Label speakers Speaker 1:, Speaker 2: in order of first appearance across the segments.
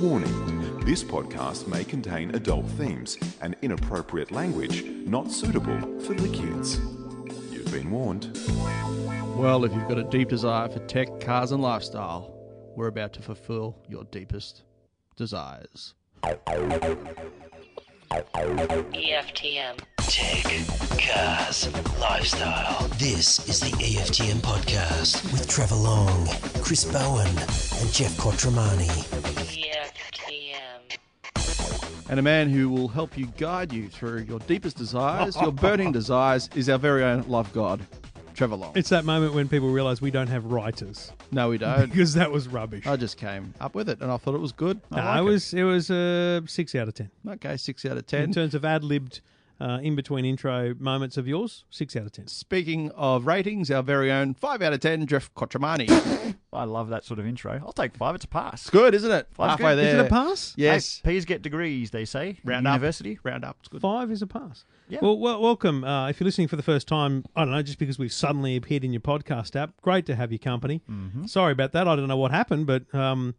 Speaker 1: Warning This podcast may contain adult themes and inappropriate language not suitable for the kids. You've been warned.
Speaker 2: Well, if you've got a deep desire for tech, cars, and lifestyle, we're about to fulfill your deepest desires.
Speaker 3: E EFTM.
Speaker 4: Tech, cars, lifestyle. This is the EFTM podcast with Trevor Long, Chris Bowen, and Jeff Quattromani.
Speaker 3: E EFTM.
Speaker 2: And a man who will help you guide you through your deepest desires, your burning desires, is our very own love god, Trevor Long.
Speaker 5: It's that moment when people realize we don't have writers
Speaker 2: no, we don't.
Speaker 5: because that was rubbish.
Speaker 2: I just came up with it and I thought it was good. I,
Speaker 5: No,
Speaker 2: like
Speaker 5: it was it was a six out of ten
Speaker 2: it. Okay, six out of
Speaker 5: in
Speaker 2: ten.
Speaker 5: terms of ad libbed uh, in between intro moments of yours. Six out of ten.
Speaker 2: Speaking of ratings, our very own five out of ten, Jeff Quattromani.
Speaker 6: I love that sort of intro. I'll take five. It's a pass.
Speaker 2: good, isn't it?
Speaker 6: Well, that's
Speaker 2: Halfway
Speaker 6: good.
Speaker 2: there.
Speaker 5: Is it a pass?
Speaker 6: Hey,
Speaker 2: Yes.
Speaker 6: P's get degrees, they say.
Speaker 2: Round
Speaker 6: Round
Speaker 2: up.
Speaker 6: University.
Speaker 2: Round up. It's good.
Speaker 5: Five is a pass.
Speaker 6: Yeah.
Speaker 5: Well, well, welcome. Uh, if you're listening for the first time, I don't know, just because we've suddenly appeared in your podcast app, great to have your company.
Speaker 6: Mm-hmm.
Speaker 5: Sorry about that. I don't know what happened, but um,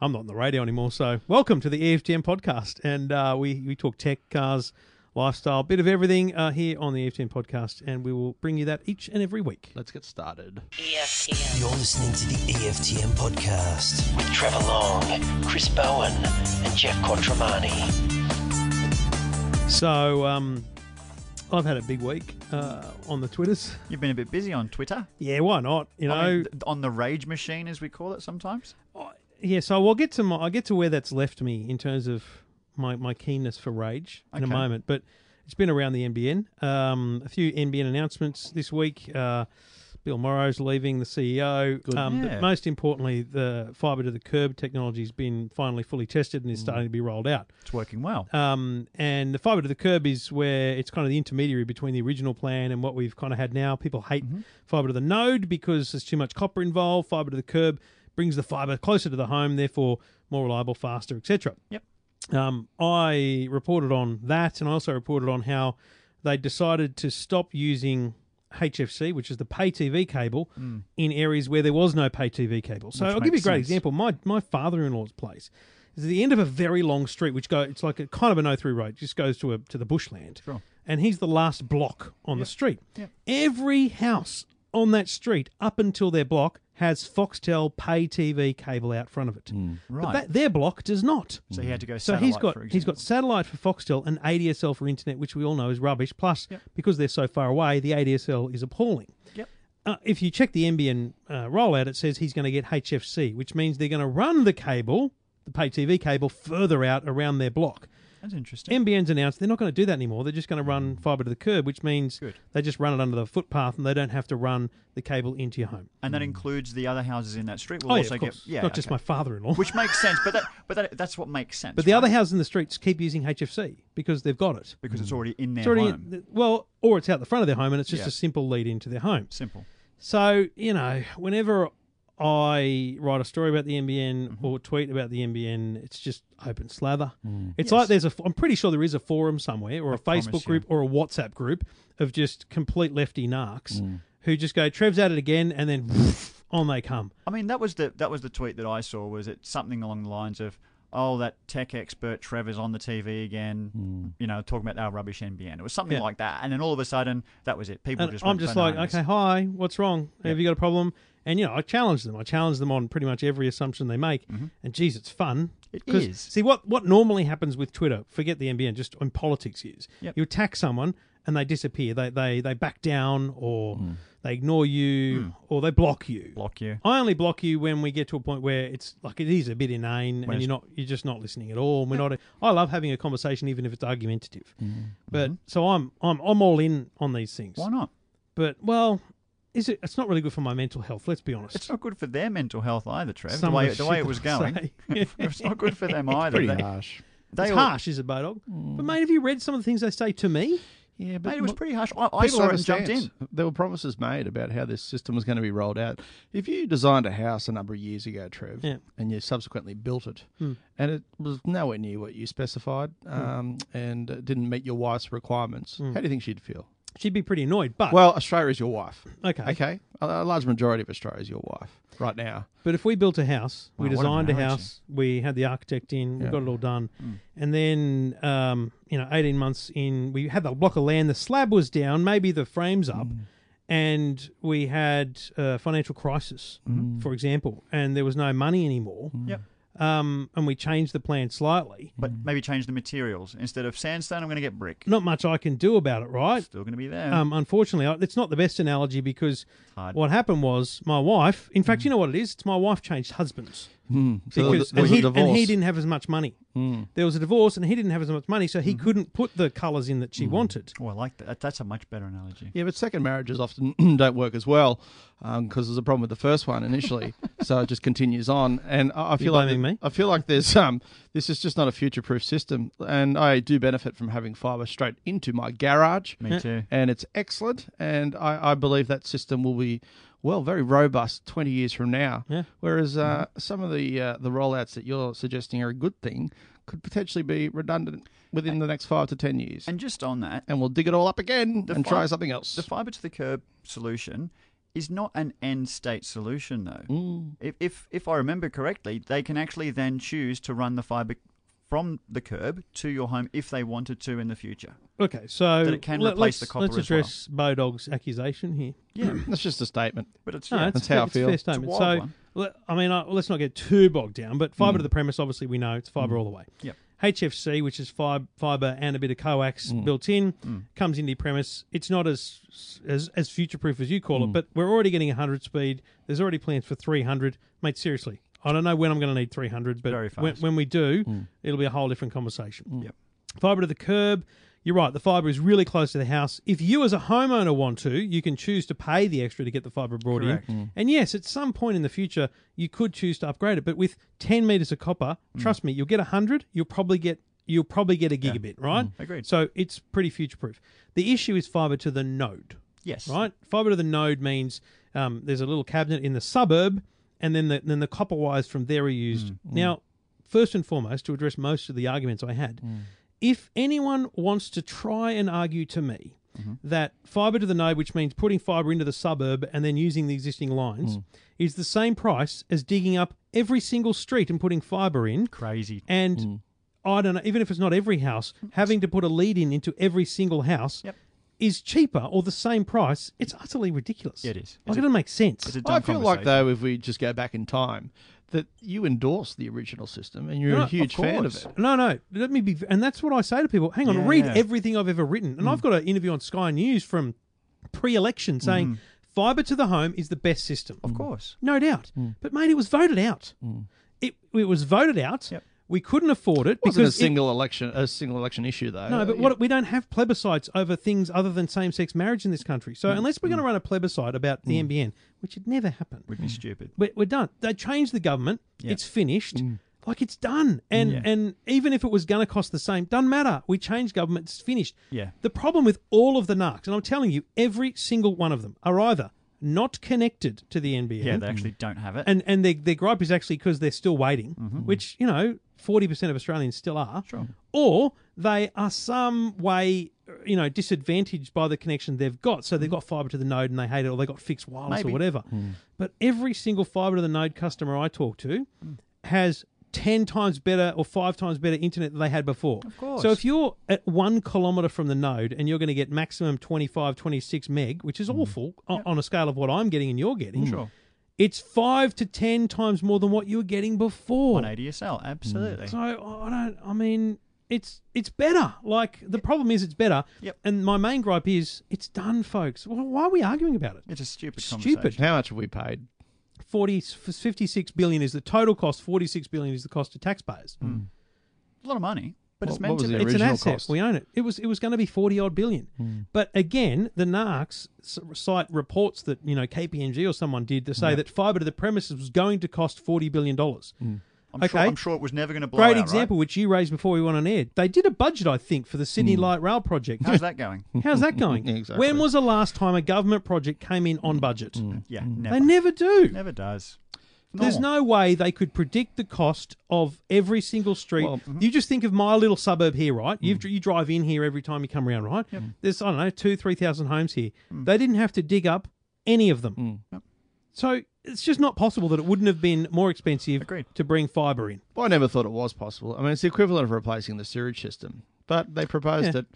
Speaker 5: I'm not on the radio anymore. So, welcome to the E EFTM podcast. And uh, we, we talk tech, cars, lifestyle, bit of everything uh, here on the EFTM podcast. And we will bring you that each and every week.
Speaker 2: Let's get started.
Speaker 3: E EFTM.
Speaker 4: You're listening to the EFTM podcast with Trevor Long, Chris Bowen, and Jeff Quattromani.
Speaker 5: So, um, I've had a big week uh, on the Twitters.
Speaker 6: You've been a bit busy on Twitter.
Speaker 5: Yeah, why not? You know,
Speaker 6: I mean, th- on the rage machine, as we call it sometimes.
Speaker 5: Yeah, so we'll get to my, I'll get to where that's left me in terms of my, my keenness for rage in a
Speaker 6: Okay.
Speaker 5: moment. But it's been around the NBN. Um, a few NBN announcements this week. Uh, Bill Morrow's leaving the CEO. Um,
Speaker 6: Yeah.
Speaker 5: But most importantly, the fibre to the curb technology has been finally fully tested
Speaker 6: Mm.
Speaker 5: and is starting to be rolled out.
Speaker 6: It's working well.
Speaker 5: Um, and the fibre to the curb is where it's kind of the intermediary between the original plan and what we've kind of had now. People hate fibre to the node because there's too much copper involved. Fibre to the curb brings the fibre closer to the home, therefore more reliable, faster, etc.
Speaker 6: Yep.
Speaker 5: Um, I reported on that, and I also reported on how they decided to stop using HFC, which is the pay TV cable, in areas where there was no pay TV cable. So
Speaker 6: Hmm. Which
Speaker 5: I'll give you a
Speaker 6: makes
Speaker 5: great
Speaker 6: sense.
Speaker 5: example. My my father in law's place is at the end of a very long street, which go it's like a kind of a no through road, just goes to a to the bushland.
Speaker 6: Sure.
Speaker 5: And he's the last block on the street.
Speaker 6: Yep.
Speaker 5: Every house on that street, up until their block, has Foxtel pay TV cable out front of it. But
Speaker 6: Hmm. Right.
Speaker 5: that, their block does not.
Speaker 6: So he had to go.
Speaker 5: So
Speaker 6: Satellite,
Speaker 5: he's got
Speaker 6: For
Speaker 5: he's got
Speaker 6: example.
Speaker 5: satellite for Foxtel and ADSL for internet, which we all know is rubbish. Plus, because they're so far away, the ADSL is appalling.
Speaker 6: Yep.
Speaker 5: Uh, if you check the NBN uh, rollout, it says he's going to get HFC, which means they're going to run the cable, the pay TV cable, further out around their block.
Speaker 6: That's interesting.
Speaker 5: NBN's announced they're not going to do that anymore. They're just going to run fibre to the curb, which means
Speaker 6: Good.
Speaker 5: they just run it under the footpath and they don't have to run the cable into your home.
Speaker 6: and that includes the other houses in that street. Will
Speaker 5: Hmm. oh, yeah,
Speaker 6: also
Speaker 5: of course.
Speaker 6: get yeah,
Speaker 5: not just
Speaker 6: okay.
Speaker 5: my father-in-law.
Speaker 6: Which makes sense, but that but that, that's what makes sense.
Speaker 5: but the
Speaker 6: right?
Speaker 5: other houses in the streets keep using HFC because they've got it.
Speaker 6: because it's already in their
Speaker 5: It's already
Speaker 6: home.
Speaker 5: th- well, or it's out the front of their home, and it's just
Speaker 6: Yeah.
Speaker 5: a simple lead into their home.
Speaker 6: Simple.
Speaker 5: So you know, whenever I write a story about the NBN
Speaker 6: Mm-hmm.
Speaker 5: or tweet about the NBN, it's just open slather. It's like there's a. f- I'm pretty sure there is a forum somewhere, or a
Speaker 6: Mm. promise
Speaker 5: Facebook
Speaker 6: you.
Speaker 5: group, or a WhatsApp group of just complete lefty narcs
Speaker 6: Mm.
Speaker 5: who just go, "Trev's at it again," and then on they come.
Speaker 6: I mean, that was the that was the tweet that I saw. Was it something along the lines of, "Oh, that tech expert Trevor's on the TV again," you know, talking about our rubbish NBN. It was something
Speaker 5: Hmm. Yeah.
Speaker 6: like that, and then all of a sudden, that was it. People
Speaker 5: And
Speaker 6: just.
Speaker 5: I'm
Speaker 6: went
Speaker 5: just like,
Speaker 6: bananas.
Speaker 5: okay, hi, what's wrong? Have you got a problem? And you know, I challenge them. I challenge them on pretty much every assumption they make. And geez, it's fun.
Speaker 6: Mm-hmm. It
Speaker 5: 'Cause,
Speaker 6: is.
Speaker 5: See what what normally happens with Twitter. Forget the NBN. Just in politics, is
Speaker 6: Yep.
Speaker 5: you attack someone and they disappear. They they they back down or
Speaker 6: Mm.
Speaker 5: they ignore you or they block you.
Speaker 6: block you.
Speaker 5: I only block you when we get to a point where it's like it is a bit inane and
Speaker 6: it's-
Speaker 5: you're not you're just not listening at all. And we're not. I love having a conversation even if it's argumentative. But so I'm I'm I'm all in on these things
Speaker 6: Mm-hmm. Why not?
Speaker 5: but well, is it? It's not really good for my mental health. Let's be honest.
Speaker 6: It's not good for their mental health either, Trev. The
Speaker 5: Some of
Speaker 6: way,
Speaker 5: the
Speaker 6: the way
Speaker 5: shit
Speaker 6: it was
Speaker 5: that I
Speaker 6: going,
Speaker 5: say.
Speaker 6: it's not good for them either.
Speaker 2: Pretty
Speaker 6: They-
Speaker 2: harsh.
Speaker 6: they
Speaker 5: It's
Speaker 6: all- Mm.
Speaker 5: harsh, is it, Bodog? But mate, have you read some of the things they say to me?
Speaker 2: Yeah, but
Speaker 6: Mate, it was
Speaker 2: mo-
Speaker 6: pretty harsh. I, I
Speaker 2: People
Speaker 6: saw it
Speaker 2: don't
Speaker 6: and jumped in.
Speaker 2: understand. There were promises made about how this system was going to be rolled out. If you designed a house a number of years ago, Trev,
Speaker 5: Yeah.
Speaker 2: and you subsequently built it,
Speaker 6: Hmm.
Speaker 2: and it was nowhere
Speaker 6: Hmm.
Speaker 2: near what you specified, um, and it didn't meet your wife's requirements, how do you think she'd feel?
Speaker 5: she'd be pretty annoyed. But
Speaker 2: Well, Australia is your wife.
Speaker 5: okay,
Speaker 2: Okay, a, a large majority of Australia is your wife right now.
Speaker 5: But if we built a house, we
Speaker 6: Wow, what a
Speaker 5: designed a,
Speaker 6: marriage,
Speaker 5: house, we had the architect in,
Speaker 2: Yeah.
Speaker 5: we got it all done,
Speaker 6: Mm.
Speaker 5: and then um, you know, eighteen months in, we had the block of land, the slab was down, maybe the frames up,
Speaker 6: Mm.
Speaker 5: and we had a financial crisis,
Speaker 6: Mm.
Speaker 5: for example, and there was no money anymore.
Speaker 6: Yep.
Speaker 5: Um, and we changed the plan slightly.
Speaker 6: But maybe change the materials. Instead of sandstone, I'm going to get brick.
Speaker 5: Not much I can do about it, right?
Speaker 6: Still going to be there.
Speaker 5: Mm. Um, unfortunately, I- it's not the best analogy because
Speaker 6: Mm. Hard. Mm.
Speaker 5: what happened was my wife. In fact, you know what it is? It's my wife changed husbands.
Speaker 2: So
Speaker 5: because,
Speaker 2: there was
Speaker 5: and,
Speaker 2: a
Speaker 5: he,
Speaker 2: divorce.
Speaker 5: and he didn't have as much money.
Speaker 6: Mm.
Speaker 5: There was a divorce, and he didn't have as much money, so he
Speaker 6: Mm-hmm.
Speaker 5: couldn't put the colours in that she wanted.
Speaker 6: oh, I like that. That's a much better analogy.
Speaker 2: Yeah, but second marriages often don't work as well because there's a problem with the first one initially, so it just continues on. And I, I feel like
Speaker 5: blaming me?
Speaker 2: I feel like there's um this is just not a future-proof system, and I do benefit from having fibre straight into my garage,
Speaker 6: Me too.
Speaker 2: and it's excellent. And I, I believe that system will be well very robust 20 years from now.
Speaker 5: Yeah.
Speaker 2: Whereas uh, some of the uh, the rollouts that you're suggesting are a good thing could potentially be redundant within the next five to 10 years.
Speaker 6: And just on that,
Speaker 2: And we'll dig it all up again
Speaker 6: The
Speaker 2: and try
Speaker 6: fi-
Speaker 2: something else.
Speaker 6: The fibre to the curb solution is not an end state solution, though.
Speaker 5: Mm.
Speaker 6: If, if if I remember correctly, they can actually then choose to run the fibre from the curb to your home if they wanted to in the future.
Speaker 5: Okay, so
Speaker 6: That it can
Speaker 5: let,
Speaker 6: replace
Speaker 5: us
Speaker 6: the copper
Speaker 5: let's
Speaker 6: as well.
Speaker 5: address Bodog's accusation here.
Speaker 6: Yeah,
Speaker 2: That's just a statement.
Speaker 6: but it's
Speaker 5: No,
Speaker 6: yeah.
Speaker 5: it's,
Speaker 2: That's how I
Speaker 5: it's
Speaker 2: feel.
Speaker 5: fair
Speaker 2: It's
Speaker 6: a
Speaker 5: statement.
Speaker 6: wild
Speaker 5: So,
Speaker 6: one.
Speaker 5: le- I mean, uh, let's not get too bogged down, but
Speaker 2: Mm.
Speaker 5: fibre to the premise, obviously, we know it's fibre all the way.
Speaker 6: Yep.
Speaker 5: HFC, which is fibre and a bit of coax
Speaker 2: Mm.
Speaker 5: built in, comes into your premise. It's not as as, as future proof as you call
Speaker 2: Mm.
Speaker 5: it, but we're already getting 100 speed. There's already plans for 300. Mate, seriously, I don't know when I'm going to need 300, but
Speaker 6: Very
Speaker 5: when,
Speaker 6: fast.
Speaker 5: when we do,
Speaker 2: Mm.
Speaker 5: it'll be a whole different conversation.
Speaker 6: Yep.
Speaker 5: Fibre to the curb. You're right. The fibre is really close to the house. If you, as a homeowner, want to, you can choose to pay the extra to get the fibre brought
Speaker 6: Correct. Mm.
Speaker 5: in. And yes, at some point in the future, you could choose to upgrade it. But with 10 meters of copper,
Speaker 6: Mm.
Speaker 5: trust me, you'll get 100. You'll probably get you'll probably get a gigabit, right?
Speaker 6: Mm. Agreed.
Speaker 5: So it's pretty future proof. The issue is fibre to the node
Speaker 6: yes,
Speaker 5: right? Fibre to the node means um, there's a little cabinet in the suburb, and then the, then the copper wires from there are used. Now, first and foremost, to address most of the arguments I had, if anyone wants to try and argue to me that fibre to the node, which means putting fibre into the suburb and then using the existing lines, is the same price as digging up every single street and putting fibre in,
Speaker 6: Crazy.
Speaker 5: and
Speaker 6: Mm.
Speaker 5: I don't know, even if it's not every house, having to put a lead in into every single house
Speaker 6: Yep.
Speaker 5: is cheaper or the same price. It's utterly ridiculous.
Speaker 6: Yeah, it is.
Speaker 5: Like,
Speaker 6: It's
Speaker 5: it
Speaker 6: a-
Speaker 5: doesn't make sense.
Speaker 6: It's a dumb
Speaker 2: I feel like
Speaker 6: conversation.
Speaker 2: though, if we just go back in time, that you endorse the original system and you're
Speaker 5: No,
Speaker 2: a
Speaker 5: of
Speaker 2: huge fan of
Speaker 6: course.
Speaker 2: it.
Speaker 5: no, no. Let me be, and that's what I say to people. Hang on,
Speaker 6: Yeah. Mm.
Speaker 5: read everything I've ever written, and I've got an interview on Sky News from pre-election saying
Speaker 6: Mm-hmm.
Speaker 5: fibre to the home is the best system.
Speaker 6: Of course.
Speaker 5: No doubt.
Speaker 6: Mm.
Speaker 5: But mate, it was voted out. It it was voted out.
Speaker 6: Yep.
Speaker 5: We couldn't afford it
Speaker 2: Wasn't a
Speaker 5: because it-
Speaker 2: single election, a single election issue though.
Speaker 5: No, but
Speaker 2: Uh, Yeah.
Speaker 5: what we don't have plebiscites over things other than same-sex marriage in this country. So unless we're going to run a plebiscite about the NBN, which would never happen,
Speaker 6: Would be stupid.
Speaker 5: we're, we're done. They changed the government. It's finished. Like it's done. And and even if it was going to cost the same, doesn't matter. We changed government. It's finished.
Speaker 6: Yeah.
Speaker 5: The problem with all of the narcs, and I'm telling you, every single one of them are either not connected to the NBN.
Speaker 6: Yeah, they actually don't have it. Mm-hmm.
Speaker 5: And and their, their gripe is actually because they're still waiting, which you know forty percent of Australians still are. Sure. Or they are some way you know disadvantaged by the connection they've got, so they've got fibre to the node and they hate it, or they got fixed wireless or
Speaker 6: Mm-hmm. Maybe. Hmm.
Speaker 5: whatever. But every single fibre to the node customer I talk to
Speaker 6: Hmm.
Speaker 5: has. 10 times better or 5 times better internet than they had before. Of
Speaker 6: course.
Speaker 5: So if you're at 1 kilometer from the node and you're going to get maximum 25 26 meg, which is awful o- on a scale of what I'm getting and you're getting,
Speaker 6: Hmm. sure.
Speaker 5: it's five to ten times more than what you were getting before.
Speaker 6: 180 SL, absolutely.
Speaker 5: So I I don't. I mean, it's it's better. Like the problem is, it's better.
Speaker 6: Yep.
Speaker 5: And my main gripe is, it's done, folks. Well, why are we arguing about it?
Speaker 6: It's a stupid
Speaker 5: Stupid.
Speaker 6: conversation.
Speaker 2: How much have we paid?
Speaker 5: 40, 56 billion is the total cost. Forty-six billion is the cost to taxpayers.
Speaker 6: Mm. It's a lot of money, but
Speaker 2: What-
Speaker 6: it's meant
Speaker 2: what
Speaker 6: to
Speaker 2: was
Speaker 6: be.
Speaker 2: the
Speaker 5: It's an
Speaker 2: original
Speaker 5: asset.
Speaker 2: cost.
Speaker 5: We own it. It was it was going to be forty odd billion.
Speaker 6: Mm.
Speaker 5: But again, the NARCs s- cite reports that you know KPMG or someone did to say that fibre to the premises was going to cost forty billion dollars.
Speaker 6: Mm. I'm, sure,
Speaker 5: okay.
Speaker 6: I'm sure it was never going to blow out,
Speaker 5: Great
Speaker 6: right?
Speaker 5: example, which you raised before we went on air. They did a budget, I think, for the Sydney
Speaker 6: Hmm.
Speaker 5: Light Rail project.
Speaker 6: How's that going?
Speaker 5: How's that going?
Speaker 2: Exactly.
Speaker 5: When was the last time a government project came in on budget?
Speaker 6: Yeah,
Speaker 5: They
Speaker 6: Hmm. never.
Speaker 5: never do.
Speaker 6: Never does.
Speaker 5: Mm. There's no way they could predict the cost of every single street.
Speaker 2: Well,
Speaker 6: mm-hmm.
Speaker 5: You just think of my little suburb here, right?
Speaker 6: Hmm.
Speaker 5: You've, you drive in here every time you come around, right? There's, I don't know, two, 3,000 homes here.
Speaker 6: Hmm.
Speaker 5: They didn't have to dig up any of them. So it's just not possible that it wouldn't have been more expensive
Speaker 6: Agreed.
Speaker 5: to bring fibre in.
Speaker 2: Well, I never thought it was possible. I mean, it's the equivalent of replacing the sewage system, but they proposed
Speaker 5: Yeah.
Speaker 2: it,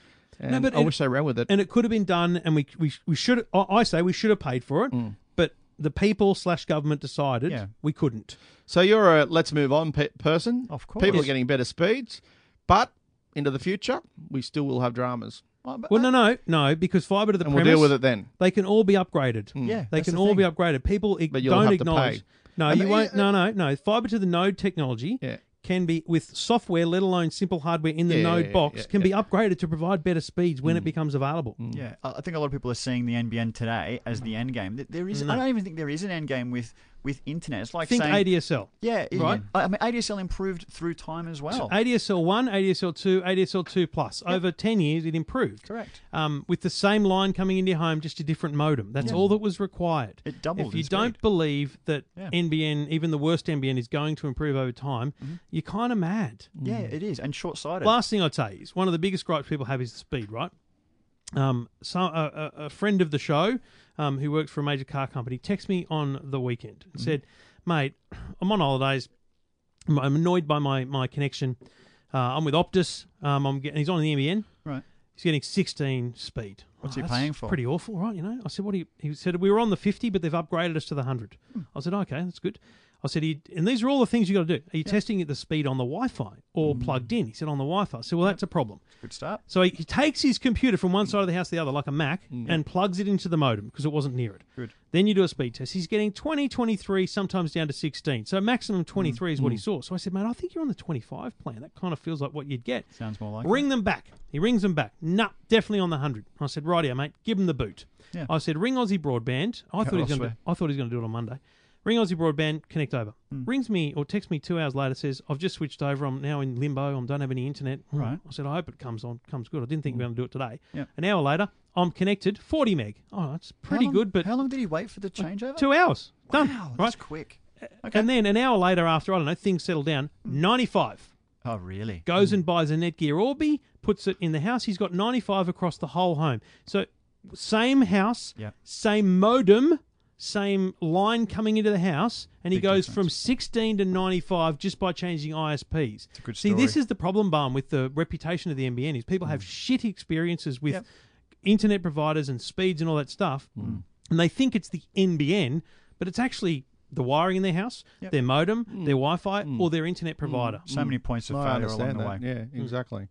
Speaker 2: and
Speaker 5: but
Speaker 2: I
Speaker 5: it-
Speaker 2: wish they ran with it.
Speaker 5: And it could have been done, and we, we, we should, I I say we should have paid for it,
Speaker 2: Mm.
Speaker 5: but the people slash government decided
Speaker 6: Yeah.
Speaker 5: we couldn't.
Speaker 2: so you're a let's move on pe- person.
Speaker 6: Of course.
Speaker 2: people
Speaker 6: Yes.
Speaker 2: are getting better speeds, but into the future we still will have dramas,
Speaker 6: Well, but-
Speaker 5: Well, no, no, no, because fibre to the
Speaker 2: and
Speaker 5: premise.
Speaker 2: we'll deal with it then.
Speaker 5: They can all be upgraded.
Speaker 6: Yeah,
Speaker 5: they
Speaker 6: that's
Speaker 5: can
Speaker 6: the
Speaker 5: all be
Speaker 6: thing.
Speaker 5: upgraded. People ig-
Speaker 2: But you'll
Speaker 5: don't
Speaker 2: have to
Speaker 5: acknowledge.
Speaker 2: pay.
Speaker 5: No,
Speaker 2: And
Speaker 5: you
Speaker 2: the-
Speaker 5: won't. No, no, no. Fiber to the node technology
Speaker 2: Yeah.
Speaker 5: can be with software, let alone simple hardware in the
Speaker 2: Yeah,
Speaker 5: node
Speaker 2: yeah,
Speaker 5: box,
Speaker 2: yeah, Mm.
Speaker 5: can be upgraded to provide better speeds when it becomes available.
Speaker 6: Yeah, I I think a lot of people are seeing the NBN today as
Speaker 2: Mm.
Speaker 6: the end game. Th- There is, I don't even think there is an end game with with internet. It's like
Speaker 5: Think
Speaker 6: saying,
Speaker 5: ADSL.
Speaker 6: yeah, it-
Speaker 5: right?
Speaker 6: I I mean, ADSL improved through time as well.
Speaker 5: ADSL one, ADSL two, ADSL two plus. Over ten years, it improved.
Speaker 6: Correct.
Speaker 5: Um, with the same line coming into your home, just a different modem. That's all that was required.
Speaker 6: It doubled
Speaker 5: If
Speaker 6: in
Speaker 5: you don't
Speaker 6: speed.
Speaker 5: believe that
Speaker 6: Yeah.
Speaker 5: NBN, even the worst NBN, is going to improve over time, you're kind of mad.
Speaker 6: Mm-hmm. yeah,
Speaker 2: Mm.
Speaker 6: it is, and short sighted.
Speaker 5: Last thing I'd say is one of the biggest gripes people have is the speed, right? Um, so a, a, a friend of the show, um, who works for a major car company, texted me on the weekend
Speaker 6: Mm-hmm.
Speaker 5: and said, "Mate, I'm on holidays. I'm I'm annoyed by my my connection. Uh, I'm with Optus. Um, I'm getting. He's on the NBN.
Speaker 6: Right.
Speaker 5: He's getting 16 speed.
Speaker 6: What's
Speaker 5: Oh,
Speaker 6: he
Speaker 5: that's
Speaker 6: paying for?
Speaker 5: Pretty awful, right? You know. I said, "What do you?" He said, "We were on the 50, but they've upgraded us to the 100."
Speaker 6: Hmm.
Speaker 5: I said, "Okay, that's good." I said, "Are you- "And these are all the things you got to do. Are you testing at the speed on the Wi-Fi or
Speaker 6: Mm.
Speaker 5: plugged in?" He said, "On the Wi-Fi." I said, "Well, that's a problem."
Speaker 6: Good start.
Speaker 5: So he, he takes his computer from one side of the house to the other, like a Mac, and plugs it into the modem because it wasn't near it.
Speaker 6: Mm. Good.
Speaker 5: Then you do a speed test. He's getting 20, 23, sometimes down to 16. So maximum 23 is what
Speaker 6: Mm.
Speaker 5: he saw. So I said, mate, I think you're on the 25 plan. That kind of feels like what you'd get.
Speaker 6: Sounds more like
Speaker 5: Ring them back. He rings them back. Nah, definitely on the 100. I said, rightio, mate, give him the boot.
Speaker 6: Yeah.
Speaker 5: I said, ring Aussie Broadband. I thought he was going to. I thought he was going to do it on Monday. Ring Aussie Broadband, connect over.
Speaker 6: Hmm.
Speaker 5: Rings me or texts me two hours later. Says I've just switched over. I'm now in limbo. I am don't have any internet. Hmm.
Speaker 6: Right. Hmm.
Speaker 5: I said I hope it comes on. Comes good. I didn't think we were going to do it today.
Speaker 6: Yeah.
Speaker 5: An hour later, I'm connected. 40 meg. Oh, that's
Speaker 6: How
Speaker 5: pretty
Speaker 6: long-
Speaker 5: good. But
Speaker 6: how long did he wait for the changeover?
Speaker 5: two hours. Done.
Speaker 6: Wow,
Speaker 5: right.
Speaker 6: that's quick.
Speaker 5: And then an hour later, after I don't know, things settle down.
Speaker 6: Hmm.
Speaker 5: 95
Speaker 6: Oh, really?
Speaker 5: goes and buys a Netgear Orbi, puts it in the house. He's got 95 across the whole home. So, same house,
Speaker 6: Yep.
Speaker 5: same modem, same line coming into the house, and he
Speaker 6: Big
Speaker 5: goes
Speaker 6: difference.
Speaker 5: from 16 to 95 just by changing ISPs.
Speaker 6: a good
Speaker 5: See, this
Speaker 6: story. Hmm.
Speaker 5: is the problem, Barm, with the reputation of the NBN is people have shit experiences with
Speaker 6: Yep. Hmm.
Speaker 5: internet providers and speeds and all that stuff, and they think it's the NBN, but it's actually the wiring in their house,
Speaker 6: Yep. Hmm.
Speaker 5: their modem, their Wi-Fi, or their internet provider.
Speaker 6: So many points of
Speaker 2: Mm. No, I
Speaker 6: failure along
Speaker 2: understand
Speaker 6: the way. Hmm.
Speaker 2: that. Yeah, exactly.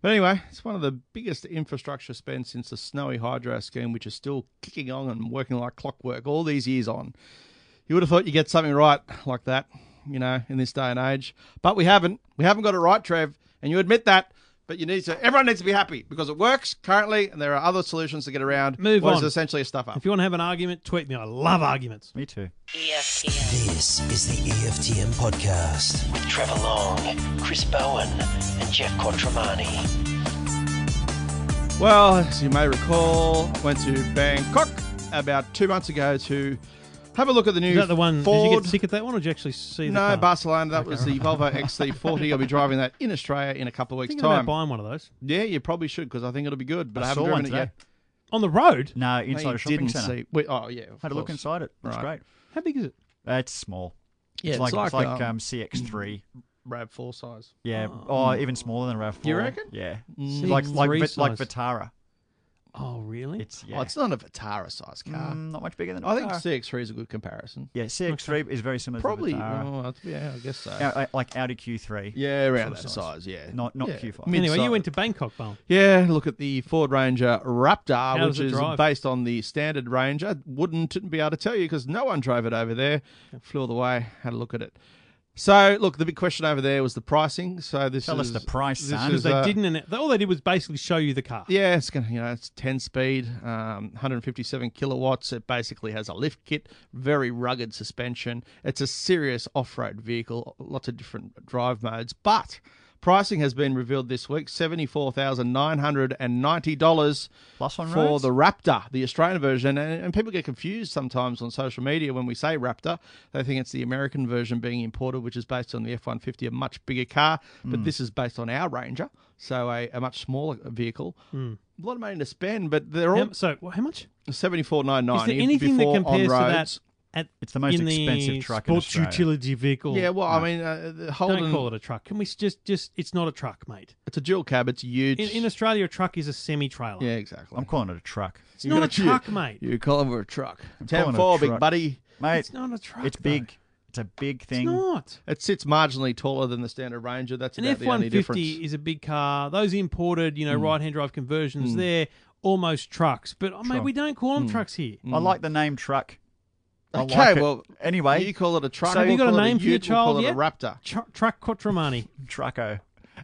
Speaker 2: But anyway, it's one of the biggest infrastructure spends since the Snowy Hydro scheme, which is still kicking on and working like clockwork all these years on. You would have thought you get something right like that, you know, in this day and age. But we haven't. We haven't got it right, Trev, and you admit that. But you need to. Everyone needs to be happy because it works currently, and there are other solutions to get around.
Speaker 5: Move
Speaker 2: what is
Speaker 5: on.
Speaker 2: essentially a stuff up.
Speaker 5: If you want to have an argument, tweet me. I love arguments.
Speaker 6: Me too.
Speaker 3: E EFTM.
Speaker 4: This is the EFTM podcast with Trevor Long, Chris Bowen, and Jeff Quattromani.
Speaker 2: Well, as you may recall, I went to Bangkok about two months ago to have a look at the new
Speaker 5: Is that the one? Did you
Speaker 2: Ford
Speaker 5: get sick at that one, or did you actually see the
Speaker 2: No,
Speaker 5: car?
Speaker 2: Barcelona. That was the Volvo XC40. I'll be driving that in Australia in a couple of weeks'
Speaker 5: Thinking about
Speaker 2: time.
Speaker 5: buying one of those
Speaker 2: yeah, you probably should because I think it'll be good. But I,
Speaker 6: I
Speaker 2: haven't
Speaker 6: saw one
Speaker 2: driven it yet.
Speaker 5: on the road.
Speaker 6: No,
Speaker 2: No,
Speaker 6: inside
Speaker 2: you
Speaker 6: a shopping
Speaker 2: didn't
Speaker 6: centre.
Speaker 2: see- we- oh yeah, of
Speaker 6: Had a look
Speaker 2: course.
Speaker 6: inside it. Looks
Speaker 2: Right.
Speaker 6: great.
Speaker 5: How big is it?
Speaker 6: That's small.
Speaker 2: Yeah,
Speaker 6: it's like, it's like, um,
Speaker 2: um,
Speaker 6: CX3.
Speaker 2: Rav Four size.
Speaker 6: Yeah,
Speaker 2: Oh.
Speaker 6: or even smaller than RAV4.
Speaker 2: You reckon?
Speaker 6: Yeah,
Speaker 5: Mm.
Speaker 6: like like
Speaker 5: CX3
Speaker 6: Vi- like
Speaker 5: size.
Speaker 6: Vitara.
Speaker 5: Oh, really?
Speaker 6: It's yeah,
Speaker 2: Oh, it's not a Vitara size car.
Speaker 6: Mm, not much bigger than.
Speaker 2: I think
Speaker 6: Vitara.
Speaker 2: CX3 is a good comparison.
Speaker 6: yeah, CX3 is very similar
Speaker 2: Probably.
Speaker 6: to Vitara.
Speaker 2: oh, that's- yeah, I guess so.
Speaker 6: Ou- uh, like Audi Q3.
Speaker 2: Yeah, around
Speaker 6: Sort of
Speaker 2: that size.
Speaker 6: size.
Speaker 2: Yeah,
Speaker 6: Not- not
Speaker 2: Yeah,
Speaker 6: Q5.
Speaker 5: anyway,
Speaker 2: mid-size.
Speaker 5: you went to Bangkok, Bob.
Speaker 2: Yeah, look at the Ford Ranger Raptor,
Speaker 5: does
Speaker 2: which is
Speaker 5: it drive?
Speaker 2: based on the standard Ranger. Wouldn't be able to tell you because no one drove it over there. Flew all the way, had a look at it. So, look, the big question over there was the pricing. So this
Speaker 6: Tell us
Speaker 2: is-
Speaker 6: the price,
Speaker 2: this
Speaker 6: son.
Speaker 2: is,
Speaker 5: Because they
Speaker 2: uh,
Speaker 5: didn't. anno- All they did was basically show you the car.
Speaker 2: Yeah, it's gonna you know it's ten speed, um, 157 kilowatts. It basically has a lift kit, very rugged suspension. It's a serious off road vehicle, lots of different drive modes, but Pricing has been revealed this week $74,990
Speaker 6: Plus on
Speaker 2: for
Speaker 6: roads?
Speaker 2: the Raptor, the Australian version. And, and people get confused sometimes on social media when we say Raptor. They think it's the American version being imported, which is based on the F 150, a much bigger car.
Speaker 5: Hmm.
Speaker 2: But this is based on our Ranger, so a, a much smaller vehicle.
Speaker 5: Hmm.
Speaker 2: A lot of money to spend, but they're all
Speaker 5: How- so wh- how much?
Speaker 2: seventy four nine
Speaker 5: Is
Speaker 2: ninety.
Speaker 5: there anything that compares to that? At,
Speaker 6: It's the most
Speaker 5: in the
Speaker 6: expensive truck in
Speaker 5: sports
Speaker 6: Australia.
Speaker 5: utility vehicle.
Speaker 2: Yeah, well, I mean, uh, the Holden,
Speaker 5: Don't call it a truck. Can we s- just just? It's not a truck, mate.
Speaker 2: it's a dual cab. It's huge.
Speaker 5: In, in Australia, a truck is a semi trailer.
Speaker 2: yeah, exactly.
Speaker 6: I'm calling it a truck.
Speaker 5: It's not a truck, mate.
Speaker 2: You call it a truck.
Speaker 6: calling
Speaker 2: Ten
Speaker 6: it a
Speaker 2: four, big
Speaker 6: truck.
Speaker 2: buddy.
Speaker 6: Mate,
Speaker 5: It's not a truck.
Speaker 6: it's
Speaker 5: though.
Speaker 6: big. It's a big
Speaker 5: It's
Speaker 6: thing.
Speaker 5: not.
Speaker 2: It sits marginally taller than the standard Ranger. That's
Speaker 5: An
Speaker 2: about
Speaker 5: F
Speaker 2: the only
Speaker 5: one fifty
Speaker 2: difference.
Speaker 5: is a big car. Those imported, you know, right hand drive conversions, they're almost trucks. But oh, mate,
Speaker 6: Truck.
Speaker 5: we don't call them trucks here.
Speaker 6: I like the name truck. I
Speaker 2: Okay,
Speaker 6: like it.
Speaker 2: well,
Speaker 6: anyway,
Speaker 2: You call it a truck.
Speaker 5: So have you
Speaker 2: we'll
Speaker 5: got a
Speaker 2: call it
Speaker 5: name for your
Speaker 2: ute, we'll call
Speaker 5: child
Speaker 2: it
Speaker 5: yet?
Speaker 2: a Raptor.
Speaker 5: Tr- truck Quattromani.
Speaker 6: Trucko.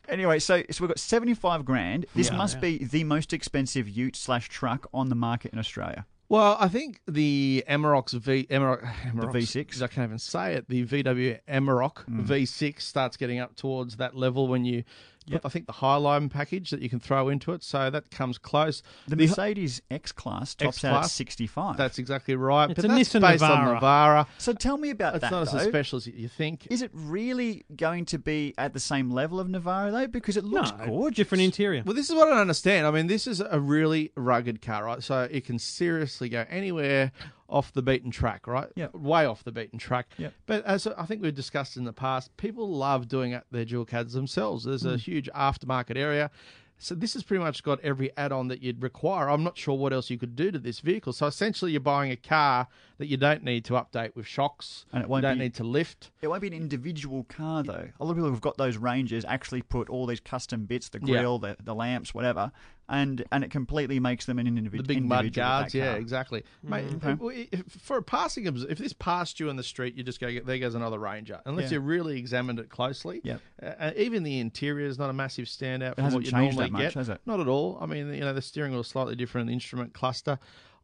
Speaker 6: Anyway, so, so we've got 75 grand. This must be the most expensive ute slash truck on the market in Australia.
Speaker 2: Well, I think the Amarok's V Hmm. Amarok, Amarok's-
Speaker 6: V6.
Speaker 2: I can't even say it. The VW Amarok V6 starts getting up towards that level when you put, I think, the Highline package that you can throw into it. So that comes close.
Speaker 6: The
Speaker 2: The-
Speaker 6: Mercedes X Class tops out at
Speaker 2: X-Class?
Speaker 6: 65.
Speaker 2: That's exactly right.
Speaker 5: It's
Speaker 2: but
Speaker 5: a
Speaker 2: that's
Speaker 5: Nissan
Speaker 2: based on
Speaker 5: Navara.
Speaker 2: Navara.
Speaker 6: so tell me about
Speaker 2: It's
Speaker 6: that.
Speaker 2: not as
Speaker 6: though.
Speaker 2: special as you think.
Speaker 6: Is it really going to be at the same level of Navara though? Because it looks
Speaker 5: No,
Speaker 6: gorgeous.
Speaker 5: different interior.
Speaker 2: Well, this is what I don't understand. I mean, this is a really rugged car, right? So it can seriously go anywhere off the beaten track, right?
Speaker 6: Yeah.
Speaker 2: Way off the beaten track.
Speaker 6: Yeah.
Speaker 2: But as I think we've discussed in the past, people love doing it- their dual CADs themselves. There's
Speaker 6: Mm.
Speaker 2: a huge aftermarket area. So this has pretty much got every add-on that you'd require. I'm not sure what else you could do to this vehicle. So essentially, you're buying a car that you don't need to update with shocks,
Speaker 6: And it won't
Speaker 2: you don't
Speaker 6: be-
Speaker 2: need to lift.
Speaker 6: It won't be an individual car though. A lot of people who've got those Rangers actually put all these custom bits, the
Speaker 2: Yeah.
Speaker 6: grill, the, the lamps, whatever, and and it completely makes them an individ-
Speaker 2: the
Speaker 6: individual.
Speaker 2: big mud guards.
Speaker 6: with that
Speaker 2: Yeah,
Speaker 6: car.
Speaker 2: exactly.
Speaker 5: Mm-hmm.
Speaker 2: Mate, if- if- for a passing, obs- if this passed you in the street, you just go, there goes another ranger. Unless
Speaker 6: Yeah.
Speaker 2: you really examined it closely.
Speaker 6: Yep.
Speaker 2: Uh, Uh, even the interior is not a massive standout from
Speaker 6: hasn't
Speaker 2: what you
Speaker 6: changed
Speaker 2: normally
Speaker 6: that much,
Speaker 2: get.
Speaker 6: has it?
Speaker 2: Not at all. I mean, you know, the steering wheel is slightly different, the instrument cluster.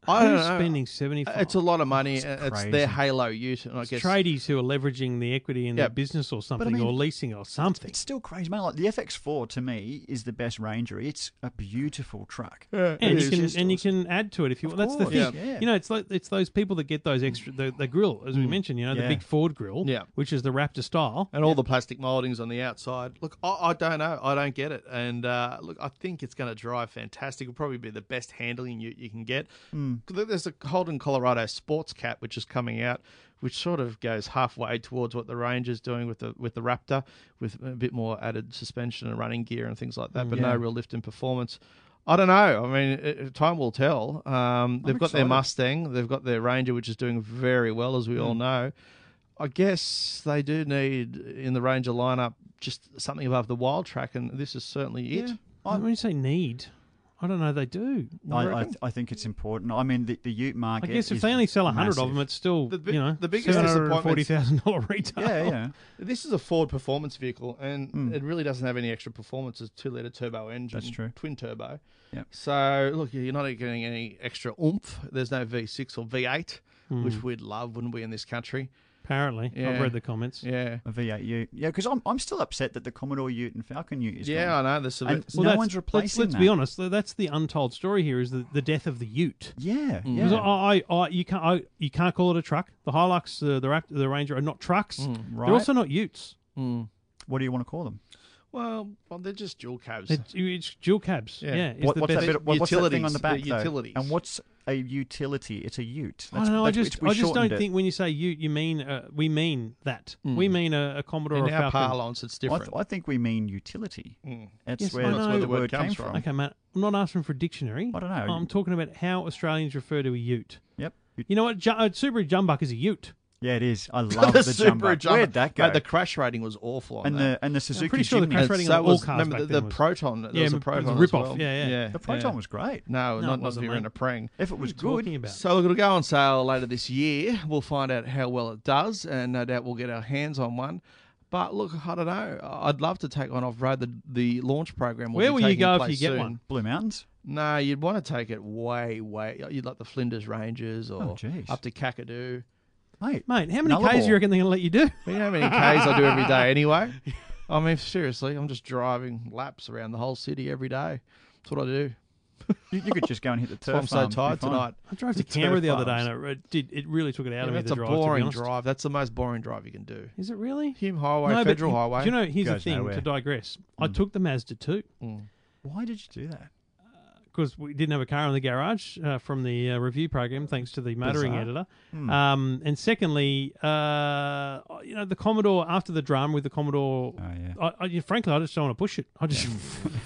Speaker 2: I don't
Speaker 5: Who's
Speaker 2: know.
Speaker 5: spending seventy five?
Speaker 2: It's a lot of money. It's,
Speaker 6: crazy.
Speaker 2: their halo use, and I guess.
Speaker 5: tradies who are leveraging the equity in
Speaker 2: Yeah.
Speaker 5: their business or something,
Speaker 6: mean,
Speaker 5: or leasing or something.
Speaker 6: It's still crazy, man. Like the FX4 to me is the best Ranger. It's a beautiful truck.
Speaker 2: Yeah, it
Speaker 5: And
Speaker 2: is.
Speaker 5: you can
Speaker 6: just
Speaker 5: and you can add to it if you
Speaker 6: Of
Speaker 5: want. That's the
Speaker 6: course,
Speaker 5: thing.
Speaker 6: yeah.
Speaker 5: You know, it's like it's those people that get those extra the, the grill, as we mentioned. You know,
Speaker 6: Yeah.
Speaker 5: the big Ford grill,
Speaker 2: Yeah.
Speaker 5: which is the Raptor style.
Speaker 2: and all the plastic moldings on the outside. Look, I, I don't know. I don't get it. And uh, look, I think it's going to drive fantastic. It'll probably be the best handling you, you can get. Look, There's a Holden Colorado Sports Cat which is coming out, which sort of goes halfway towards what the Ranger's doing with the with the Raptor, with a bit more added suspension and running gear and things like that, but no real lift in performance. I don't know. I mean, it, time will tell. Um, they've got their
Speaker 6: excited.
Speaker 2: Mustang, they've got their Ranger, which is doing very well, as we all know. I guess they do need in the Ranger lineup just something above the wild track, and this is certainly it.
Speaker 5: when you say need, I don't know. They do. You
Speaker 6: I, I,
Speaker 5: Mm-hmm. reckon?
Speaker 6: I think it's important. I mean, the, the Ute
Speaker 5: I
Speaker 6: market.
Speaker 5: guess if
Speaker 6: is
Speaker 5: they only sell hundred of
Speaker 6: massive.
Speaker 5: them, it's still
Speaker 2: The bi-
Speaker 5: you know
Speaker 2: the biggest
Speaker 5: seven
Speaker 2: disappointment's-
Speaker 5: hundred forty thousand dollar retail.
Speaker 6: yeah, yeah.
Speaker 2: This is a Ford performance vehicle, and it really doesn't have any extra performance. It's a two-liter turbo engine,
Speaker 6: Hmm. That's true.
Speaker 2: twin turbo.
Speaker 6: Yep.
Speaker 2: So look, you're not getting any extra oomph. There's no V6 or V8,
Speaker 6: Hmm.
Speaker 2: which we'd love, wouldn't we, in this country?
Speaker 5: Apparently,
Speaker 2: Yeah.
Speaker 5: I've read the comments.
Speaker 2: Yeah,
Speaker 6: A V8 Ute. Yeah, because I'm I'm still upset that the Commodore Ute and Falcon Ute is
Speaker 2: yeah,
Speaker 6: gone.
Speaker 2: I know. There's a
Speaker 6: And-
Speaker 2: bit-
Speaker 6: No
Speaker 5: that's-
Speaker 6: one's
Speaker 5: let's-
Speaker 6: replacing
Speaker 5: Let's,
Speaker 6: that.
Speaker 5: be honest. th- That's the untold story here: is the, the death of the Ute.
Speaker 6: Yeah, yeah.
Speaker 5: Because I, I, I, you can't, I, you can't call it a truck. The Hilux, uh, the Raptor, the Ranger are not trucks.
Speaker 6: right.
Speaker 2: Mm,
Speaker 5: They're also not Utes.
Speaker 6: What do you want to call them?
Speaker 2: well, well, they're just dual cabs.
Speaker 5: They're, it's dual cabs.
Speaker 2: Yeah.
Speaker 5: Yeah. is
Speaker 6: What,
Speaker 5: the
Speaker 6: what's that
Speaker 5: best-
Speaker 6: bit? What, what's that thing on
Speaker 2: Utilities,
Speaker 6: the back?
Speaker 2: the
Speaker 6: though?
Speaker 2: utilities.
Speaker 6: And what's a utility? It's a Ute.
Speaker 5: I don't know. I
Speaker 6: that's-
Speaker 5: just,
Speaker 6: we
Speaker 5: I just don't
Speaker 6: shortened it.
Speaker 5: think when you say Ute, you mean uh, we mean that. We mean a, a Commodore
Speaker 2: Mm. in
Speaker 5: or a
Speaker 2: our
Speaker 5: Falcon.
Speaker 2: parlance, it's
Speaker 6: I,
Speaker 2: different.
Speaker 6: th- I think we mean utility.
Speaker 2: Mm.
Speaker 6: That's
Speaker 5: Yes,
Speaker 6: where,
Speaker 5: I
Speaker 6: that's
Speaker 5: know.
Speaker 6: where the word comes from.
Speaker 5: Okay, mate. I'm not asking for a dictionary.
Speaker 6: I don't know.
Speaker 5: I'm talking about how Australians refer to a Ute.
Speaker 6: Yep. Ut-
Speaker 5: You know what? Ju- uh, Subaru Jumbuck is a Ute.
Speaker 6: Yeah, it is. I love the, jumbo. Where'd that go?
Speaker 2: Mate, the crash rating was awful on
Speaker 6: and
Speaker 2: that.
Speaker 6: the and the Suzuki
Speaker 5: pretty sure the
Speaker 6: Jimny.
Speaker 5: crash
Speaker 2: And
Speaker 5: rating
Speaker 2: so
Speaker 5: on all
Speaker 2: was-
Speaker 5: cars
Speaker 2: remember
Speaker 5: back
Speaker 2: the,
Speaker 5: then
Speaker 2: the
Speaker 5: was-
Speaker 2: Proton. There was
Speaker 5: Yeah,
Speaker 2: a
Speaker 5: it was a
Speaker 2: Proton
Speaker 5: rip-off.
Speaker 2: As well.
Speaker 5: Yeah, yeah.
Speaker 6: The Proton was great.
Speaker 2: No,
Speaker 5: No,
Speaker 2: not,
Speaker 5: it
Speaker 2: not
Speaker 5: wasn't,
Speaker 2: Vera
Speaker 5: mate.
Speaker 2: and a Prang.
Speaker 6: If it was
Speaker 5: What are you
Speaker 6: good,
Speaker 5: talking about?
Speaker 2: So look, it'll go on sale later this year. We'll find out how well it does, and no doubt we'll get our hands on one. But look, I don't know. I'd love to take one off road. The the launch program. Will
Speaker 5: Where
Speaker 2: be
Speaker 5: will you
Speaker 2: taking
Speaker 5: go if
Speaker 2: place
Speaker 5: you get
Speaker 2: soon.
Speaker 5: one?
Speaker 6: Blue Mountains.
Speaker 2: No, you'd want to take it way, way. You'd like the Flinders Ranges or
Speaker 6: Oh, jeez.
Speaker 2: up to Kakadu.
Speaker 6: Mate,
Speaker 5: Mate, how many
Speaker 6: Nullarbor.
Speaker 5: Ks do you reckon they're going to let you do?
Speaker 2: But you know how many Ks I do every day anyway? I mean, seriously, I'm just driving laps around the whole city every day. That's what I do.
Speaker 6: You, you could just go and hit the turf.
Speaker 2: I'm so
Speaker 6: farm, be
Speaker 2: tired
Speaker 6: fine.
Speaker 2: tonight.
Speaker 5: I drove to
Speaker 2: Turf
Speaker 5: Canberra the other day
Speaker 2: farms.
Speaker 5: and it, re- did, it really took it out
Speaker 2: Yeah,
Speaker 5: of me.
Speaker 2: that's
Speaker 5: the
Speaker 2: a
Speaker 5: drive, to be
Speaker 2: boring
Speaker 5: honest.
Speaker 2: drive. That's the most boring drive you can do.
Speaker 5: Is it really?
Speaker 2: Hume Highway,
Speaker 5: but
Speaker 2: Federal
Speaker 5: you-
Speaker 2: Highway.
Speaker 5: Do you know, here's the
Speaker 6: Goes
Speaker 5: thing
Speaker 6: nowhere.
Speaker 5: to digress. I took the Mazda 2
Speaker 6: Why did you do that?
Speaker 5: because we didn't have a car in the garage uh, from the uh, review program, thanks to the motoring
Speaker 6: Bizarre. Hmm.
Speaker 5: editor. Um, and secondly, uh, you know, the Commodore, after the drama with the Commodore,
Speaker 6: Oh, yeah.
Speaker 5: I, I, frankly, I just don't want to push it. I just,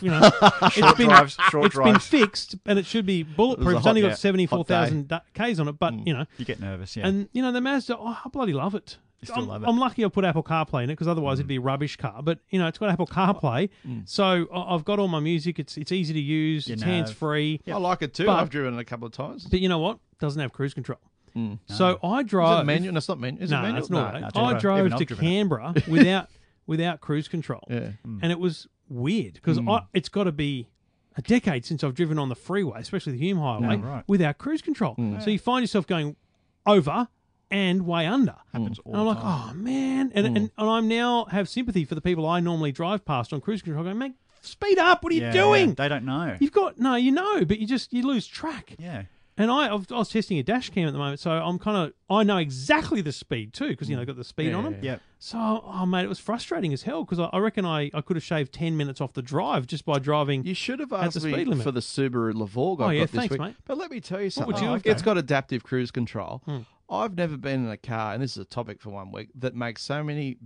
Speaker 5: you know, it's been,
Speaker 6: drives, short
Speaker 5: it's been
Speaker 6: drives.
Speaker 5: fixed and it should be bulletproof. It's
Speaker 2: hot-
Speaker 5: only
Speaker 2: yeah,
Speaker 5: got
Speaker 2: hot
Speaker 5: 74,000 da- Ks on it, but,
Speaker 6: Hmm.
Speaker 5: you know,
Speaker 6: You get nervous, yeah.
Speaker 5: and you know the Mazda, oh, I bloody love it.
Speaker 6: still
Speaker 5: I'm,
Speaker 6: love it. Mm.
Speaker 5: I'm lucky I put Apple CarPlay in it because otherwise it'd be a rubbish car. But you know it's got Apple CarPlay, so I- I've got all my music. It's it's easy to use.
Speaker 6: Your
Speaker 5: it's
Speaker 6: nav.
Speaker 5: hands free.
Speaker 2: I like it too.
Speaker 5: But-
Speaker 2: I've driven it a couple of times.
Speaker 5: But you know what? Doesn't have cruise control.
Speaker 6: Mm.
Speaker 5: So I
Speaker 2: Is
Speaker 5: drive.
Speaker 2: it manual? No, it's not manual. Is
Speaker 5: no,
Speaker 2: it manual?
Speaker 5: it's not.
Speaker 2: No.
Speaker 6: no, it's
Speaker 5: I
Speaker 6: automatic. Even
Speaker 5: drove
Speaker 6: I've
Speaker 5: to
Speaker 6: driven Mm. it.
Speaker 5: Canberra without without cruise control,
Speaker 2: Yeah.
Speaker 5: and it was weird because
Speaker 6: Mm.
Speaker 5: it's got to be. A decade since I've driven on the freeway, especially the Hume Highway,
Speaker 6: right. Mm.
Speaker 5: without cruise control. So you find yourself going over and way under.
Speaker 6: Happens all
Speaker 5: And I'm
Speaker 6: the
Speaker 5: like,
Speaker 6: time. Hmm.
Speaker 5: oh man, and, and and I'm now have sympathy for the people I normally drive past on cruise control. Going, man, speed up! What are
Speaker 6: Yeah,
Speaker 5: you
Speaker 6: yeah,
Speaker 5: doing?
Speaker 6: They don't know.
Speaker 5: You've got no, you know, but you just you lose track.
Speaker 6: Yeah.
Speaker 5: And I, I've, I was testing a dash cam at the moment, so I'm kind of I know exactly the speed too because
Speaker 6: Hmm.
Speaker 5: you know I've got the speed on
Speaker 2: Yeah,
Speaker 5: them.
Speaker 2: yeah,
Speaker 6: Yep.
Speaker 5: So, oh mate, it was frustrating as hell because I, I reckon I, I could have shaved ten minutes off the drive just by driving.
Speaker 2: You should have
Speaker 5: At the
Speaker 2: asked me
Speaker 5: speed limit.
Speaker 2: for the Subaru Lavorg
Speaker 5: Oh,
Speaker 2: I've
Speaker 5: yeah,
Speaker 2: got this
Speaker 5: thanks,
Speaker 2: week.
Speaker 5: mate.
Speaker 2: But let me tell you something.
Speaker 5: would you have
Speaker 2: It's got adaptive cruise control. I've never been in a car, and this is a topic for one week, that makes so many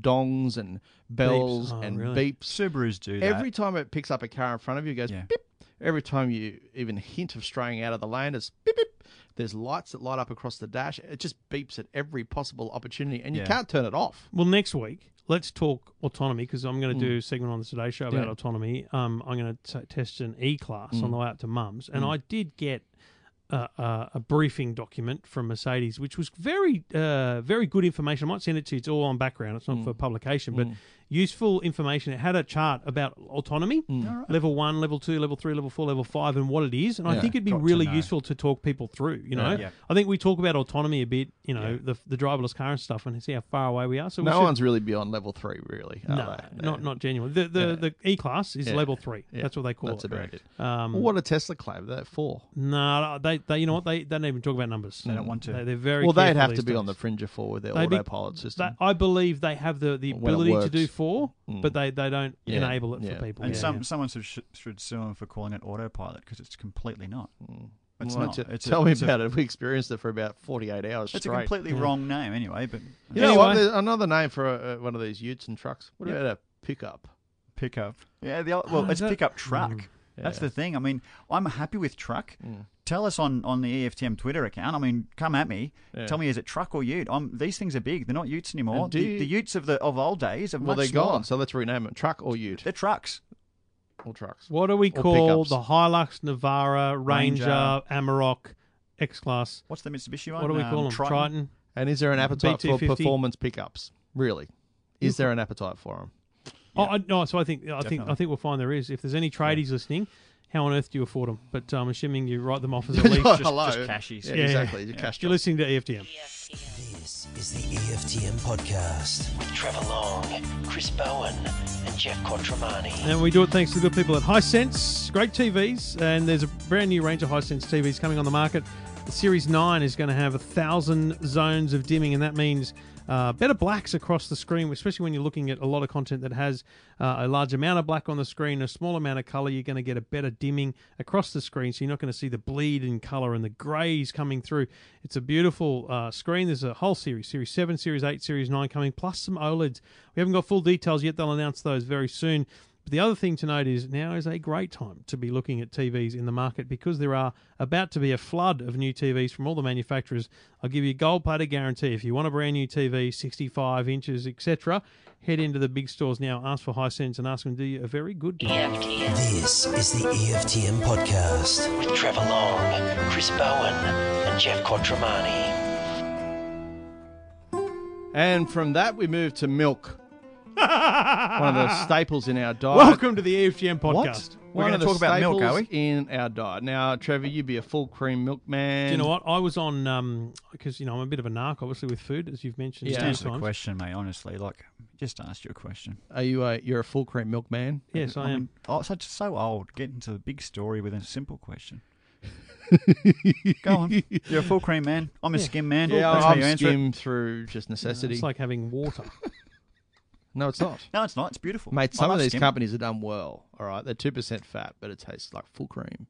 Speaker 2: dongs and bells
Speaker 5: Oh,
Speaker 2: and
Speaker 5: really?
Speaker 2: beeps.
Speaker 6: Subarus do that.
Speaker 2: Every time it picks up a car in front of you, it goes
Speaker 6: Yeah.
Speaker 2: beep. Every time you even hint of straying out of the lane, it's beep beep. There's lights that light up across the dash. It just beeps at every possible opportunity, and you
Speaker 6: Yeah.
Speaker 2: can't turn it off.
Speaker 5: Well, next week let's talk autonomy because I'm
Speaker 6: Hmm.
Speaker 5: going to do a segment on the Today Show about
Speaker 2: Yeah.
Speaker 5: autonomy. Um, I'm going to test an E class
Speaker 6: Hmm.
Speaker 5: on the way up to Mum's, and I did get a, a, a briefing document from Mercedes, which was very, uh, very good information. I might send it to you. It's all on background. It's not
Speaker 6: Hmm.
Speaker 5: for publication, but useful information. It had a chart about autonomy,
Speaker 6: Hmm.
Speaker 5: level one, level two, level three, level four, level five, and what it is. And I think it'd be
Speaker 6: got to
Speaker 5: really
Speaker 6: know.
Speaker 5: useful to talk people through. You know,
Speaker 6: yeah.
Speaker 5: I think we talk about autonomy a bit. You know, the, the driverless car and stuff, and see how far away we are. So we
Speaker 2: No
Speaker 5: should-
Speaker 2: one's really beyond level three, really. Are
Speaker 5: no,
Speaker 2: they?
Speaker 5: not not genuine. The the, the E class is
Speaker 2: Yeah.
Speaker 5: level three. That's what they call
Speaker 2: That's
Speaker 5: it.
Speaker 2: about it.
Speaker 5: Um,
Speaker 2: Well, what a Tesla claim that for.
Speaker 5: No, they, they you know what they, they don't even talk about numbers. They
Speaker 6: don't want to.
Speaker 5: They, are very
Speaker 2: Well, they'd
Speaker 5: careful
Speaker 2: have
Speaker 5: these
Speaker 2: to be on the
Speaker 5: days.
Speaker 2: fringe of four with their
Speaker 5: They'd be-
Speaker 2: autopilot system.
Speaker 5: They- I believe they have the, the
Speaker 2: When it
Speaker 5: ability to do
Speaker 2: works. Mm.
Speaker 5: four, but they, they don't
Speaker 2: Yeah.
Speaker 5: enable it
Speaker 2: Yeah.
Speaker 5: for people.
Speaker 6: and
Speaker 5: Yeah,
Speaker 6: some
Speaker 5: yeah.
Speaker 6: someone should, should sue them for calling it autopilot because it's completely not.
Speaker 5: Hmm.
Speaker 6: It's
Speaker 2: Well,
Speaker 6: not.
Speaker 2: t-
Speaker 6: It's a-
Speaker 2: tell me
Speaker 6: it's a-
Speaker 2: about it. We experienced it for about 48 hours
Speaker 6: It's a
Speaker 2: straight.
Speaker 6: completely wrong name anyway, but
Speaker 2: you know what?
Speaker 5: Anyway.
Speaker 2: There's another name for uh, one of these utes and trucks. What about a pickup?
Speaker 6: pickup. Yeah, the, old- well,
Speaker 5: Oh,
Speaker 6: it's
Speaker 5: that-
Speaker 2: Mm.
Speaker 6: pickup truck. That's the thing. I mean, I'm happy with truck.
Speaker 2: Mm.
Speaker 6: Tell us on, on the E EFTM Twitter account. I mean, come at me. Tell me, is it truck or Ute? I'm, these things are big. They're not Utes anymore.
Speaker 2: And do
Speaker 6: The,
Speaker 2: you-
Speaker 6: the Utes of the of old days are
Speaker 2: Well,
Speaker 6: much
Speaker 2: they're
Speaker 6: smaller.
Speaker 2: gone, so let's rename it truck or ute
Speaker 6: They're trucks.
Speaker 2: or trucks.
Speaker 5: What do we
Speaker 2: Or
Speaker 5: call
Speaker 2: pickups.
Speaker 5: the Hilux, Navara, Ranger,
Speaker 6: Ranger.
Speaker 5: Amarok, X class?
Speaker 6: What's the Mitsubishi one?
Speaker 5: What do we
Speaker 6: Um,
Speaker 5: call them?
Speaker 6: Triton.
Speaker 5: Triton.
Speaker 2: And is there an appetite for
Speaker 5: BT50?
Speaker 2: performance pickups? Really? Is there an appetite for them?
Speaker 5: Oh, I, no, so I think I think I think we'll find there is. If there's any tradies listening, how on earth do you afford them? But I'm um, assuming you write them off as a lease.
Speaker 6: just cashies.
Speaker 2: Yeah,
Speaker 5: Yeah,
Speaker 2: exactly.
Speaker 5: yeah.
Speaker 2: Just cash
Speaker 5: You're
Speaker 2: jobs.
Speaker 5: listening to E EFTM.
Speaker 3: EFTM.
Speaker 4: This is the EFTM podcast with Trevor Long, Chris Bowen, and Jeff Quattromani.
Speaker 5: And we do it thanks to the good people at Hisense, great TVs, and there's a brand new range of Hisense TVs coming on the market. The Series 9 is going to have a thousand zones of dimming, and that means uh, better blacks across the screen, especially when you're looking at a lot of content that has uh, a large amount of black on the screen, a small amount of color. You're going to get a better dimming across the screen, so you're not going to see the bleed in color and the grays coming through. It's a beautiful uh, screen. There's a whole series, Series 7, Series 8, Series 9 coming, plus some OLEDs. We haven't got full details yet, they'll announce those very soon. But the other thing to note is now is a great time to be looking at TVs in the market because there are about to be a flood of new TVs from all the manufacturers. I'll give you a gold platter guarantee. If you want a brand new TV, 65 inches, etc., head into the big stores now, ask for Hisense and ask them to do you a very good
Speaker 3: E
Speaker 5: deal.
Speaker 3: EFTM.
Speaker 4: This is the E EFTM podcast with Trevor Long, Chris Bowen, and Jeff Quattromani.
Speaker 2: And from that, we move to milk. One of the staples in our diet.
Speaker 5: Welcome to the E EFGM
Speaker 6: What?
Speaker 5: podcast.
Speaker 6: We're
Speaker 2: One
Speaker 6: going
Speaker 2: of
Speaker 6: to
Speaker 2: the
Speaker 6: talk about milk, are we?
Speaker 2: staples In our diet. Now, Trevor, you'd be a full cream milkman.
Speaker 5: Do you know what? I was on, um, because, you know, I'm a bit of a narc, obviously, with food, as you've mentioned.
Speaker 2: Yeah.
Speaker 5: a
Speaker 2: Just
Speaker 5: few
Speaker 6: Answer the
Speaker 5: times.
Speaker 6: question, mate. Honestly, like, Just asked you a question.
Speaker 2: Are you a you're a full cream milk man?
Speaker 5: Yes, I am.
Speaker 6: Oh, such so old. Getting to the big story with a simple question. Go on. You're a full cream man. I'm a skim man.
Speaker 2: Yeah,
Speaker 6: That's how you
Speaker 2: I'm
Speaker 6: answer it.
Speaker 2: skim through just necessity.
Speaker 5: It's like having water.
Speaker 2: no, it's not.
Speaker 6: No, it's not. It's beautiful.
Speaker 2: Mate,
Speaker 6: I
Speaker 2: some of
Speaker 6: love
Speaker 2: these
Speaker 6: skim.
Speaker 2: companies are done well. All right, they're two percent fat, but it tastes like full cream.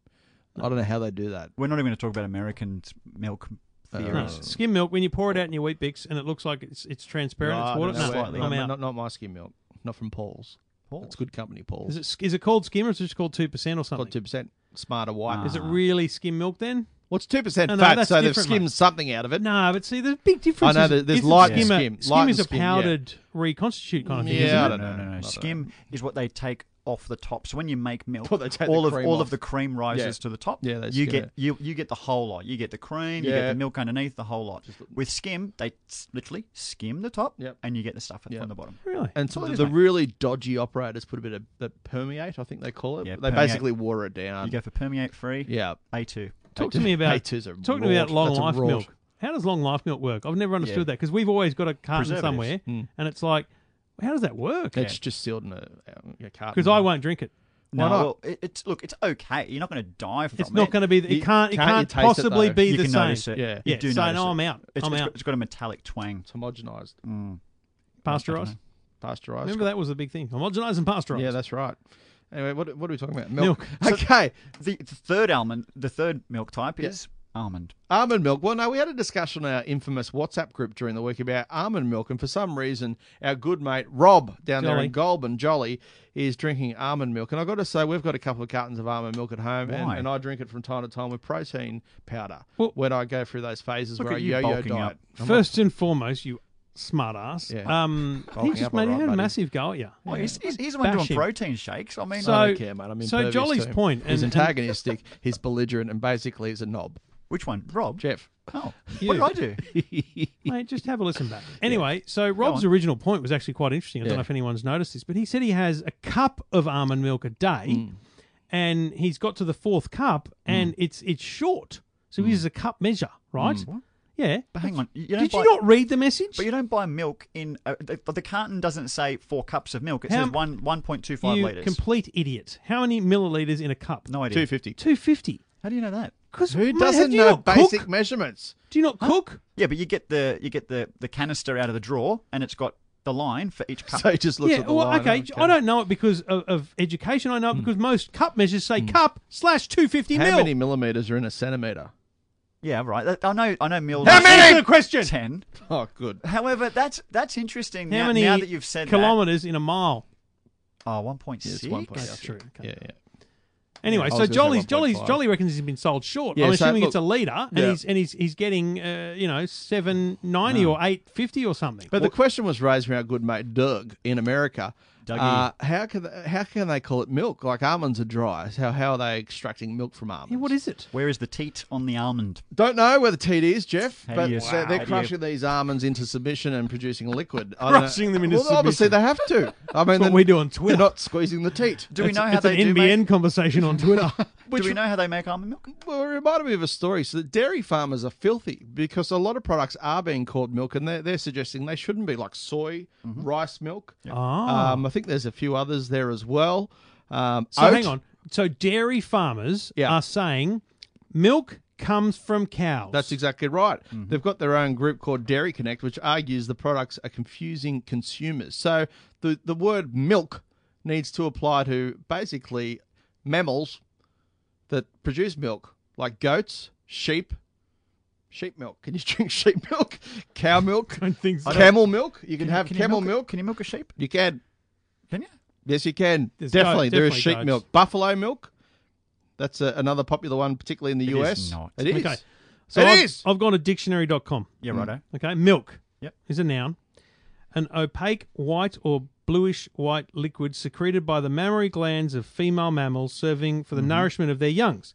Speaker 2: I don't know how they do that.
Speaker 6: We're not even going to talk about American s- milk
Speaker 2: Uh,
Speaker 5: No,
Speaker 6: theories.
Speaker 5: skim milk when you pour it out in your wheat bix and it looks like it's it's transparent.
Speaker 2: Right,
Speaker 5: it's water.
Speaker 2: no,
Speaker 5: No,
Speaker 2: wait,
Speaker 6: slightly.
Speaker 2: no,
Speaker 5: I'm
Speaker 2: no,
Speaker 5: out.
Speaker 2: Not, not my skim milk. Not from Paul's. It's good company, Paul's.
Speaker 5: Is it is it called skim or is it just called two percent or
Speaker 2: got
Speaker 5: something?
Speaker 2: two percent smarter white?
Speaker 5: Is it really skim milk then?
Speaker 2: What's two percent
Speaker 5: No, no,
Speaker 2: fat?
Speaker 5: that's
Speaker 2: so they've
Speaker 5: different,
Speaker 2: skimmed
Speaker 5: mate.
Speaker 2: something out of it.
Speaker 5: No, but see, there's a big difference.
Speaker 2: I know
Speaker 5: Is-
Speaker 2: that there's
Speaker 5: isn't
Speaker 2: light and
Speaker 5: skim, a-
Speaker 2: skim,
Speaker 5: skim
Speaker 2: light
Speaker 5: is
Speaker 2: and
Speaker 5: a
Speaker 2: skim, yeah.
Speaker 5: powdered reconstitute kind of thing.
Speaker 2: Yeah,
Speaker 5: isn't
Speaker 2: I
Speaker 5: it?
Speaker 2: don't
Speaker 6: No,
Speaker 2: know.
Speaker 6: no,
Speaker 2: I
Speaker 6: no.
Speaker 2: don't
Speaker 6: Skim is what they take off the top. So when you make milk,
Speaker 2: Well, they take the
Speaker 6: all of
Speaker 2: cream
Speaker 6: all
Speaker 2: off.
Speaker 6: of the cream rises
Speaker 2: Yeah.
Speaker 6: to the top.
Speaker 2: Yeah, they
Speaker 6: you
Speaker 2: skim
Speaker 6: get
Speaker 2: it.
Speaker 6: you you get the whole lot. You get the cream, you get
Speaker 2: Yeah.
Speaker 6: the milk underneath, the whole lot. With skim, they s- literally skim the top,
Speaker 2: Yep.
Speaker 6: and you get the stuff
Speaker 2: Yep.
Speaker 6: from the bottom.
Speaker 5: Really?
Speaker 2: And so
Speaker 6: Well, it
Speaker 2: the,
Speaker 6: is,
Speaker 2: the
Speaker 6: mate.
Speaker 2: really dodgy operators put a bit of that permeate, I think they call it.
Speaker 6: Yeah,
Speaker 2: they
Speaker 6: permeate.
Speaker 2: basically water it down.
Speaker 6: You go for permeate free.
Speaker 2: yeah.
Speaker 6: A two.
Speaker 5: Talk to me about
Speaker 2: A2's a
Speaker 5: talk to
Speaker 2: raw-
Speaker 5: me about long
Speaker 2: that's a
Speaker 5: life
Speaker 2: raw-
Speaker 5: milk. How does long life milk work? I've never understood
Speaker 2: Yeah. Hmm.
Speaker 5: that because we've always got a carton
Speaker 6: Preservatives.
Speaker 5: somewhere, and it's like, how does that work?
Speaker 2: It's just sealed in a, a carton.
Speaker 5: Because I won't drink it.
Speaker 6: No,
Speaker 2: not?
Speaker 6: well, it, it's look, it's okay. You're not going to die from
Speaker 5: It's
Speaker 6: it.
Speaker 5: not going to be. It
Speaker 2: You-
Speaker 5: can't. It
Speaker 2: can't you
Speaker 5: can't,
Speaker 2: taste it,
Speaker 5: possibly
Speaker 2: though?
Speaker 5: be
Speaker 6: You
Speaker 5: the
Speaker 6: can
Speaker 5: same.
Speaker 6: notice it.
Speaker 2: Yeah.
Speaker 6: You
Speaker 5: Yeah,
Speaker 6: do
Speaker 5: so
Speaker 6: notice
Speaker 5: no,
Speaker 6: it.
Speaker 5: I'm out.
Speaker 6: It's,
Speaker 5: I'm
Speaker 6: it's-
Speaker 5: out.
Speaker 6: it's got a metallic twang.
Speaker 2: It's homogenized,
Speaker 5: Pasteurized.
Speaker 2: pasteurized.
Speaker 5: Remember that was the big thing. Homogenized and pasteurized.
Speaker 2: Yeah, that's right. Anyway, what, what are we talking about?
Speaker 6: Milk.
Speaker 2: Okay.
Speaker 6: The, the third almond, the third milk type
Speaker 2: Yeah.
Speaker 6: is almond.
Speaker 2: Almond milk. Well, no, we had a discussion in our infamous WhatsApp group during the week about almond milk, and for some reason, our good mate Rob down there in Goulburn, Jolly, is drinking almond milk. And I've got to say, we've got a couple of cartons of almond milk at home, and,
Speaker 6: Why?
Speaker 2: and I drink it from time to time with protein powder
Speaker 5: Well-
Speaker 2: when I go through those phases
Speaker 6: Look
Speaker 2: where I
Speaker 6: at you
Speaker 2: yo-yo
Speaker 6: bulking
Speaker 2: diet.
Speaker 6: up.
Speaker 5: First and foremost, you smart ass.
Speaker 2: Yeah.
Speaker 5: Um, he
Speaker 2: Bulking
Speaker 5: just
Speaker 2: up
Speaker 5: made
Speaker 2: all right,
Speaker 5: he had a
Speaker 2: buddy.
Speaker 5: massive go at you.
Speaker 6: Well, Oh, he's, he's, he's the one doing
Speaker 5: Bash him.
Speaker 6: protein shakes. I mean,
Speaker 5: So-
Speaker 2: I don't care, mate. I'm
Speaker 5: so
Speaker 2: impervious
Speaker 5: Jolly's
Speaker 2: to him.
Speaker 5: point,
Speaker 2: he's
Speaker 5: and- and-
Speaker 2: antagonistic, he's belligerent, and basically he's a knob.
Speaker 6: which one? Rob?
Speaker 2: Jeff.
Speaker 6: Oh, what did I do?
Speaker 5: Mate, just have a listen back. Anyway, so Rob's
Speaker 6: on.
Speaker 5: original point was actually quite interesting. I
Speaker 2: Yeah.
Speaker 5: don't know if anyone's noticed this, but he said he has a cup of almond milk a day,
Speaker 2: Mm.
Speaker 5: and he's got to the fourth cup, and it's it's short, so
Speaker 2: Mm.
Speaker 5: he uses a cup measure, right? Yeah.
Speaker 6: But hang on. You don't
Speaker 5: Did
Speaker 6: buy,
Speaker 5: you not read the message?
Speaker 6: But you don't buy milk in. Uh, the, the carton doesn't say four cups of milk. It
Speaker 5: How
Speaker 6: says
Speaker 5: m-
Speaker 6: one one point two five
Speaker 5: You
Speaker 6: liters.
Speaker 5: complete idiot. How many milliliters in a cup?
Speaker 6: no idea.
Speaker 2: Two fifty.
Speaker 5: two fifty.
Speaker 6: How do you know that?
Speaker 5: Because
Speaker 2: Who doesn't know basic measurements?
Speaker 5: Do you not cook?
Speaker 6: Yeah, but you get the you get the the canister out of the drawer, and it's got the line for each cup.
Speaker 2: So he just looks
Speaker 5: Yeah,
Speaker 2: at the
Speaker 5: well,
Speaker 2: line. Hmm.
Speaker 5: okay. I don't know it because of, of education. I know it because most cup measures say cup slash 250
Speaker 2: How
Speaker 5: mil.
Speaker 2: many millimeters are in a centimeter?
Speaker 6: yeah, right. That- I know. I know. Mills.
Speaker 5: How many? Answer the question.
Speaker 6: Ten.
Speaker 2: Oh, good.
Speaker 6: However, that's that's interesting.
Speaker 5: How
Speaker 6: now,
Speaker 5: many
Speaker 6: now that you've said
Speaker 5: kilometers in a mile?
Speaker 6: that. Oh, one point
Speaker 2: Yes,
Speaker 6: six.
Speaker 2: 1.6.
Speaker 5: That's true. Okay.
Speaker 2: Yeah, yeah.
Speaker 5: Anyway,
Speaker 2: I was
Speaker 5: so
Speaker 2: gonna say
Speaker 5: Jolly's,
Speaker 2: 1.5.
Speaker 5: Jolly's, Jolly reckons he's been sold short.
Speaker 2: Yeah,
Speaker 5: I'm
Speaker 2: so
Speaker 5: assuming
Speaker 2: look-
Speaker 5: it's a liter, and
Speaker 2: Yeah.
Speaker 5: he's and he's he's getting uh, you know seven ninety or eight fifty or something.
Speaker 2: But the question was raised from our good mate Doug in America.
Speaker 6: Dougie.
Speaker 2: Uh, how can they, how can they call it milk? Like almonds are dry. So how are they extracting milk from almonds?
Speaker 5: Yeah, what is it?
Speaker 6: Where is the teat on the almond?
Speaker 2: Don't know where the teat is, Jeff.
Speaker 6: How do
Speaker 2: but
Speaker 6: you-
Speaker 2: they're,
Speaker 6: wow.
Speaker 2: they're
Speaker 6: How do you-
Speaker 2: crushing these almonds into submission and producing liquid. I don't know.
Speaker 5: Crushing them into
Speaker 2: well, Obviously,
Speaker 5: submission.
Speaker 2: they have to. I mean,
Speaker 5: what
Speaker 2: they're-
Speaker 5: we do on Twitter.
Speaker 2: They're not squeezing the teat.
Speaker 6: Do we know how
Speaker 5: it's an
Speaker 6: they do
Speaker 5: NBN
Speaker 6: make?
Speaker 5: conversation on Twitter.
Speaker 6: do we know how they make almond milk?
Speaker 2: Well, it reminded me of a story. So, the dairy farmers are filthy because a lot of products are being called milk, and they're, they're suggesting they shouldn't be like soy,
Speaker 5: Mm-hmm.
Speaker 2: rice milk.
Speaker 5: Ah.
Speaker 2: Um, I think there's a few others there as well. Um,
Speaker 5: So
Speaker 2: oat.
Speaker 5: hang on. So dairy farmers
Speaker 2: Yeah.
Speaker 5: are saying milk comes from cows.
Speaker 2: That's exactly right. They've got their own group called Dairy Connect, which argues the products are confusing consumers. So the, the word milk needs to apply to basically mammals that produce milk, like goats, sheep, sheep milk. Can you drink sheep milk? Cow milk?
Speaker 5: don't think so.
Speaker 2: Camel milk? You can, have
Speaker 6: Can you
Speaker 2: camel
Speaker 6: milk a-
Speaker 2: milk?
Speaker 6: Can you milk a sheep?
Speaker 2: You can.
Speaker 6: Can you?
Speaker 2: Yes, you can.
Speaker 5: There's
Speaker 2: definitely,
Speaker 5: goat-
Speaker 2: there is
Speaker 5: definitely
Speaker 2: sheep
Speaker 5: goats.
Speaker 2: milk. Buffalo milk. That's a, another popular one, particularly in the
Speaker 6: It
Speaker 2: US.
Speaker 6: is not.
Speaker 2: It is.
Speaker 5: Okay. So
Speaker 2: It
Speaker 5: I've,
Speaker 2: is.
Speaker 5: I've gone to dictionary.com.
Speaker 6: Yeah,
Speaker 2: Mm.
Speaker 6: righto.
Speaker 5: Okay, milk
Speaker 6: Yep.
Speaker 5: is a noun. An opaque white or bluish white liquid secreted by the mammary glands of female mammals serving
Speaker 6: Mm-hmm.
Speaker 5: for the nourishment of their youngs.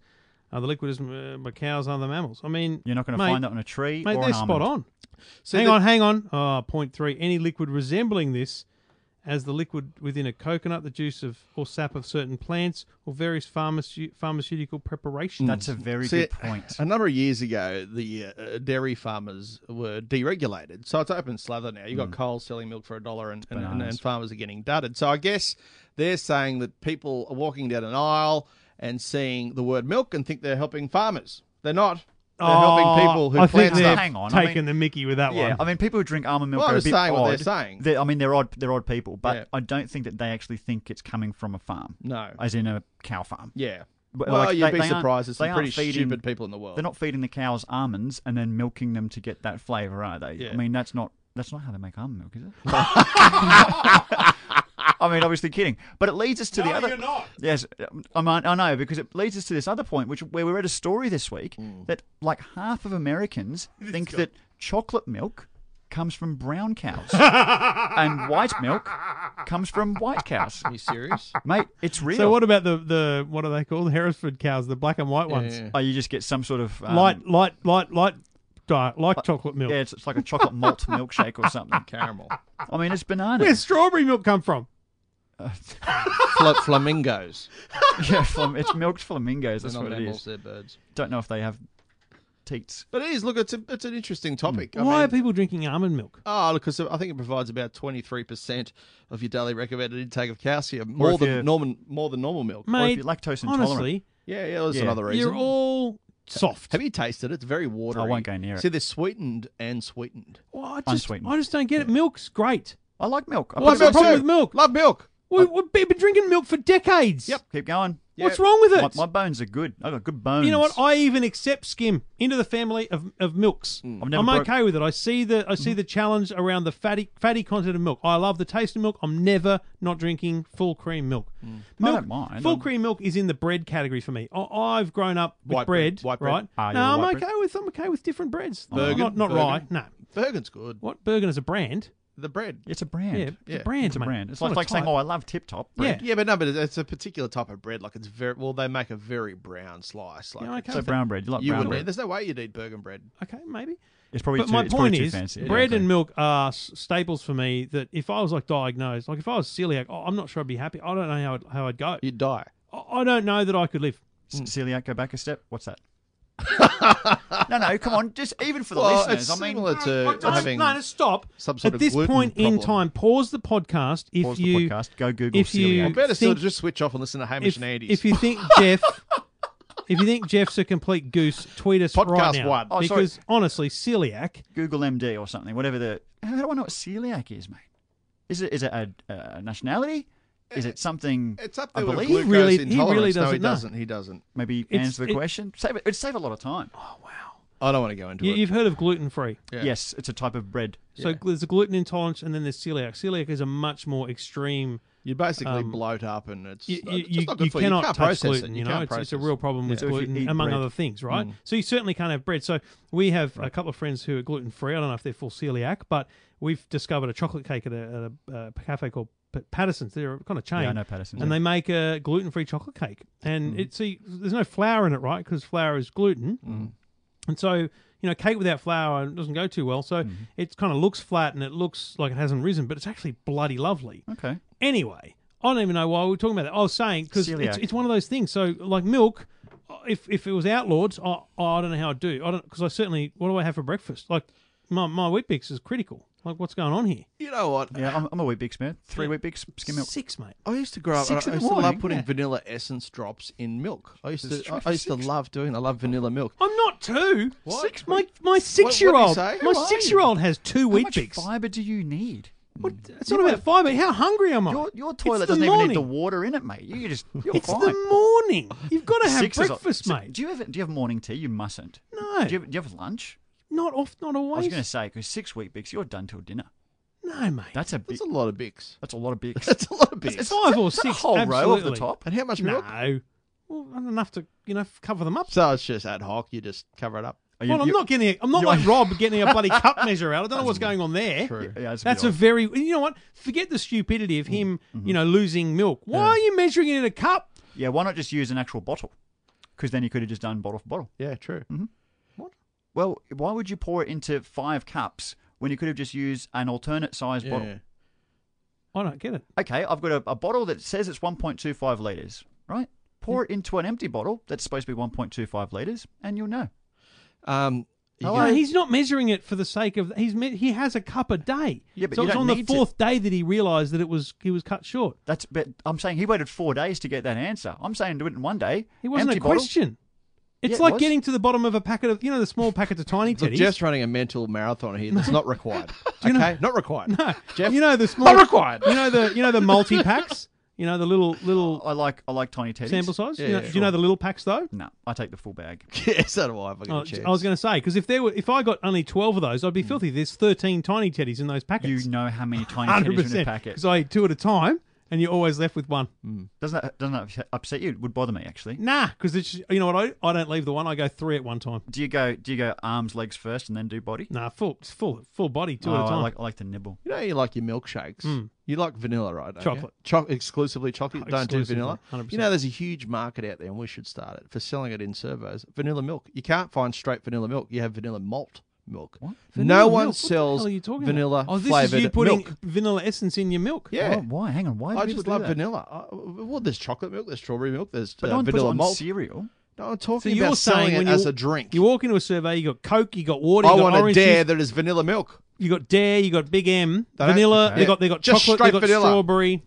Speaker 5: Uh, the liquid is uh, by cows and other mammals. I mean,
Speaker 6: You're not going to
Speaker 5: mate,
Speaker 6: find that on a tree
Speaker 5: Mate,
Speaker 6: or
Speaker 5: they're
Speaker 6: an
Speaker 5: spot on.
Speaker 6: almond.
Speaker 5: Ah,
Speaker 2: So
Speaker 5: hang
Speaker 2: the-
Speaker 5: on, hang on. Oh, point three. Any liquid resembling this as the liquid within a coconut, the juice of or sap of certain plants, or various pharmace- pharmaceutical preparations.
Speaker 6: That's a very
Speaker 2: See,
Speaker 6: good point.
Speaker 2: A number of years ago, the uh, dairy farmers were deregulated, so it's open slather now. You've
Speaker 6: Hmm.
Speaker 2: got Coles selling milk for a dollar, and, and, and, and farmers are getting dudded. So I guess they're saying that people are walking down an aisle and seeing the word milk and think they're helping farmers. They're not. They're
Speaker 6: Oh,
Speaker 2: helping people who
Speaker 5: Oh, I
Speaker 2: plant
Speaker 5: think they're
Speaker 2: stuff.
Speaker 6: Hang on, I
Speaker 5: taking
Speaker 6: mean-
Speaker 5: the Mickey with that
Speaker 6: Yeah,
Speaker 5: one.
Speaker 6: I mean, people who drink almond milk
Speaker 2: Well,
Speaker 6: are
Speaker 2: I'm
Speaker 6: a
Speaker 2: just
Speaker 6: bit
Speaker 2: saying
Speaker 6: odd.
Speaker 2: what they're saying.
Speaker 6: They're- I mean, they're odd. They're odd people, but
Speaker 2: Yeah.
Speaker 6: I don't think that they actually think it's coming from a farm.
Speaker 2: No.
Speaker 6: as in a cow farm.
Speaker 2: Yeah.
Speaker 6: But,
Speaker 2: well,
Speaker 6: like,
Speaker 2: you'd
Speaker 6: they-
Speaker 2: be
Speaker 6: they aren't-
Speaker 2: surprised. There's
Speaker 6: they
Speaker 2: some
Speaker 6: aren't
Speaker 2: pretty
Speaker 6: feeding-
Speaker 2: stupid people in the world.
Speaker 6: They're not feeding the cows almonds and then milking them to get that flavour, are they?
Speaker 2: Yeah.
Speaker 6: I mean, that's not that's not how they make almond milk, is it? I mean, obviously kidding, but it leads us to the other. You're not. Yes, I mean, I know because it leads us to this other point, which where we read a story this week that like half of Americans think that chocolate milk comes from brown cows and white milk comes from white cows.
Speaker 2: Are you serious?
Speaker 6: Mate, it's real.
Speaker 5: So what about the, the what are they called? Hereford cows, the black and white ones.
Speaker 2: yeah.
Speaker 6: Oh, you just get some sort of um,
Speaker 5: Light, light, light, light, diet, like chocolate milk.
Speaker 6: Yeah, it's, it's like a chocolate malt milkshake or something.
Speaker 2: Caramel.
Speaker 6: I mean, it's bananas.
Speaker 5: Where's strawberry milk come from?
Speaker 2: Fl- flamingos.
Speaker 6: yeah, flam- it's milked flamingos.
Speaker 2: They're
Speaker 6: That's
Speaker 2: not
Speaker 6: what it
Speaker 2: animals,
Speaker 6: is.
Speaker 2: they're birds.
Speaker 6: Don't know if they have teats.
Speaker 2: But it is. Look, it's a, it's an interesting topic. I
Speaker 5: Why
Speaker 2: mean-
Speaker 5: are people drinking almond milk?
Speaker 2: Oh, because I think it provides about twenty three percent of your daily recommended intake of calcium, more
Speaker 6: if
Speaker 2: than
Speaker 6: you-
Speaker 2: normal, more than normal milk.
Speaker 5: Mate,
Speaker 6: you're lactose intolerant.
Speaker 5: honestly,
Speaker 2: Yeah, yeah, that's
Speaker 6: Yeah.
Speaker 2: another reason.
Speaker 5: you're all soft.
Speaker 2: Have you tasted it? It's very watery.
Speaker 6: I won't go near it.
Speaker 2: See, they're sweetened and sweetened.
Speaker 5: Well, I just,
Speaker 6: Unsweetened.
Speaker 5: I just don't get it. Milk's great.
Speaker 6: I like milk. I
Speaker 5: What's the
Speaker 6: put it on
Speaker 5: problem
Speaker 2: too.
Speaker 5: with milk?
Speaker 2: Love milk.
Speaker 5: We, we've been drinking milk for decades.
Speaker 2: Yep.
Speaker 6: too. Keep going.
Speaker 2: Yeah.
Speaker 5: What's wrong with
Speaker 6: My,
Speaker 5: it?
Speaker 6: my bones are good. I got good bones.
Speaker 5: you know what? I even accept skim into the family of, of milks.
Speaker 2: Hmm.
Speaker 6: I've never
Speaker 5: I'm
Speaker 6: broke- Mm-hmm.
Speaker 5: okay with it. I see the I see the challenge around the fatty fatty content of milk. I love the taste of milk. I'm never not drinking full cream milk. milk
Speaker 6: Mm. don't mind.
Speaker 5: Full
Speaker 6: I'm-
Speaker 5: cream milk is in the bread category for me. I, I've grown up with
Speaker 2: White bread.
Speaker 5: bread,
Speaker 2: White bread.
Speaker 5: right?
Speaker 6: Ah,
Speaker 5: no,
Speaker 6: you're a
Speaker 5: I'm
Speaker 6: white
Speaker 5: okay
Speaker 6: bread.
Speaker 5: with I'm okay with different breads.
Speaker 2: Bergen,
Speaker 5: not not
Speaker 2: Bergen.
Speaker 5: rye. No.
Speaker 2: Bergen's good.
Speaker 5: What Bergen is a brand?
Speaker 2: The bread.
Speaker 6: It's a brand.
Speaker 5: Yeah, it's
Speaker 2: Yeah,
Speaker 5: a brand.
Speaker 6: It's a
Speaker 5: mate.
Speaker 6: brand. It's,
Speaker 5: not
Speaker 6: like,
Speaker 5: a
Speaker 6: like saying,
Speaker 5: type.
Speaker 6: "Oh, I love Tip Top."
Speaker 5: Yeah.
Speaker 6: bread."
Speaker 2: Yeah, but no, but it's a particular type of bread. Like it's very well, they make a very brown slice. Like
Speaker 5: Yeah, okay.
Speaker 2: it's-
Speaker 6: So brown bread. You like
Speaker 2: you
Speaker 6: brown
Speaker 2: would
Speaker 6: bread?
Speaker 2: There's no way you'd eat Bergen bread.
Speaker 5: Okay, maybe.
Speaker 6: It's probably
Speaker 5: but
Speaker 6: too,
Speaker 5: my
Speaker 6: it's
Speaker 5: point
Speaker 6: probably
Speaker 5: is,
Speaker 6: too fancy.
Speaker 5: bread
Speaker 6: yeah,
Speaker 5: and milk are s- staples for me. That if I was like diagnosed, like if I was celiac, oh, I'm not sure I'd be happy. I don't know how I'd, how I'd go.
Speaker 2: You'd die.
Speaker 5: I I don't know that I could live.
Speaker 6: C- celiac. Go back a step. What's that? no, no, come on. Just even for the
Speaker 2: Well, it's
Speaker 6: listeners. I mean,
Speaker 2: similar to
Speaker 5: Don't-
Speaker 2: having
Speaker 5: no, no, stop.
Speaker 2: some sort
Speaker 5: At
Speaker 2: of
Speaker 5: this
Speaker 2: gluten
Speaker 5: point in
Speaker 2: problem.
Speaker 5: time, pause the podcast. If
Speaker 6: pause
Speaker 5: you,
Speaker 6: the podcast. Go Google
Speaker 5: if you-
Speaker 6: celiac.
Speaker 2: better still
Speaker 5: think-
Speaker 2: just switch off and listen to Hamish
Speaker 5: if,
Speaker 2: and Andy's.
Speaker 5: if you think Jeff, if you think Jeff's a complete goose, tweet us right
Speaker 2: Podcast
Speaker 5: now.
Speaker 2: one.
Speaker 6: Oh, sorry.
Speaker 5: because honestly, celiac.
Speaker 6: Google MD or something, whatever the. How do I know what celiac is, mate? Is it is it a, a nationality? Is it something?
Speaker 2: It's up
Speaker 6: I
Speaker 2: there with
Speaker 6: believe.
Speaker 2: glucose
Speaker 5: He really- he really
Speaker 2: intolerance. no, he
Speaker 5: doesn't know.
Speaker 2: doesn't. He doesn't.
Speaker 6: Maybe
Speaker 5: It's-
Speaker 6: answer the
Speaker 5: it-
Speaker 6: question. Save it. It'd save a lot of time.
Speaker 2: I don't want to go into
Speaker 5: You,
Speaker 2: it.
Speaker 5: you've heard of gluten free.
Speaker 2: Yeah.
Speaker 6: Yes, it's a type of bread.
Speaker 5: So there's a gluten intolerance, and then there's celiac. Celiac is a much more extreme.
Speaker 2: You basically bloat up, and it's,
Speaker 5: um, you,
Speaker 2: not-
Speaker 5: you,
Speaker 2: it's
Speaker 5: you,
Speaker 2: not good
Speaker 5: you
Speaker 2: for
Speaker 5: cannot
Speaker 2: you. can't
Speaker 5: touch
Speaker 2: process
Speaker 5: gluten.
Speaker 2: it.
Speaker 5: You, know,
Speaker 2: can't
Speaker 5: it's, it's a
Speaker 2: process
Speaker 5: real
Speaker 2: it.
Speaker 5: problem with
Speaker 6: So if you
Speaker 5: gluten,
Speaker 6: eat
Speaker 5: among
Speaker 6: bread-
Speaker 5: other things, right?
Speaker 2: hmm.
Speaker 5: So you certainly can't have bread. So we have a couple of friends who are gluten free. I don't know if they're full celiac, but we've discovered a chocolate cake at a, at a, uh cafe called P- Patterson's. They're kind of chain.
Speaker 6: Yeah, I know Patterson's,
Speaker 5: And
Speaker 6: yeah.
Speaker 5: they make a gluten free chocolate cake, and
Speaker 2: Hmm.
Speaker 5: it see there's no flour in it, right? Because flour is gluten.
Speaker 2: Hmm.
Speaker 5: And so, you know, cake without flour doesn't go too well.
Speaker 6: Hmm.
Speaker 5: So it kind of looks flat and it looks like it hasn't risen, but it's actually bloody lovely.
Speaker 6: Okay.
Speaker 5: Anyway, I don't even know why we were talking about that. I was saying because
Speaker 6: Celiac.
Speaker 5: it's, it's one of those things. So like milk, uh, if if it was outlawed, I I don't know how I'd do. I don't because I certainly what do I have for breakfast? Like my my wheat bix is critical. Like what's going on here?
Speaker 2: You know what?
Speaker 6: Yeah, I'm, I'm a wheat bix man. Three
Speaker 5: Yeah.
Speaker 6: wheat bix, skim milk.
Speaker 5: Six, mate.
Speaker 2: I used to grow up.
Speaker 6: Six
Speaker 2: I
Speaker 6: in the
Speaker 2: used to love
Speaker 6: morning,
Speaker 2: putting
Speaker 6: yeah.
Speaker 2: vanilla essence drops in milk. I used
Speaker 6: It's
Speaker 2: to. I- I used to
Speaker 6: six.
Speaker 2: love doing. I love vanilla milk.
Speaker 5: I'm not two.
Speaker 2: What?
Speaker 5: Six. My my six year old.
Speaker 2: say?
Speaker 5: My
Speaker 2: Who are
Speaker 5: six year old has two
Speaker 6: How
Speaker 5: wheat
Speaker 6: much
Speaker 5: bix.
Speaker 6: fiber do you need?
Speaker 5: What? It's not about fibre. How hungry am I?
Speaker 6: Your, your
Speaker 5: Oh, It's
Speaker 6: toilet
Speaker 5: the
Speaker 6: doesn't even need the
Speaker 5: morning.
Speaker 6: water in it, mate. You just you're
Speaker 5: It's
Speaker 6: fine.
Speaker 5: the morning. You've got to have
Speaker 6: Six is-
Speaker 5: breakfast,
Speaker 6: so-
Speaker 5: mate.
Speaker 6: Do you have do you have morning tea? You mustn't.
Speaker 5: No.
Speaker 6: Do you have, do you have lunch?
Speaker 5: Not off. Not
Speaker 6: I was going
Speaker 5: always.
Speaker 6: to say because six wheat bix, you're done till dinner.
Speaker 5: No, mate.
Speaker 6: That's a big,
Speaker 2: That's a lot of bics.
Speaker 6: that's a lot of bix.
Speaker 2: That's a lot of bics.
Speaker 5: It's five or
Speaker 6: Is that a
Speaker 5: six.
Speaker 6: whole row of the
Speaker 5: absolutely.
Speaker 6: top?
Speaker 2: And how much milk?
Speaker 5: No. Well, not enough to you know f- cover them up.
Speaker 2: So it's just ad hoc. You just cover it up.
Speaker 6: Are you-
Speaker 5: Well, I'm
Speaker 6: you-
Speaker 5: not getting. A, I'm not
Speaker 6: you-
Speaker 5: like Rob getting a bloody cup measure out. I don't know what's going on there.
Speaker 2: True.
Speaker 6: Yeah, that's,
Speaker 5: That's a very. You know what? Forget the stupidity of him.
Speaker 6: Mm-hmm.
Speaker 5: You know, losing milk. Why are you measuring it in a cup?
Speaker 6: yeah. Why not just use an actual bottle? Because then you could have just done bottle for bottle.
Speaker 2: Yeah, true.
Speaker 6: Well, why would you pour it into five cups when you could have just used an alternate size
Speaker 2: Yeah.
Speaker 6: bottle?
Speaker 5: I don't get it.
Speaker 6: Okay, I've got a, a bottle that says it's 1.25 litres, right? Pour it into an empty bottle that's supposed to be 1.25 litres, and you'll know.
Speaker 5: Mm-hmm.
Speaker 2: Um, you
Speaker 6: Hello?
Speaker 2: can-
Speaker 5: No, he's not measuring it for the sake of he's me- he has a cup a day.
Speaker 6: Yeah, but
Speaker 5: so
Speaker 6: you
Speaker 5: it was
Speaker 6: don't
Speaker 5: on the
Speaker 6: need to.
Speaker 5: fourth day that he realised that it was he was cut short.
Speaker 6: That's but I'm saying he waited four days to get that answer. I'm saying do it in one day.
Speaker 5: It wasn't
Speaker 6: Empty
Speaker 5: a
Speaker 6: bottle.
Speaker 5: question.
Speaker 6: Yeah,
Speaker 5: It's
Speaker 6: it
Speaker 5: like
Speaker 6: was.
Speaker 5: getting to the bottom of a packet of you know the small packets of tiny
Speaker 2: Look,
Speaker 5: teddies.
Speaker 2: Jeff's running a mental marathon here that's not required. okay, not required.
Speaker 5: no,
Speaker 2: Jeff,
Speaker 5: you know the small
Speaker 2: required.
Speaker 5: You know the you know the multi packs. You know the little little
Speaker 6: I like I like tiny teddies.
Speaker 5: sample size.
Speaker 2: Oh, Yeah,
Speaker 5: you know,
Speaker 2: yeah,
Speaker 5: do you know
Speaker 2: sure.
Speaker 5: the little packs though?
Speaker 6: No, I take the full bag.
Speaker 2: yes, so do I. If I, get
Speaker 5: Oh,
Speaker 2: a chance. Hmm.
Speaker 5: I was going to say because if there were if I got only twelve of those, I'd be filthy. There's thirteen tiny teddies in those
Speaker 6: You
Speaker 5: packets.
Speaker 6: know how many tiny
Speaker 5: Hundred
Speaker 6: teddies are in a
Speaker 5: percent.
Speaker 6: packet.
Speaker 5: Because I eat two at a time, and you're always left with one.
Speaker 6: Doesn't that doesn't that upset- upset you? It would bother me actually.
Speaker 5: Nah, because it's you know what I I don't leave the one. I go three at one time.
Speaker 6: Do you go do you go arms legs first and then do body?
Speaker 5: Nah, full it's full full body two
Speaker 6: Oh,
Speaker 5: at a
Speaker 6: I
Speaker 5: time.
Speaker 6: like I like to nibble.
Speaker 2: You know you like your milkshakes. You like vanilla, right? don't you?
Speaker 5: Hmm. Chocolate.
Speaker 2: Cho- exclusively chocolate.
Speaker 5: Oh,
Speaker 2: Don't
Speaker 5: exclusively,
Speaker 2: do vanilla.
Speaker 5: 100%.
Speaker 2: You know there's a huge market out there, and we should start it for selling it in servos. Vanilla milk. You can't find straight vanilla milk. You have vanilla malt milk.
Speaker 5: Vanilla
Speaker 2: no
Speaker 5: milk?
Speaker 2: one
Speaker 5: What the
Speaker 2: sells
Speaker 5: hell are you talking about?
Speaker 2: vanilla
Speaker 5: Oh, this
Speaker 2: flavored
Speaker 5: is you putting
Speaker 2: milk.
Speaker 5: vanilla essence in your milk.
Speaker 2: Yeah.
Speaker 6: Oh, why? Hang on. Why do
Speaker 2: I
Speaker 6: people
Speaker 2: just
Speaker 6: do
Speaker 2: love
Speaker 6: that?
Speaker 2: vanilla. I, well, there's chocolate milk, there's strawberry milk, there's
Speaker 6: But
Speaker 2: uh,
Speaker 6: no one puts it
Speaker 2: vanilla
Speaker 6: on
Speaker 2: malt.
Speaker 6: cereal.
Speaker 2: No, I'm
Speaker 5: So
Speaker 2: talking
Speaker 5: you're
Speaker 2: about selling
Speaker 5: saying
Speaker 2: it
Speaker 5: when
Speaker 2: as
Speaker 5: you,
Speaker 2: a drink.
Speaker 5: You walk into a survey, you got Coke, you got water, you
Speaker 2: I
Speaker 5: got
Speaker 2: want a
Speaker 5: orange
Speaker 2: dare
Speaker 5: juice,
Speaker 2: that is vanilla milk.
Speaker 5: you got Dare, you got Big M,
Speaker 2: They don't-
Speaker 5: vanilla.
Speaker 2: okay.
Speaker 5: They got they got
Speaker 2: Just
Speaker 5: chocolate,
Speaker 2: straight
Speaker 5: they got
Speaker 2: vanilla.
Speaker 5: strawberry.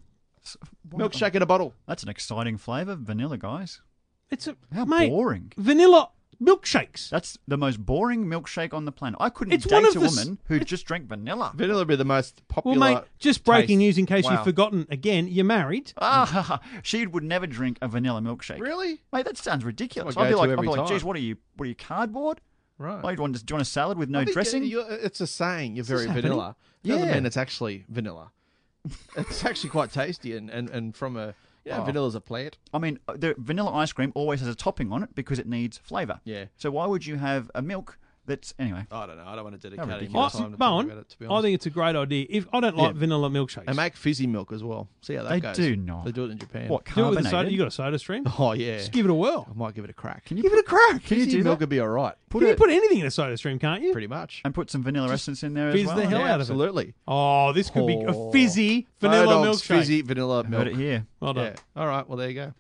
Speaker 2: Milkshake in a bottle.
Speaker 6: That's an exciting flavour, vanilla, guys.
Speaker 5: It's a
Speaker 6: How
Speaker 5: mate,
Speaker 6: boring.
Speaker 5: Vanilla milkshakes.
Speaker 6: That's the most boring milkshake on the planet. I couldn't
Speaker 5: It's
Speaker 6: date
Speaker 5: one
Speaker 6: a
Speaker 5: of the s-
Speaker 6: woman who just drank vanilla.
Speaker 2: Vanilla would be the most
Speaker 5: Well,
Speaker 2: popular.
Speaker 5: mate, just
Speaker 2: taste.
Speaker 5: breaking news in case
Speaker 6: Wow.
Speaker 5: you've forgotten. Again, you're married.
Speaker 6: Ah, she would never drink a vanilla milkshake.
Speaker 2: Really?
Speaker 6: Mate, that sounds ridiculous.
Speaker 2: It's my
Speaker 6: I'd be
Speaker 2: go-to
Speaker 6: like, I'd be
Speaker 2: every
Speaker 6: like,
Speaker 2: time.
Speaker 6: geez, what are you? What are you cardboard?
Speaker 2: Right.
Speaker 6: Oh, you want, do you want a salad with no
Speaker 2: I think uh,
Speaker 6: dressing?
Speaker 2: you're- It's a saying. You're
Speaker 6: this
Speaker 2: very
Speaker 6: happening?
Speaker 2: vanilla. Doesn't
Speaker 6: Yeah.
Speaker 2: mean it's actually vanilla. it's actually quite tasty and, and, and from a you know,
Speaker 6: Oh.
Speaker 2: vanilla's a plant.
Speaker 6: I mean, uh, the vanilla ice cream always has a topping on it because it needs flavour.
Speaker 2: Yeah.
Speaker 6: So why would you have a milk that's anyway?
Speaker 2: I don't know. I don't want to dedicate any more
Speaker 5: I,
Speaker 2: time to
Speaker 5: Bowen,
Speaker 2: talking about it. To be
Speaker 5: I
Speaker 2: honest,
Speaker 5: think it's a great idea. If I don't like
Speaker 6: Yeah.
Speaker 5: vanilla milkshakes,
Speaker 2: they make fizzy milk as well. See how that
Speaker 6: They
Speaker 2: goes.
Speaker 6: do not.
Speaker 2: They do it in Japan.
Speaker 6: What
Speaker 5: do it with a
Speaker 6: carbonated?
Speaker 5: soda. You got a soda stream?
Speaker 2: Oh yeah.
Speaker 5: Just give it a whirl.
Speaker 2: I might give it a crack.
Speaker 6: Can you
Speaker 2: give
Speaker 6: put-
Speaker 2: it a crack?
Speaker 6: can you
Speaker 2: fizzy
Speaker 6: do
Speaker 2: milk
Speaker 6: that?
Speaker 2: would be all right.
Speaker 6: put
Speaker 5: Can you
Speaker 6: it
Speaker 5: put anything in a soda stream, can't you?
Speaker 2: Pretty much.
Speaker 6: and put some vanilla essence in there as
Speaker 5: fizz
Speaker 6: well.
Speaker 5: the hell
Speaker 2: Yeah,
Speaker 5: out of it.
Speaker 2: absolutely.
Speaker 5: Oh, this could be a
Speaker 2: Oh.
Speaker 5: fizzy vanilla
Speaker 2: Bodog's
Speaker 5: milkshake.
Speaker 2: Fizzy vanilla milk.
Speaker 6: Heard it here.
Speaker 5: Well done.
Speaker 2: Yeah. All right. Well, there you go.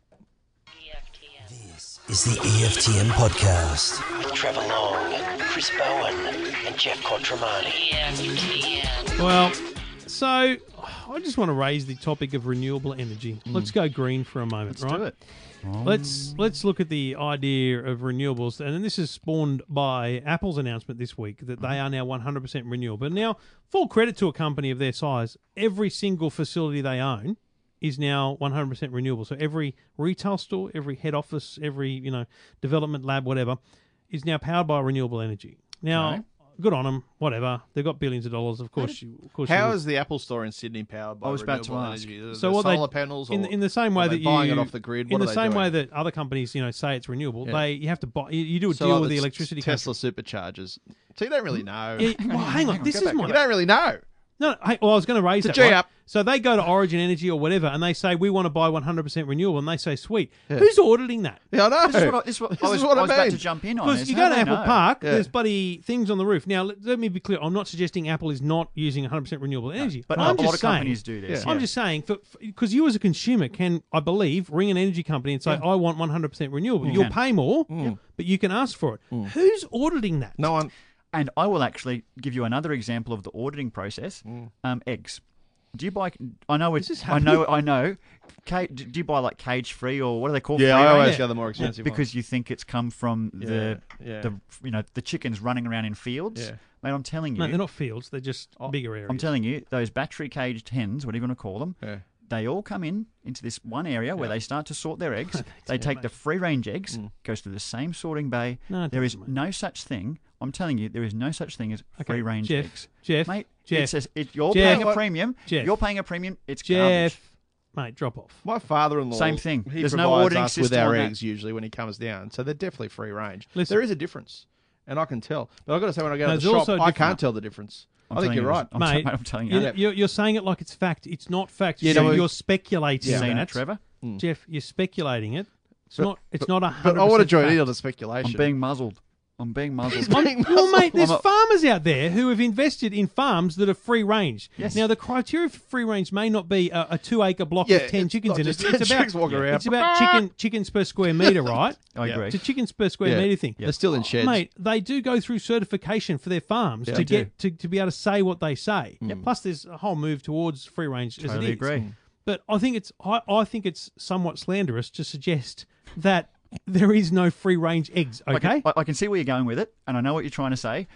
Speaker 3: EFTM.
Speaker 4: This is the E EFTM podcast with Trevor Long, Chris Bowen, and Jeff Quattromani.
Speaker 3: E EFTM.
Speaker 5: Well, so I just want to raise the topic of renewable energy. Let's go green for a moment,
Speaker 6: Mm. Let's
Speaker 5: right?
Speaker 6: do it.
Speaker 5: Let's let's look at the idea of renewables, and then this is spawned by Apple's announcement this week that
Speaker 2: Mm-hmm.
Speaker 5: they are now 100% renewable. Now, full credit to a company of their size, every single facility they own is now 100% renewable. So every retail store, every head office, every you know development lab, whatever, is now powered by renewable energy. Now, good on them, whatever. They've got billions of dollars, of course. You, of course, you
Speaker 2: How
Speaker 5: would.
Speaker 2: is the Apple Store in Sydney powered by
Speaker 6: I was about to
Speaker 2: renewable
Speaker 6: ask.
Speaker 2: energy? The,
Speaker 5: so
Speaker 2: the
Speaker 5: what
Speaker 2: solar
Speaker 5: they,
Speaker 2: panels, or
Speaker 5: in, in the same way
Speaker 2: are they
Speaker 5: that
Speaker 2: buying
Speaker 5: you
Speaker 2: it off the grid?
Speaker 5: in
Speaker 2: What
Speaker 5: the
Speaker 2: are they
Speaker 5: same way
Speaker 2: doing?
Speaker 5: that other companies, you know, say it's renewable,
Speaker 2: Yeah.
Speaker 5: they you have to buy. You, you do a
Speaker 2: So
Speaker 5: deal
Speaker 2: like
Speaker 5: with the
Speaker 2: t-
Speaker 5: electricity
Speaker 2: Tesla superchargers. So you don't really know.
Speaker 5: company. Yeah, well, hang on, this
Speaker 6: go
Speaker 5: is
Speaker 6: back,
Speaker 5: my.
Speaker 2: You don't really know.
Speaker 5: No, I, well, I was going to raise
Speaker 2: It's
Speaker 5: that.
Speaker 2: a
Speaker 5: right?
Speaker 2: J-up.
Speaker 5: So they go to Origin Energy or whatever, and they say we want to buy 100% renewable, and they say sweet. Who's auditing that?
Speaker 2: Yeah, I know.
Speaker 6: This is what I, this is what, I was,
Speaker 2: is what
Speaker 6: I
Speaker 2: I
Speaker 6: was about to
Speaker 2: mean.
Speaker 6: jump in on.
Speaker 5: Because
Speaker 6: is
Speaker 5: you
Speaker 6: how
Speaker 5: go to
Speaker 6: they
Speaker 5: Apple
Speaker 6: know.
Speaker 5: Park,
Speaker 2: Yeah.
Speaker 5: there's bloody things on the roof. Now, let, let me be clear. I'm not suggesting Apple is not using 100% renewable energy,
Speaker 6: but
Speaker 5: I'm
Speaker 6: a
Speaker 5: just
Speaker 6: lot of
Speaker 5: saying,
Speaker 6: companies do this.
Speaker 2: Yeah.
Speaker 5: I'm
Speaker 6: yeah.
Speaker 5: just saying, because you as a consumer can, I believe, ring an energy company and say, "I want 100% renewable." You'll
Speaker 6: can.
Speaker 5: pay more, but you can ask for it. Who's auditing that?
Speaker 2: No one.
Speaker 6: And Mm. I will actually give you another example of the auditing process.
Speaker 2: Mm.
Speaker 6: Um, eggs. Do you buy? I know it's.
Speaker 5: Is this
Speaker 6: I know. I know. Ca- do do you buy like cage free or what are they called?
Speaker 2: Yeah,
Speaker 6: Free
Speaker 2: I always
Speaker 6: range?
Speaker 2: go the more expensive one.
Speaker 6: because you think it's come from the
Speaker 2: Yeah, yeah.
Speaker 6: the you know the chickens running around in fields.
Speaker 2: Yeah.
Speaker 6: Mate, I'm telling you.
Speaker 5: No, they're not fields. They're just bigger areas.
Speaker 6: I'm telling you, those battery caged hens, whatever you want to call them,
Speaker 2: Yeah.
Speaker 6: they all come in into this one area where they start to sort their eggs. they take the free range eggs,
Speaker 2: Mm.
Speaker 6: goes through the same sorting bay.
Speaker 5: No, it
Speaker 6: there is
Speaker 5: doesn't,
Speaker 6: no such thing. I'm telling you, there is no such thing as free range
Speaker 5: Jeff,
Speaker 6: eggs.
Speaker 5: Jeff,
Speaker 6: mate,
Speaker 5: Jeff,
Speaker 6: it says it, you're
Speaker 5: Jeff.
Speaker 6: paying a premium.
Speaker 5: Jeff.
Speaker 6: You're paying a premium. It's
Speaker 5: Jeff,
Speaker 6: garbage.
Speaker 5: mate, drop off.
Speaker 2: My father-in-law.
Speaker 6: Same thing.
Speaker 2: He
Speaker 6: There's no
Speaker 2: provides
Speaker 6: auditing
Speaker 2: us with
Speaker 6: system
Speaker 2: our
Speaker 6: on that.
Speaker 2: eggs usually when he comes down, so they're definitely free range.
Speaker 5: Listen.
Speaker 2: There is a difference, and I can tell. But I've got to say, when I go
Speaker 5: No,
Speaker 2: to the
Speaker 5: there's
Speaker 2: shop,
Speaker 5: also a
Speaker 2: I
Speaker 5: difference.
Speaker 2: can't tell the difference.
Speaker 6: I'm
Speaker 2: I think
Speaker 6: telling you
Speaker 2: you're
Speaker 6: it
Speaker 2: right.
Speaker 6: isn't. I'm t-
Speaker 5: mate,
Speaker 6: I'm telling you.
Speaker 5: you.
Speaker 6: Yeah.
Speaker 5: You're, you're saying it like it's fact. It's not fact.
Speaker 2: Yeah,
Speaker 5: so
Speaker 2: no,
Speaker 5: you're
Speaker 2: it-
Speaker 5: speculating.
Speaker 2: Yeah.
Speaker 6: Seen
Speaker 5: that.
Speaker 6: it, Trevor? Mm.
Speaker 5: Jeff, you're speculating it. It's not. It's not a hundred.
Speaker 2: But I want to
Speaker 5: percent
Speaker 2: join
Speaker 5: fact.
Speaker 2: in on the speculation.
Speaker 6: I'm being muzzled. I'm being muzzled.
Speaker 5: Well, mate, there's
Speaker 6: I'm a-
Speaker 5: farmers out there who have invested in farms that are free range.
Speaker 6: Yes.
Speaker 5: Now, the criteria for free range may not be a, a two acre block
Speaker 2: Yeah,
Speaker 5: with 10
Speaker 2: it's
Speaker 5: chickens
Speaker 2: not
Speaker 5: in it.
Speaker 2: just 10
Speaker 5: It's about,
Speaker 2: chicks walking around.
Speaker 5: it's about chicken, chickens per square meter, right?
Speaker 6: I agree.
Speaker 5: It's a chickens per square
Speaker 2: Yeah.
Speaker 5: meter thing.
Speaker 2: They're still in sheds.
Speaker 5: Mate, they do go through certification for their farms
Speaker 2: Yeah,
Speaker 5: to
Speaker 2: they do. Mm.
Speaker 5: get to, to be able to say what they say. Plus, there's a whole move towards free range. as it
Speaker 6: Totally
Speaker 5: is.
Speaker 6: agree. Mm.
Speaker 5: But I think it's I, I think it's somewhat slanderous to suggest that there is no free range eggs.
Speaker 6: I can-
Speaker 5: Okay,
Speaker 6: I, I can see where you're going with it, and I know what you're trying to say,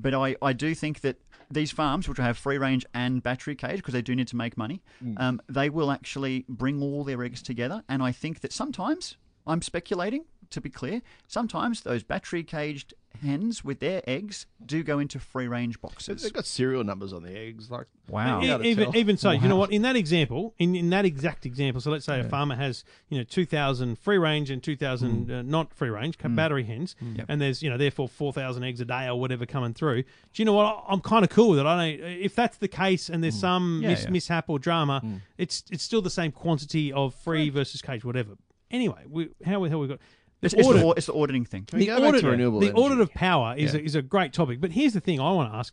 Speaker 6: but I, I do think that these farms, which will have free range and battery cage, because they do need to make money,
Speaker 5: Mm.
Speaker 6: um, they will actually bring all their eggs together. And I think that sometimes, I'm speculating to be clear, sometimes those battery caged hens with their eggs do go into free range boxes.
Speaker 2: They've got serial numbers on the eggs. Like
Speaker 6: Wow.
Speaker 5: E-
Speaker 2: How to
Speaker 5: even,
Speaker 2: tell.
Speaker 5: even so, you know what? In that example, in, in that exact example, so let's say a farmer has you know two thousand free range and two thousand
Speaker 6: Mm.
Speaker 5: uh, not free range ca- battery hens, and there's you know therefore four thousand eggs a day or whatever coming through. Do you know what? I- I'm kind of cool with it. I don't. uh, If that's the case, and there's some
Speaker 6: Mm. Yeah, Mm.
Speaker 5: mis-
Speaker 6: yeah.
Speaker 5: mishap or drama, it's it's still the same quantity of free versus cage, whatever. Anyway, we, how we how we got.
Speaker 6: It's, it's, the,
Speaker 5: audit-
Speaker 6: au- it's the auditing thing.
Speaker 2: We go back to renewable
Speaker 5: the
Speaker 2: energy.
Speaker 5: audit of power is, a, is a great topic. But here's the thing I want to ask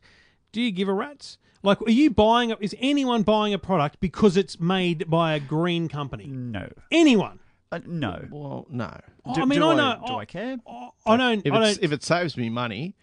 Speaker 5: do you give a rat's? Like, are you buying, a, is anyone buying a product because it's made by a green company?
Speaker 6: No.
Speaker 5: Anyone?
Speaker 6: Uh, no.
Speaker 2: well, no.
Speaker 5: I mean,
Speaker 6: do
Speaker 5: I
Speaker 6: I,
Speaker 5: know.
Speaker 6: do
Speaker 5: I-
Speaker 6: I care?
Speaker 5: I, I don't,
Speaker 2: If,
Speaker 5: I
Speaker 2: it's,
Speaker 5: don't,
Speaker 2: if it saves me money,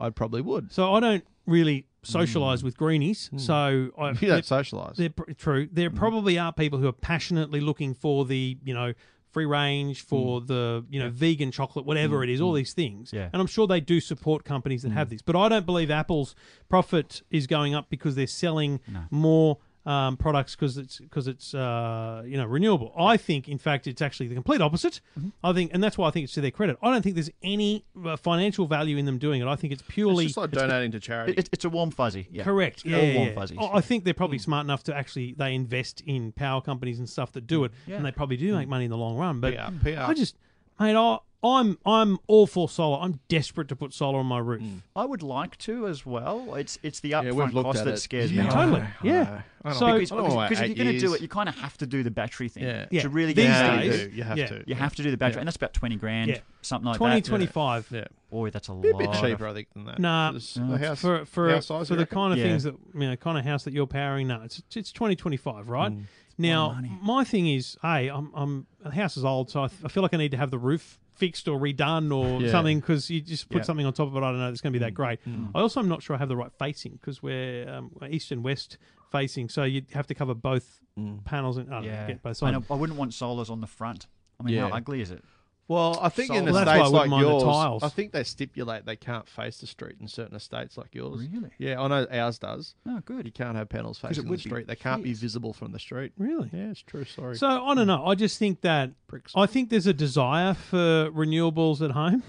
Speaker 2: I probably would.
Speaker 5: so I don't
Speaker 2: Hmm.
Speaker 5: really socialize with greenies. So I,
Speaker 2: If you
Speaker 5: they're-
Speaker 2: don't socialise,
Speaker 5: they're pr- true. There probably are people who are passionately looking for the, you know, free range for the, you know, vegan chocolate, whatever it is, all these things.
Speaker 6: Yeah.
Speaker 5: And I'm sure they do support companies that have this. But I don't believe Apple's profit is going up because they're selling more um, products because it's because it's uh, you know renewable. I think, in fact, it's actually the complete opposite. I think, and that's why I think it's to their credit. I don't think there's any uh, financial value in them doing it. I think it's purely
Speaker 2: it's just like donating to charity.
Speaker 6: It, it, it's a warm fuzzy. Yeah.
Speaker 5: Correct. Yeah,
Speaker 6: all
Speaker 5: yeah,
Speaker 6: warm Mm.
Speaker 5: yeah.
Speaker 6: fuzzies.
Speaker 5: Oh, I think they're probably smart enough to actually they invest in power companies and stuff that
Speaker 6: Mm.
Speaker 5: do it, and they probably do make money in the long run. But
Speaker 2: PR, PR.
Speaker 5: I just, mate, I, I'm I'm all for solar. I'm desperate to put solar on my roof.
Speaker 6: I would like to as well. It's it's the
Speaker 2: we've
Speaker 6: upfront
Speaker 2: looked
Speaker 6: cost
Speaker 2: at
Speaker 6: that
Speaker 2: it.
Speaker 6: scares
Speaker 2: Yeah.
Speaker 6: me.
Speaker 2: I
Speaker 5: Totally.
Speaker 2: know, I
Speaker 5: yeah.
Speaker 2: know. I know.
Speaker 5: So
Speaker 6: because
Speaker 2: I don't wanna wait
Speaker 6: because if you're
Speaker 2: eight
Speaker 6: going to do
Speaker 2: years.
Speaker 6: it, you kind of have to do the battery thing
Speaker 2: Yeah.
Speaker 5: Yeah.
Speaker 6: to really
Speaker 5: These
Speaker 6: get
Speaker 2: Yeah,
Speaker 6: started.
Speaker 2: you
Speaker 5: days-
Speaker 2: do. You have
Speaker 5: yeah.
Speaker 2: to.
Speaker 6: You have to do the battery, and that's about twenty grand,
Speaker 5: Yeah.
Speaker 6: something like
Speaker 5: twenty
Speaker 6: that.
Speaker 5: twenty five.
Speaker 2: Yeah.
Speaker 6: Boy, that's a
Speaker 2: Be a
Speaker 6: lot.
Speaker 2: bit
Speaker 6: of-
Speaker 2: cheaper, I think, than that.
Speaker 5: Nah,
Speaker 2: Oh. Just
Speaker 5: no,
Speaker 2: the house,
Speaker 5: for for
Speaker 2: house size,
Speaker 5: for
Speaker 2: you
Speaker 5: the
Speaker 2: reckon?
Speaker 5: kind of
Speaker 6: Yeah.
Speaker 5: things that you know, kind of house that you're powering now. It's it's twenty twenty five, right? now, my thing is, hey, I'm I'm the house is old, so I, I feel like I need to have the roof fixed or redone or
Speaker 2: Yeah.
Speaker 5: something because you just put
Speaker 2: Yeah.
Speaker 5: something on top of it. I don't know, it's going to be that great. I also am not sure I have the right facing because we're um, east and west facing, so you'd have to cover both panels and I don't know,
Speaker 6: Yeah,
Speaker 5: get both
Speaker 6: and
Speaker 5: sides.
Speaker 6: I, I wouldn't want solars on the front. I mean,
Speaker 2: Yeah.
Speaker 6: how ugly is it?
Speaker 2: Well, I think in
Speaker 6: Well, that's
Speaker 5: why I
Speaker 2: estates
Speaker 5: wouldn't
Speaker 2: like
Speaker 5: mind the
Speaker 2: yours,
Speaker 5: tiles.
Speaker 2: I think they stipulate they can't face the street in certain estates like yours.
Speaker 6: Really?
Speaker 2: Yeah, I know ours does.
Speaker 6: Oh,
Speaker 2: You
Speaker 6: good.
Speaker 2: can't have panels
Speaker 6: it
Speaker 2: facing the
Speaker 6: would be-
Speaker 2: street. They can't be visible from the street.
Speaker 5: Really?
Speaker 2: Yeah, it's true. Sorry.
Speaker 5: So I don't know. I just think that
Speaker 2: Bricks.
Speaker 5: I think there's a desire for renewables at home.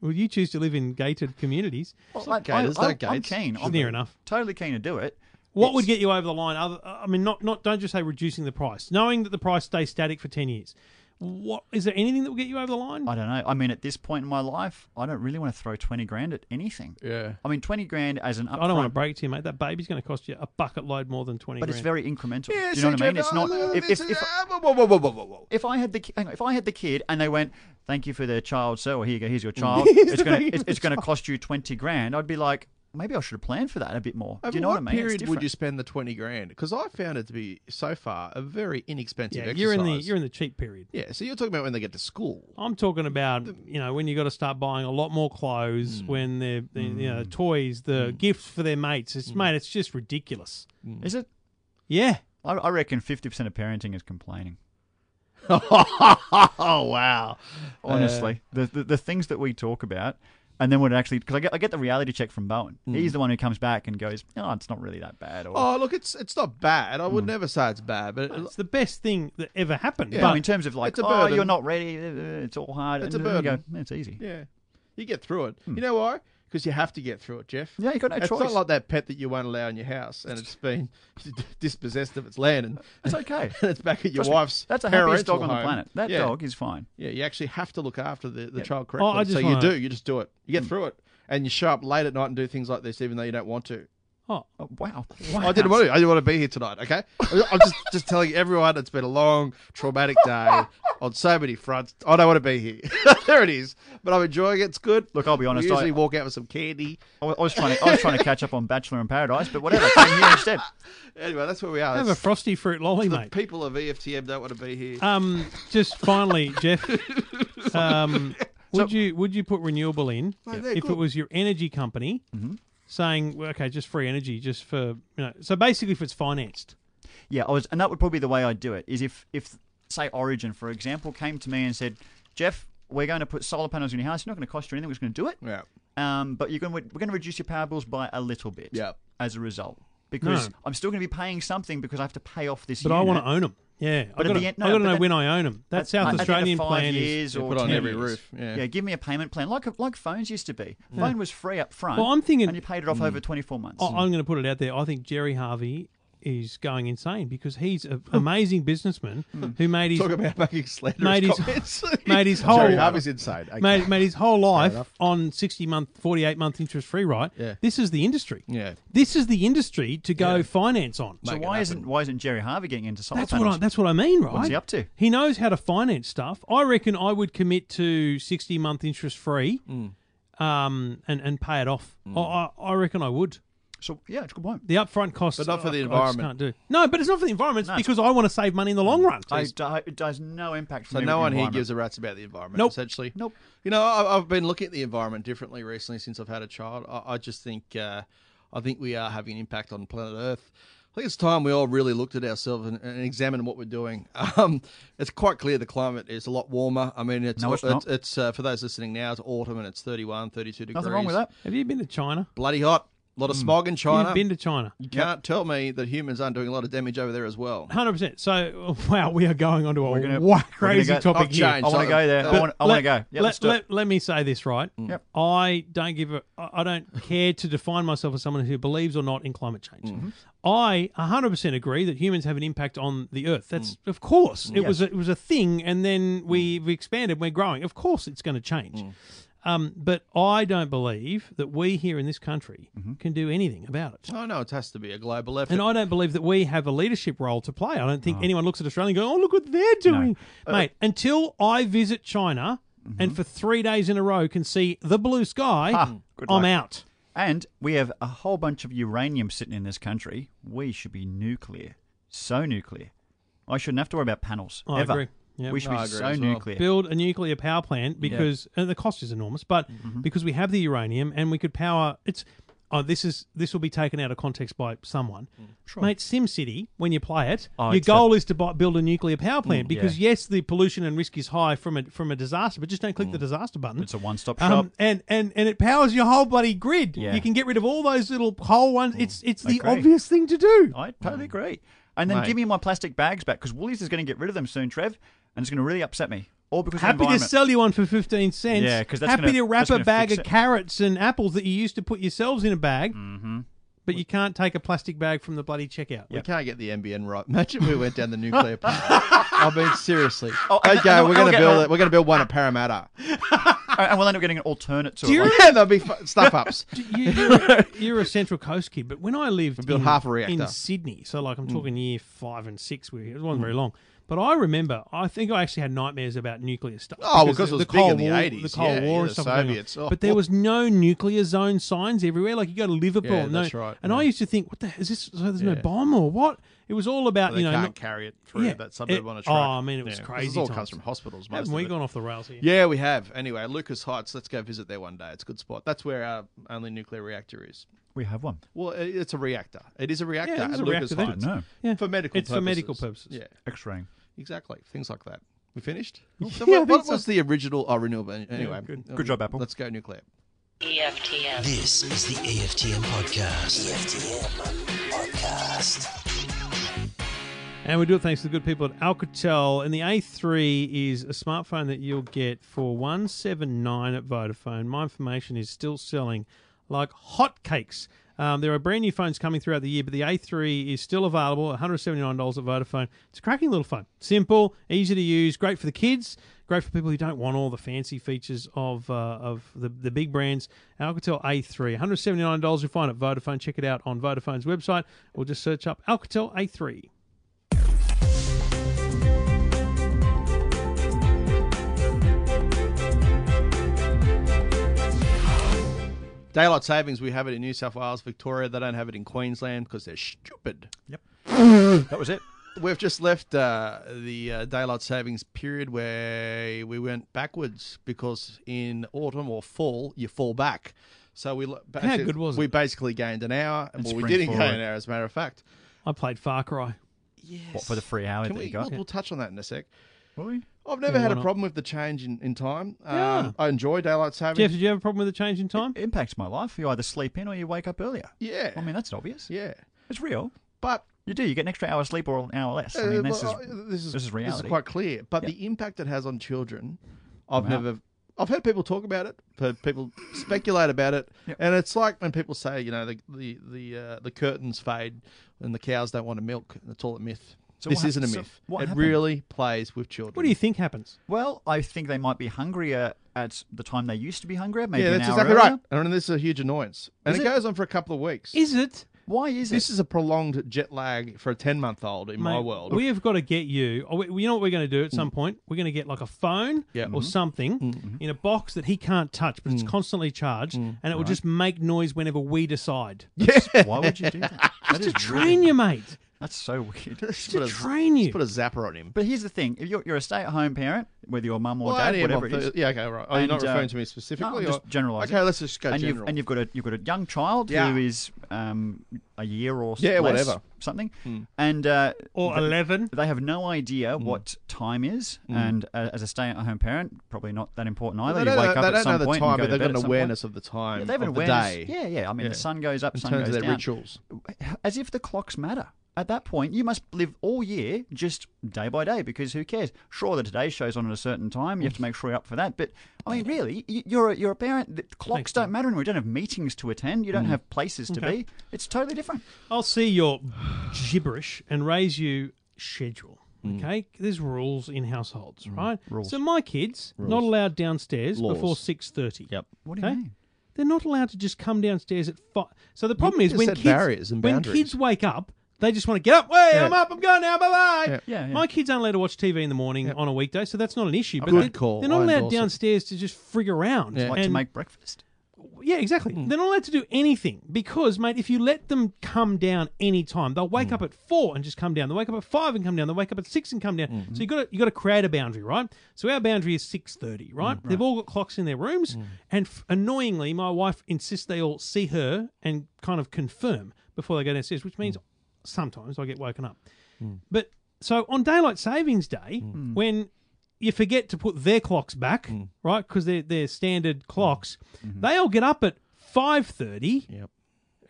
Speaker 5: Well, you choose to live in gated communities.
Speaker 6: Well,
Speaker 2: not gators,
Speaker 6: I,
Speaker 2: they're
Speaker 6: I, I'm
Speaker 2: gates.
Speaker 6: keen.
Speaker 5: It's
Speaker 6: I'm
Speaker 5: near enough.
Speaker 6: Totally keen to do it.
Speaker 5: What would get you over the line? Other, uh, I mean, not not don't just say reducing the price. Knowing that the price stays static for ten years. What is there anything that will get you over the line?
Speaker 6: I don't know. I mean, at this point in my life, I don't really want to throw twenty grand at anything.
Speaker 2: yeah.
Speaker 6: I mean, twenty grand as an upfront,
Speaker 5: I don't want to break it to you, mate. That baby's going to cost you a bucket load more than twenty.
Speaker 6: but it's
Speaker 5: grand.
Speaker 6: very incremental. do you know what I mean? It's not. If, if, if,
Speaker 2: whoa, whoa, whoa, whoa, whoa.
Speaker 6: if I had the ki- hang on, if I had the kid and they went, "Thank you for the child, sir. Well, here you go. Here's your child. it's gonna it's, it's gonna cost you twenty grand." I'd be like, maybe I should have planned for that a bit more. Do
Speaker 2: Over
Speaker 6: you know
Speaker 2: what
Speaker 6: what I mean? It's
Speaker 2: period would you
Speaker 6: different.
Speaker 2: spend the twenty grand? Because I found it to be so far a very inexpensive
Speaker 5: yeah.
Speaker 2: exercise.
Speaker 5: You're in the you're in the cheap period.
Speaker 2: yeah. So you're talking about when they get to school.
Speaker 5: I'm talking about you know when you got to start buying a lot more clothes
Speaker 6: Mm.
Speaker 5: when they're, they you know toys, the gifts for their mates.
Speaker 6: Mm.
Speaker 5: It's mate, it's just ridiculous.
Speaker 6: Is it?
Speaker 5: Yeah.
Speaker 6: I, I reckon fifty percent of parenting is complaining.
Speaker 2: oh wow.
Speaker 6: Honestly, the, the the things that we talk about. And then when it actually, because I get, I get the reality check from Bowen. He's the one who comes back and goes, "Oh, it's not really that bad." Or,
Speaker 2: Hmm. Oh look, it's it's not bad. I
Speaker 6: Hmm.
Speaker 2: would never say it's bad, but it,
Speaker 5: It's the best thing that ever happened.
Speaker 2: Yeah.
Speaker 5: but
Speaker 6: "Oh, in terms of like,
Speaker 2: it's a
Speaker 6: oh,
Speaker 2: burden.
Speaker 6: you're not ready. uh, uh, It's all hard.
Speaker 2: It's
Speaker 6: and
Speaker 2: a
Speaker 6: then you
Speaker 2: burden.
Speaker 6: go, it's easy.
Speaker 2: Yeah. You get through it. You know why? Because you have to get through it, Jeff.
Speaker 6: Hmm. Yeah, you got no
Speaker 2: it's
Speaker 6: choice.
Speaker 2: not like that pet that you won't allow in your house and it's been dispossessed of its land and,
Speaker 6: It's okay.
Speaker 2: and it's back at your
Speaker 6: Trust me,
Speaker 2: wife's.
Speaker 6: That's the happiest
Speaker 2: parental
Speaker 6: dog on the
Speaker 2: home.
Speaker 6: planet. That
Speaker 2: yeah.
Speaker 6: dog is fine.
Speaker 2: Yeah, you actually have to look after the, the
Speaker 6: Yeah.
Speaker 2: child
Speaker 5: Oh,
Speaker 2: correctly.
Speaker 5: I just
Speaker 2: so you
Speaker 5: wanna-
Speaker 6: Hmm.
Speaker 2: do. You just do it. You get through it. And you show up late at night and do things like this even though you don't want to.
Speaker 5: Oh,
Speaker 6: Oh, wow. wow.
Speaker 2: I didn't want to. I didn't want to be here tonight. Okay, I'm just just telling everyone it's been a long, traumatic day on so many fronts. I don't want to be here. there it is. But I'm enjoying it. It's good.
Speaker 6: Look, I'll be honest,
Speaker 2: We usually
Speaker 6: I-
Speaker 2: walk out with some candy.
Speaker 6: I was- I was trying to I was trying to catch up on Bachelor in Paradise, but whatever. Came here instead.
Speaker 2: Anyway, that's where we are.
Speaker 5: have a
Speaker 2: That's-
Speaker 5: frosty fruit lolly,
Speaker 2: the
Speaker 5: mate.
Speaker 2: people of E EFTM don't want to be here.
Speaker 5: Um, just finally, Jeff, um, would you would you put renewable in
Speaker 2: No, they're
Speaker 5: if
Speaker 2: good.
Speaker 5: it was your energy company saying, well, okay, just free energy, just for you know? So basically, if it's financed,
Speaker 6: Yeah, I was, and that would probably be the way I'd do it. Is if if say Origin, for example, came to me and said, Jeff, we're going to put solar panels in your house. It's not going to cost you anything. We're just going to do it.
Speaker 2: yeah.
Speaker 6: Um, but you're going to, we're going to reduce your power bills by a little bit.
Speaker 2: Yeah.
Speaker 6: As a result, because
Speaker 5: No.
Speaker 6: I'm still going to be paying something because I have to pay off this.
Speaker 5: but I
Speaker 6: unit.
Speaker 5: want to own them. Yeah,
Speaker 6: But at
Speaker 5: I got
Speaker 6: the end-
Speaker 5: to
Speaker 6: no, but
Speaker 5: know
Speaker 6: that-
Speaker 5: when I own them. That
Speaker 6: At-
Speaker 5: South
Speaker 6: at the end of
Speaker 5: Australian
Speaker 6: five
Speaker 5: plan is.
Speaker 6: years
Speaker 2: They
Speaker 6: or
Speaker 2: put on
Speaker 6: 10
Speaker 2: every
Speaker 6: years.
Speaker 2: roof, yeah.
Speaker 6: give me a payment plan like like phones used to be. Phone was free up front.
Speaker 5: Well, I'm thinking-
Speaker 6: and you paid it off
Speaker 2: Mm.
Speaker 6: over 24 months.
Speaker 5: I- I'm going to put it out there. I think Jerry Harvey is going insane because he's an amazing businessman who made his
Speaker 2: Talk about making
Speaker 5: made
Speaker 2: slanderous
Speaker 5: his,
Speaker 2: comments.
Speaker 5: made his whole
Speaker 2: Jerry Harvey's insane. Okay.
Speaker 5: made, made his whole life on 60 month 48 month interest free right
Speaker 2: Yeah.
Speaker 5: this is the industry
Speaker 2: Yeah.
Speaker 5: this is the industry to go finance on
Speaker 6: so why isn't why isn't Jerry Harvey getting into solar
Speaker 5: that's what
Speaker 6: panels?
Speaker 5: I, that's what I mean right
Speaker 6: he up to?
Speaker 5: he knows how to finance stuff I reckon I would commit to 60 month interest free um and and pay it off I, I I reckon I would
Speaker 6: so yeah, it's a good point.
Speaker 5: the upfront cost
Speaker 2: But not for the environment.
Speaker 5: can't do no but it's not for the environment it's
Speaker 6: No.
Speaker 5: because I want to save money in the long run
Speaker 6: It does, it does no impact.
Speaker 2: So no one here gives a rat's about the environment.
Speaker 5: Nope.
Speaker 2: Essentially,
Speaker 6: Nope.
Speaker 2: You know, I, I've been looking at the environment differently recently since I've had a child. I, I just think, uh, I think we are having an impact on planet Earth. I think it's time we all really looked at ourselves and, and examined what we're doing. Um, it's quite clear the climate is a lot warmer. I mean, it's
Speaker 6: No, it's
Speaker 2: it's,
Speaker 6: not.
Speaker 2: uh, for those listening now, it's autumn and it's 31, 32 degrees.
Speaker 6: Nothing wrong with that. Hmm.
Speaker 5: have you been to China
Speaker 2: Bloody hot. A lot of smog in China.
Speaker 5: you've been to China
Speaker 2: you can't tell me that humans aren't doing a lot of damage over there as well.
Speaker 5: Hundred percent. So wow, we are going on to a
Speaker 6: gonna-
Speaker 5: wa-
Speaker 6: we're gonna
Speaker 5: crazy
Speaker 6: go-
Speaker 5: topic
Speaker 2: I've
Speaker 5: here.
Speaker 2: changed.
Speaker 6: I want
Speaker 2: So-
Speaker 6: to go there. I
Speaker 2: But
Speaker 6: want I want to
Speaker 5: Let-
Speaker 6: go. Yeah,
Speaker 5: let,
Speaker 6: let's do
Speaker 5: let-
Speaker 6: it. Mm.
Speaker 5: let me say this right.
Speaker 6: Yep.
Speaker 5: I don't give a. I I don't care to define myself as someone who believes or not in climate change.
Speaker 6: Mm-hmm.
Speaker 5: I 100% agree that humans have an impact on the Earth. That's
Speaker 6: Mm.
Speaker 5: of course. It was a, it was a thing, and then we we expanded. We're growing. Of course, it's going to change.
Speaker 6: Mm.
Speaker 5: Um, but I don't believe that we here in this country
Speaker 6: Mm-hmm.
Speaker 5: can do anything about it.
Speaker 2: Oh no, it has to be a global effort.
Speaker 5: And I don't believe that we have a leadership role to play. I don't think anyone looks at Australia and goes, oh, look what they're doing.
Speaker 6: Uh,
Speaker 5: Mate, until I visit China
Speaker 6: Mm-hmm.
Speaker 5: and for three days in a row can see the blue sky,
Speaker 6: Ah, good
Speaker 5: I'm
Speaker 6: luck.
Speaker 5: out.
Speaker 6: And we have a whole bunch of uranium sitting in this country. We should be nuclear. So nuclear. I shouldn't have to worry about panels
Speaker 5: I
Speaker 6: ever.
Speaker 5: agree. Yep.
Speaker 6: We
Speaker 2: I
Speaker 6: should be
Speaker 2: agree
Speaker 6: so
Speaker 2: as well.
Speaker 6: nuclear.
Speaker 5: Build a nuclear power plant because and the cost is enormous, but
Speaker 6: Mm-hmm.
Speaker 5: because we have the uranium and we could power it's. Oh, this is this will be taken out of context by someone, mate. SimCity, when you play it,
Speaker 6: Mm, Oh,
Speaker 5: your
Speaker 6: it's Mm, a-
Speaker 5: goal is to buy, build a nuclear power plant because yes, the pollution and risk is high from a from a disaster, but just don't
Speaker 6: Mm.
Speaker 5: click the disaster button.
Speaker 6: It's a one-stop shop.
Speaker 5: Um, and, and and it powers your whole bloody grid.
Speaker 6: Yeah. Oh,
Speaker 5: You can get rid of all those little whole ones. It's it's the
Speaker 6: agree.
Speaker 5: obvious thing to do.
Speaker 6: I
Speaker 2: Mm.
Speaker 6: totally agree. And then give me my plastic bags back because Woolies is going to get rid of them soon, Trev, and it's going to really upset me. All because of the
Speaker 5: Happy to
Speaker 6: environment.
Speaker 5: sell you one for fifteen cents.
Speaker 6: Yeah, 'cause that's
Speaker 5: happy
Speaker 6: gonna-
Speaker 5: to wrap
Speaker 6: that's
Speaker 5: a
Speaker 6: gonna
Speaker 5: bag
Speaker 6: fix
Speaker 5: of
Speaker 6: it.
Speaker 5: carrots and apples that you used to put yourselves in a bag. Mm-hmm. But you can't take a plastic bag from the bloody checkout.
Speaker 2: We can't get the NBN right. Imagine we went down the nuclear path. I mean, seriously.
Speaker 6: Oh, and-
Speaker 2: okay,
Speaker 6: and-
Speaker 2: we're going
Speaker 6: okay,
Speaker 2: to build
Speaker 5: uh,
Speaker 6: no.
Speaker 2: it. We're going to build one at Parramatta.
Speaker 6: and we'll end up getting an alternate to
Speaker 5: Do
Speaker 6: it.
Speaker 5: you
Speaker 6: Like,
Speaker 2: Yeah, there'll be fu- stuff ups.
Speaker 5: You, you're, you're a Central Coast kid, but when I lived
Speaker 2: built
Speaker 5: in,
Speaker 2: half a reactor. Hmm.
Speaker 5: in Sydney, so like I'm talking year five and six, we, it wasn't very long. But I remember, I think I actually had nightmares about nuclear stuff.
Speaker 2: Oh,
Speaker 5: because
Speaker 2: because it was big in the 80s.
Speaker 5: The Cold
Speaker 2: Yeah,
Speaker 5: War
Speaker 2: yeah,
Speaker 5: and
Speaker 2: the
Speaker 5: stuff. going on.
Speaker 2: Soviets. Oh.
Speaker 5: But there was no nuclear zone signs everywhere. Like you go to Liverpool,
Speaker 2: Yeah,
Speaker 5: no-
Speaker 2: that's right,
Speaker 5: And
Speaker 2: yeah.
Speaker 5: I used to think, what the hell is this? So there's
Speaker 2: Yeah.
Speaker 5: no bomb or what? It was all about
Speaker 2: They
Speaker 5: you know.
Speaker 2: can't
Speaker 5: not-
Speaker 2: carry it through
Speaker 5: yeah,
Speaker 2: that suburb
Speaker 5: it-
Speaker 2: on a
Speaker 5: Oh,
Speaker 2: truck.
Speaker 5: I mean, it was
Speaker 2: Yeah,
Speaker 5: crazy.
Speaker 2: This is all
Speaker 5: times.
Speaker 2: comes from hospitals. Most
Speaker 5: Haven't
Speaker 2: of
Speaker 5: we
Speaker 2: it.
Speaker 5: gone off the rails here?
Speaker 2: Yeah, we have. Anyway, Lucas Heights. Let's go visit there one day. It's a good spot. That's where our only nuclear reactor is.
Speaker 6: we have one.
Speaker 2: Well, i- it's a reactor. It is a reactor
Speaker 5: it is
Speaker 2: at
Speaker 5: a
Speaker 2: Lucas
Speaker 5: reactor there.
Speaker 2: Heights.
Speaker 6: No.
Speaker 5: Yeah.
Speaker 2: For medical
Speaker 5: It's
Speaker 2: purposes.
Speaker 5: for medical purposes.
Speaker 2: Yeah,
Speaker 6: X-raying.
Speaker 2: exactly. Things like that. We finished? So
Speaker 5: I
Speaker 2: what
Speaker 5: think
Speaker 2: what
Speaker 5: so.
Speaker 2: was the original oh, renewable? en- Anyway. Um,
Speaker 5: good.
Speaker 6: Good job, Apple.
Speaker 2: Let's go nuclear.
Speaker 3: E EFTM.
Speaker 4: This is the E EFTM podcast. E EFTM podcast.
Speaker 5: And we do it thanks to the good people at Alcatel. And the A3 is a smartphone that you'll get for 179 at Vodafone. My information is still selling like hotcakes. Um, there are brand new phones coming throughout the year, but the A3 is still available, $179 at Vodafone. It's a cracking little phone. Simple, easy to use, great for the kids, great for people who don't want all the fancy features of uh, of the, the big brands. Alcatel A3, $179 you find it at Vodafone. Check it out on Vodafone's website or just search up Alcatel A3.
Speaker 2: Daylight savings, we have it in New South Wales, Victoria. They don't have it in Queensland because they're stupid.
Speaker 6: That was it.
Speaker 2: We've just left uh, the uh, daylight savings period where we went backwards because in autumn or fall you fall back. So we lo- basically-
Speaker 5: good was
Speaker 2: we
Speaker 5: it?
Speaker 2: basically gained an hour, and well, we
Speaker 6: spring
Speaker 2: didn't gain
Speaker 6: forward.
Speaker 2: an hour as a matter of fact.
Speaker 5: I played Far Cry.
Speaker 6: What for the free hour
Speaker 2: Can
Speaker 6: that
Speaker 2: we,
Speaker 6: you got?
Speaker 2: We'll, we'll touch on that in a sec.
Speaker 6: Will we?
Speaker 2: I've never had
Speaker 5: why
Speaker 2: a
Speaker 5: not?
Speaker 2: problem with the change in, in time. Um,
Speaker 5: Yeah.
Speaker 2: I enjoy daylight savings.
Speaker 5: Jeff, did you have a problem with the change in time?
Speaker 6: It impacts my life. You either sleep in or you wake up earlier.
Speaker 2: yeah,
Speaker 6: I mean, that's obvious.
Speaker 2: yeah,
Speaker 6: It's real.
Speaker 2: but
Speaker 6: You do. You get an extra hour sleep or an hour less. I
Speaker 2: Uh,
Speaker 6: mean, this
Speaker 2: well,
Speaker 6: is.
Speaker 2: uh, this is
Speaker 6: this is
Speaker 2: This
Speaker 6: reality.
Speaker 2: is quite clear, but
Speaker 6: Yeah.
Speaker 2: the impact it has on children, I've
Speaker 6: Wow.
Speaker 2: never. I've heard people talk about it, but people speculate about it,
Speaker 6: Yep.
Speaker 2: and it's like when people say, you know, the the the, uh, the curtains fade and the cows don't want to milk. That's all a myth.
Speaker 6: So
Speaker 2: this
Speaker 6: what hap-
Speaker 2: isn't a
Speaker 6: so
Speaker 2: myth.
Speaker 6: what
Speaker 2: it
Speaker 6: happened?
Speaker 2: really plays with children.
Speaker 5: What do you think happens?
Speaker 6: Well, I think they might be hungrier at the time they used to be hungrier. Maybe
Speaker 2: yeah,
Speaker 6: an
Speaker 2: that's
Speaker 6: hour
Speaker 2: exactly
Speaker 6: earlier.
Speaker 2: right. And this is a huge annoyance, and
Speaker 6: Is
Speaker 2: it,
Speaker 6: it?
Speaker 2: goes on for a couple of weeks.
Speaker 5: Is it
Speaker 6: Why is
Speaker 2: this
Speaker 6: it?
Speaker 2: is a prolonged jet lag for a ten-month-old in my
Speaker 5: Mate,
Speaker 2: world. Mm.
Speaker 5: We have got to get you. oh, we- You know what we're going to do at some point? We're going to get like a phone
Speaker 2: Yeah. Mm-hmm. Mm.
Speaker 5: or something in a box that he can't touch, but it's constantly charged, and it will just make noise whenever we decide.
Speaker 6: Why would you do that? that
Speaker 5: to
Speaker 6: is
Speaker 5: train
Speaker 6: weird.
Speaker 5: you, mate.
Speaker 6: That's so weird.
Speaker 2: Just
Speaker 5: To
Speaker 2: put a-
Speaker 5: train
Speaker 2: just
Speaker 5: you.
Speaker 2: put a zapper on him.
Speaker 6: But here's the thing: if you're, you're a stay-at-home parent, whether your mum or
Speaker 2: Well,
Speaker 6: dad,
Speaker 2: only
Speaker 6: whatever it
Speaker 2: about
Speaker 6: is,
Speaker 2: thir- Yeah, okay, right. Oh, you're not
Speaker 6: And, uh,
Speaker 2: referring to me specifically?
Speaker 6: no, I'm just
Speaker 2: or-
Speaker 6: generalising.
Speaker 2: Okay, let's just go
Speaker 6: and you've
Speaker 2: general.
Speaker 6: and you've got a you've got a young child
Speaker 2: Yeah.
Speaker 6: who is um, a year or s-
Speaker 2: Yeah,
Speaker 6: less,
Speaker 2: whatever. Hmm.
Speaker 6: something, and uh,
Speaker 5: Or eleven.
Speaker 6: they have no idea what time is. And uh, as a stay-at-home parent, probably not that important either.
Speaker 2: Hmm. they
Speaker 6: you
Speaker 2: don't,
Speaker 6: wake
Speaker 2: know,
Speaker 6: up
Speaker 2: they
Speaker 6: at
Speaker 2: don't
Speaker 6: some
Speaker 2: know the
Speaker 6: point
Speaker 2: time,
Speaker 6: and go
Speaker 2: but
Speaker 6: to
Speaker 2: they've
Speaker 6: bed
Speaker 2: got an
Speaker 6: at some
Speaker 2: awareness
Speaker 6: point.
Speaker 2: of the time
Speaker 6: Yeah, they have an
Speaker 2: of the
Speaker 6: awareness.
Speaker 2: day
Speaker 6: Yeah, yeah. I mean,
Speaker 2: Yeah.
Speaker 6: the sun goes up,
Speaker 2: in
Speaker 6: sun
Speaker 2: terms
Speaker 6: goes
Speaker 2: of their
Speaker 6: down.
Speaker 2: rituals.
Speaker 6: as if the clocks matter. At that point, you must live all year just day by day because who cares? Sure, the Today Show's on at a certain time. You have to make sure you're up for that. But I mean, really, y- you're a, you're a parent. The clocks don't matter, and we don't have meetings to attend. You don't have places to
Speaker 5: Mm. Okay.
Speaker 6: be. It's totally different.
Speaker 5: I'll see your gibberish and raise you schedule.
Speaker 2: Mm.
Speaker 5: Okay, there's rules in households, right?
Speaker 6: rules.
Speaker 5: So my kids not allowed downstairs
Speaker 2: Laws.
Speaker 5: before six thirty.
Speaker 2: Yep.
Speaker 6: What do you
Speaker 5: Okay.
Speaker 6: mean?
Speaker 5: They're not allowed to just come downstairs at five. So the problem
Speaker 2: need
Speaker 5: is
Speaker 2: to
Speaker 5: when
Speaker 2: set
Speaker 5: kids
Speaker 2: barriers and
Speaker 5: when
Speaker 2: boundaries.
Speaker 5: kids wake up, they just want to get up. Way
Speaker 2: Yeah.
Speaker 5: I'm up. I'm going now. Bye bye.
Speaker 2: Yeah.
Speaker 6: Yeah, yeah.
Speaker 5: My kids aren't allowed to watch TV in the morning on a weekday, so that's not an issue. But
Speaker 2: Good
Speaker 5: they're,
Speaker 2: call.
Speaker 5: they're not
Speaker 2: I
Speaker 5: allowed
Speaker 2: endorse it.
Speaker 5: downstairs to just frig around.
Speaker 2: Yeah.
Speaker 6: Like to
Speaker 5: And-
Speaker 6: make breakfast.
Speaker 5: yeah, exactly. They're not allowed to do anything because, mate, if you let them come down any time, they'll wake up at four and just come down. They'll wake up at five and come down. They'll wake up at six and come down. So you got to you got to create a boundary, right? So our boundary is six thirty, right? They've all got clocks in their rooms, and f- annoyingly, my wife insists they all see her and kind of confirm before they go downstairs, which means sometimes I get woken up. But so on daylight savings day,
Speaker 2: Hmm.
Speaker 5: when you forget to put their clocks back, right? Because they're they're standard clocks.
Speaker 2: Mm-hmm.
Speaker 5: They all get up at five thirty,
Speaker 2: Yep.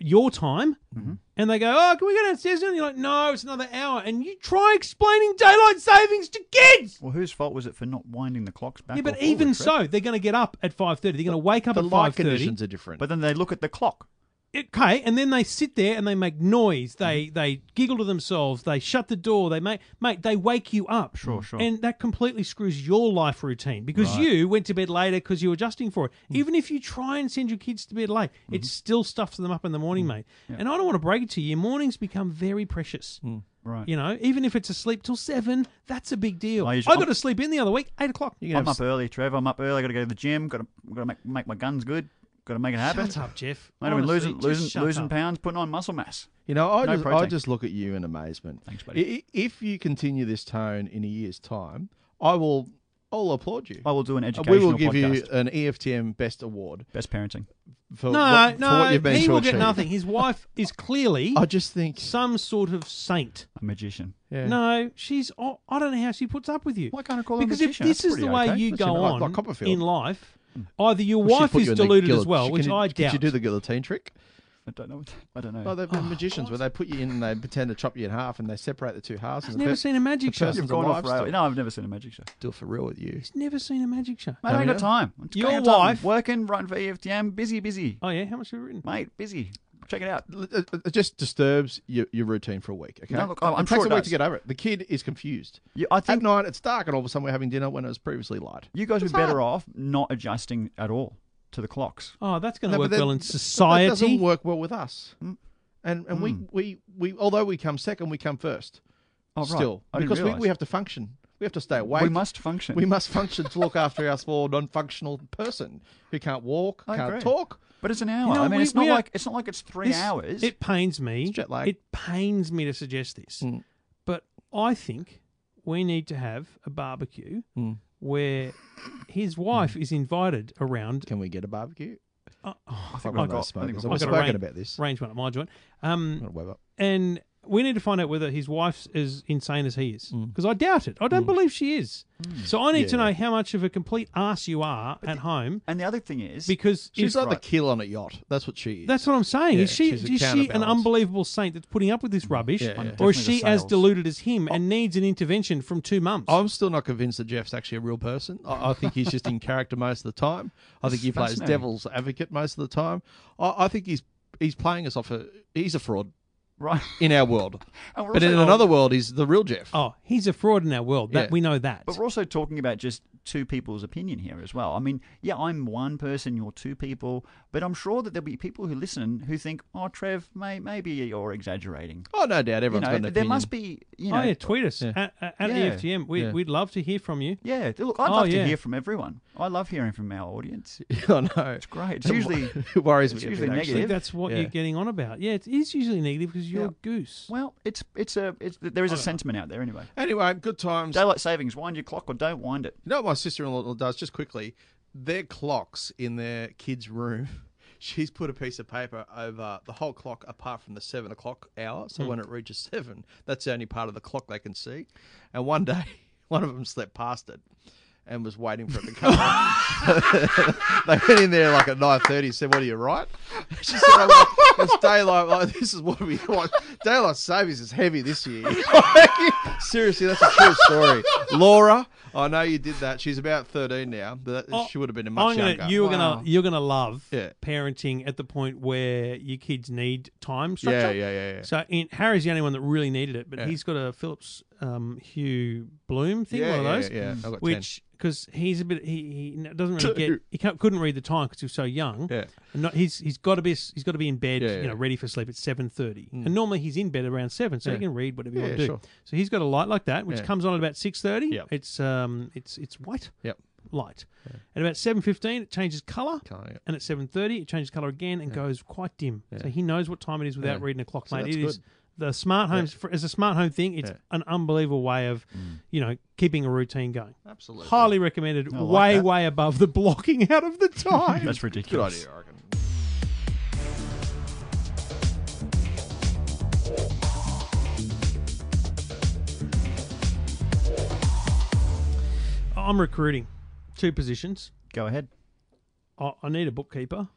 Speaker 5: your time,
Speaker 2: Mm-hmm.
Speaker 5: and they go, "Oh, can we go downstairs?" now?" And you're like, "No, it's another hour." And you try explaining daylight savings to kids.
Speaker 6: Well, whose fault was it for not winding the clocks back?
Speaker 5: Yeah,
Speaker 6: or
Speaker 5: but
Speaker 6: forward,
Speaker 5: even
Speaker 6: Trev?
Speaker 5: so, they're going to get up at five thirty. They're going to wake up
Speaker 2: The
Speaker 5: at
Speaker 2: light
Speaker 5: five thirty.
Speaker 2: conditions are different.
Speaker 6: But then they look at the clock.
Speaker 5: okay and then they sit there and they make noise they
Speaker 6: Mm.
Speaker 5: they giggle to themselves they shut the door they make mate they wake you up
Speaker 6: Sure, sure.
Speaker 5: and that completely screws your life routine because you went to bed later because you were adjusting for it
Speaker 6: Mm.
Speaker 5: even if you try and send your kids to bed late
Speaker 6: Mm-hmm.
Speaker 5: it still stuffs them up in the
Speaker 6: Mm.
Speaker 5: morning mate and i don't want to break it to you your mornings become very precious
Speaker 6: Mm. Right.
Speaker 5: you know even if it's asleep till seven that's a big deal
Speaker 6: I
Speaker 5: i,
Speaker 6: usually-
Speaker 5: got to sleep in the other week eight o'clock you
Speaker 6: I'm up early, Trevor. I'm up early. I got to go to the gym. Got to got to make, make my guns good. Got to make it happen.
Speaker 5: shut up jeff
Speaker 6: Mate, I've been
Speaker 5: Honestly,
Speaker 6: losing
Speaker 5: just
Speaker 6: losing
Speaker 5: shut
Speaker 6: losing
Speaker 5: up.
Speaker 6: pounds, putting on muscle mass.
Speaker 2: you know, I,
Speaker 6: No
Speaker 2: just, I
Speaker 6: protein.
Speaker 2: just look at you in amazement. Thanks,
Speaker 6: buddy.
Speaker 2: If you continue this tone in a year's time, I will I'll applaud you.
Speaker 6: I will do an
Speaker 2: Uh,
Speaker 6: educational
Speaker 2: we will give
Speaker 6: podcast.
Speaker 2: you an E EFTM Best Award
Speaker 6: Best parenting.
Speaker 2: for,
Speaker 5: no,
Speaker 2: what,
Speaker 5: no,
Speaker 2: for what you've been
Speaker 5: he
Speaker 2: to
Speaker 5: will
Speaker 2: achieve.
Speaker 5: get nothing. His wife is clearly
Speaker 2: I just think,
Speaker 5: some sort of saint.
Speaker 6: A magician.
Speaker 2: yeah.
Speaker 5: No, she's. Oh, I don't know how she puts up with you.
Speaker 6: Why can't I call her a
Speaker 5: Because if
Speaker 6: magician?
Speaker 5: this
Speaker 6: That's
Speaker 5: is the
Speaker 6: pretty
Speaker 5: way
Speaker 6: okay.
Speaker 5: you
Speaker 2: That's
Speaker 5: go
Speaker 2: it, like-
Speaker 5: on
Speaker 2: like Copperfield.
Speaker 5: in life, either your
Speaker 2: Hmm. Well, she's
Speaker 5: wife
Speaker 2: put
Speaker 5: is
Speaker 2: you in the
Speaker 5: deluded as
Speaker 2: guillotine.
Speaker 5: well,
Speaker 2: She
Speaker 5: which
Speaker 2: can-
Speaker 5: I
Speaker 2: Did
Speaker 5: doubt.
Speaker 2: you do the guillotine trick?
Speaker 6: I don't know. What, I don't know.
Speaker 2: Oh, they've been magicians where they put you in and they pretend to chop you in half and they separate the two halves.
Speaker 5: I've
Speaker 2: and the
Speaker 5: never
Speaker 2: per-
Speaker 5: seen a magic
Speaker 2: the
Speaker 5: show.
Speaker 2: person's
Speaker 6: You've gone
Speaker 2: alive
Speaker 6: off rail.
Speaker 2: still.
Speaker 6: No, I've never seen a magic show.
Speaker 2: Do it for real with you.
Speaker 5: He's never seen a magic show.
Speaker 2: Hmm.
Speaker 6: Mate, I ain't got time. I ain't
Speaker 5: Your
Speaker 6: got time.
Speaker 5: wife-
Speaker 6: E working, writing for EFTM, busy, busy,
Speaker 2: Hmm.
Speaker 5: Oh yeah, how much have you written?
Speaker 6: mate, busy. Check it out.
Speaker 2: It it uh, just disturbs your, your routine for a week. Okay,
Speaker 6: No, look, I'm- I'm
Speaker 2: it takes
Speaker 6: sure it
Speaker 2: a week
Speaker 6: does.
Speaker 2: to get over it. The kid is confused.
Speaker 6: You, I
Speaker 2: At
Speaker 6: think
Speaker 2: night, it's dark, and all of a sudden we're having dinner when it was previously light.
Speaker 6: you guys were better off not adjusting at all to the clocks.
Speaker 5: Oh, that's going
Speaker 2: No,
Speaker 5: to
Speaker 2: but
Speaker 5: work
Speaker 2: that-
Speaker 5: well in
Speaker 2: but That doesn't
Speaker 5: society.
Speaker 2: work well with us.
Speaker 6: Mm.
Speaker 2: And and we, we, we although we come second, we come first.
Speaker 6: Oh, right.
Speaker 2: still
Speaker 6: I didn't
Speaker 2: because we,
Speaker 6: realise.
Speaker 2: we have to function. We have to stay awake.
Speaker 6: We must function.
Speaker 2: We must function to look after our small non-functional person who can't walk,
Speaker 6: I
Speaker 2: can't
Speaker 6: agree.
Speaker 2: talk.
Speaker 6: But it's an hour.
Speaker 5: You know,
Speaker 6: I mean,
Speaker 5: we-
Speaker 6: it's not
Speaker 5: we are-
Speaker 6: like it's not like it's three
Speaker 5: This-
Speaker 6: hours.
Speaker 5: It pains me.
Speaker 2: It's jet lag. Hmm.
Speaker 5: It pains me to suggest this, but I think we need to have a barbecue
Speaker 2: Hmm.
Speaker 5: where his wife is invited around. uh, oh,
Speaker 2: Can we get a barbecue?
Speaker 5: I
Speaker 2: think we've got smokers. I've spoken about this.
Speaker 5: Range one at my joint.
Speaker 2: I'm
Speaker 5: Um,
Speaker 2: gonna wave up.
Speaker 5: and we need to find out whether his wife's as insane as he is,
Speaker 2: Mm.
Speaker 5: because I doubt it. I don't believe she is. So I need to know how much of a complete ass you are at home,
Speaker 6: and the other thing is,
Speaker 5: because
Speaker 2: She's
Speaker 5: if-
Speaker 2: like the kill on a yacht. That's what she is.
Speaker 5: That's what I'm saying. is
Speaker 2: Yeah,
Speaker 5: she
Speaker 2: she's a
Speaker 5: is she an
Speaker 2: counterbalance. Mm.
Speaker 5: unbelievable saint that's putting up with this rubbish,
Speaker 2: Yeah, yeah.
Speaker 5: or
Speaker 6: Definitely
Speaker 5: is
Speaker 6: the
Speaker 5: she as
Speaker 6: sales.
Speaker 5: deluded as him
Speaker 2: Oh.
Speaker 5: and needs an intervention from two mums?
Speaker 2: I'm still not convinced that Jeff's actually a real person. I, I think he's just in character most of the time. I think he plays
Speaker 6: fascinating.
Speaker 2: devil's advocate most of the time. I, I think he's he's playing us off a he's a fraud
Speaker 6: right?
Speaker 2: in our world.
Speaker 6: And we're
Speaker 2: But
Speaker 6: also-
Speaker 2: in another world he's the real Jeff.
Speaker 5: oh, he's a fraud in our world. That
Speaker 2: Yeah.
Speaker 5: we know that.
Speaker 6: But we're also talking about just two people's opinion here as well. I mean, yeah, I'm one person, you're two people, but I'm sure that there'll be people who listen who think, "Oh, Trev, may, maybe you're exaggerating."
Speaker 2: Oh no doubt
Speaker 6: You
Speaker 2: everyone's
Speaker 6: know,
Speaker 2: got an
Speaker 6: there
Speaker 2: opinion.
Speaker 6: must be, you know,
Speaker 5: oh yeah, tweet us at, at at E
Speaker 6: Yeah.
Speaker 5: EFTM. We,
Speaker 2: Yeah.
Speaker 5: We'd love to hear from you.
Speaker 6: yeah. Look, I'd
Speaker 5: Oh,
Speaker 6: love
Speaker 5: yeah.
Speaker 6: to hear from everyone. I love hearing from our audience.
Speaker 2: I know. It's
Speaker 6: great. It's usually-
Speaker 2: it worries
Speaker 6: it's
Speaker 2: me. a
Speaker 6: usually
Speaker 2: bit, actually.
Speaker 5: I think
Speaker 6: negative. If-
Speaker 5: that's what
Speaker 2: yeah.
Speaker 5: you're getting on about. Yeah, it is usually negative because you're
Speaker 6: Yeah.
Speaker 5: a goose.
Speaker 6: Well, it's it's a it's, there is a sentiment out there anyway.
Speaker 2: Anyway, good times.
Speaker 6: Daylight savings, wind your clock or don't wind it.
Speaker 2: You know what my sister in law does just quickly? Their clocks in their kids' room. She's put a piece of paper over the whole clock apart from the seven o'clock hour. So when it reaches seven, that's the only part of the clock they can see. And one day, one of them slept past it and was waiting for it to come on. they went in there like at 9.30 and said, what are you, right? She said, "I'm like, it's daylight. Like, this is what we want. Daylight savings is heavy this year. Seriously, that's a true story. Laura, I know you did that. She's about 13 now, but that,
Speaker 5: Oh,
Speaker 2: she would have been a
Speaker 5: I'm
Speaker 2: much
Speaker 5: gonna,
Speaker 2: younger.
Speaker 5: You're
Speaker 6: Wow.
Speaker 5: gonna you're gonna love
Speaker 2: Yeah.
Speaker 5: parenting at the point where your kids need time
Speaker 2: yeah,
Speaker 5: structure.
Speaker 2: yeah, yeah, yeah.
Speaker 5: So in, Harry's the only one that really needed it, but
Speaker 2: Yeah.
Speaker 5: he's got a Phillips um, Hue Bloom thing,
Speaker 2: yeah,
Speaker 5: one of
Speaker 2: yeah,
Speaker 5: those,
Speaker 2: Yeah, I've got 10.
Speaker 5: which because he's a bit he, he doesn't really get he can't, couldn't read the time because he was so young.
Speaker 2: Yeah.
Speaker 5: And not, he's he's got to be he's got to be in bed,
Speaker 2: Yeah, yeah.
Speaker 5: you know, ready for sleep at seven thirty. And normally he's in bed around seven, so
Speaker 2: Yeah.
Speaker 5: he can read whatever you
Speaker 2: Yeah,
Speaker 5: want to do.
Speaker 2: sure.
Speaker 5: So he's got a light like that, which
Speaker 2: Yeah.
Speaker 5: comes on at about six thirty.
Speaker 2: Yep.
Speaker 5: It's um it's it's white
Speaker 2: Yep.
Speaker 5: light. At about seven fifteen, it changes colour.
Speaker 2: Colour, yeah.
Speaker 5: And at seven thirty, it changes colour again and goes quite dim. So he knows what time it is without
Speaker 2: Yeah.
Speaker 5: reading a clock,
Speaker 2: So
Speaker 5: mate.
Speaker 2: that's
Speaker 5: It is
Speaker 2: good.
Speaker 5: the smart homes for, as a smart home thing. It's
Speaker 2: Yeah. Mm.
Speaker 5: an unbelievable way of, you know, keeping a routine going.
Speaker 2: Absolutely.
Speaker 5: Highly recommended.
Speaker 6: like
Speaker 5: way
Speaker 6: that.
Speaker 5: way above the blocking out of the time.
Speaker 6: That's
Speaker 2: Good
Speaker 6: ridiculous.
Speaker 2: idea, I reckon.
Speaker 5: I'm recruiting two positions.
Speaker 6: Go ahead.
Speaker 5: I, I need a bookkeeper.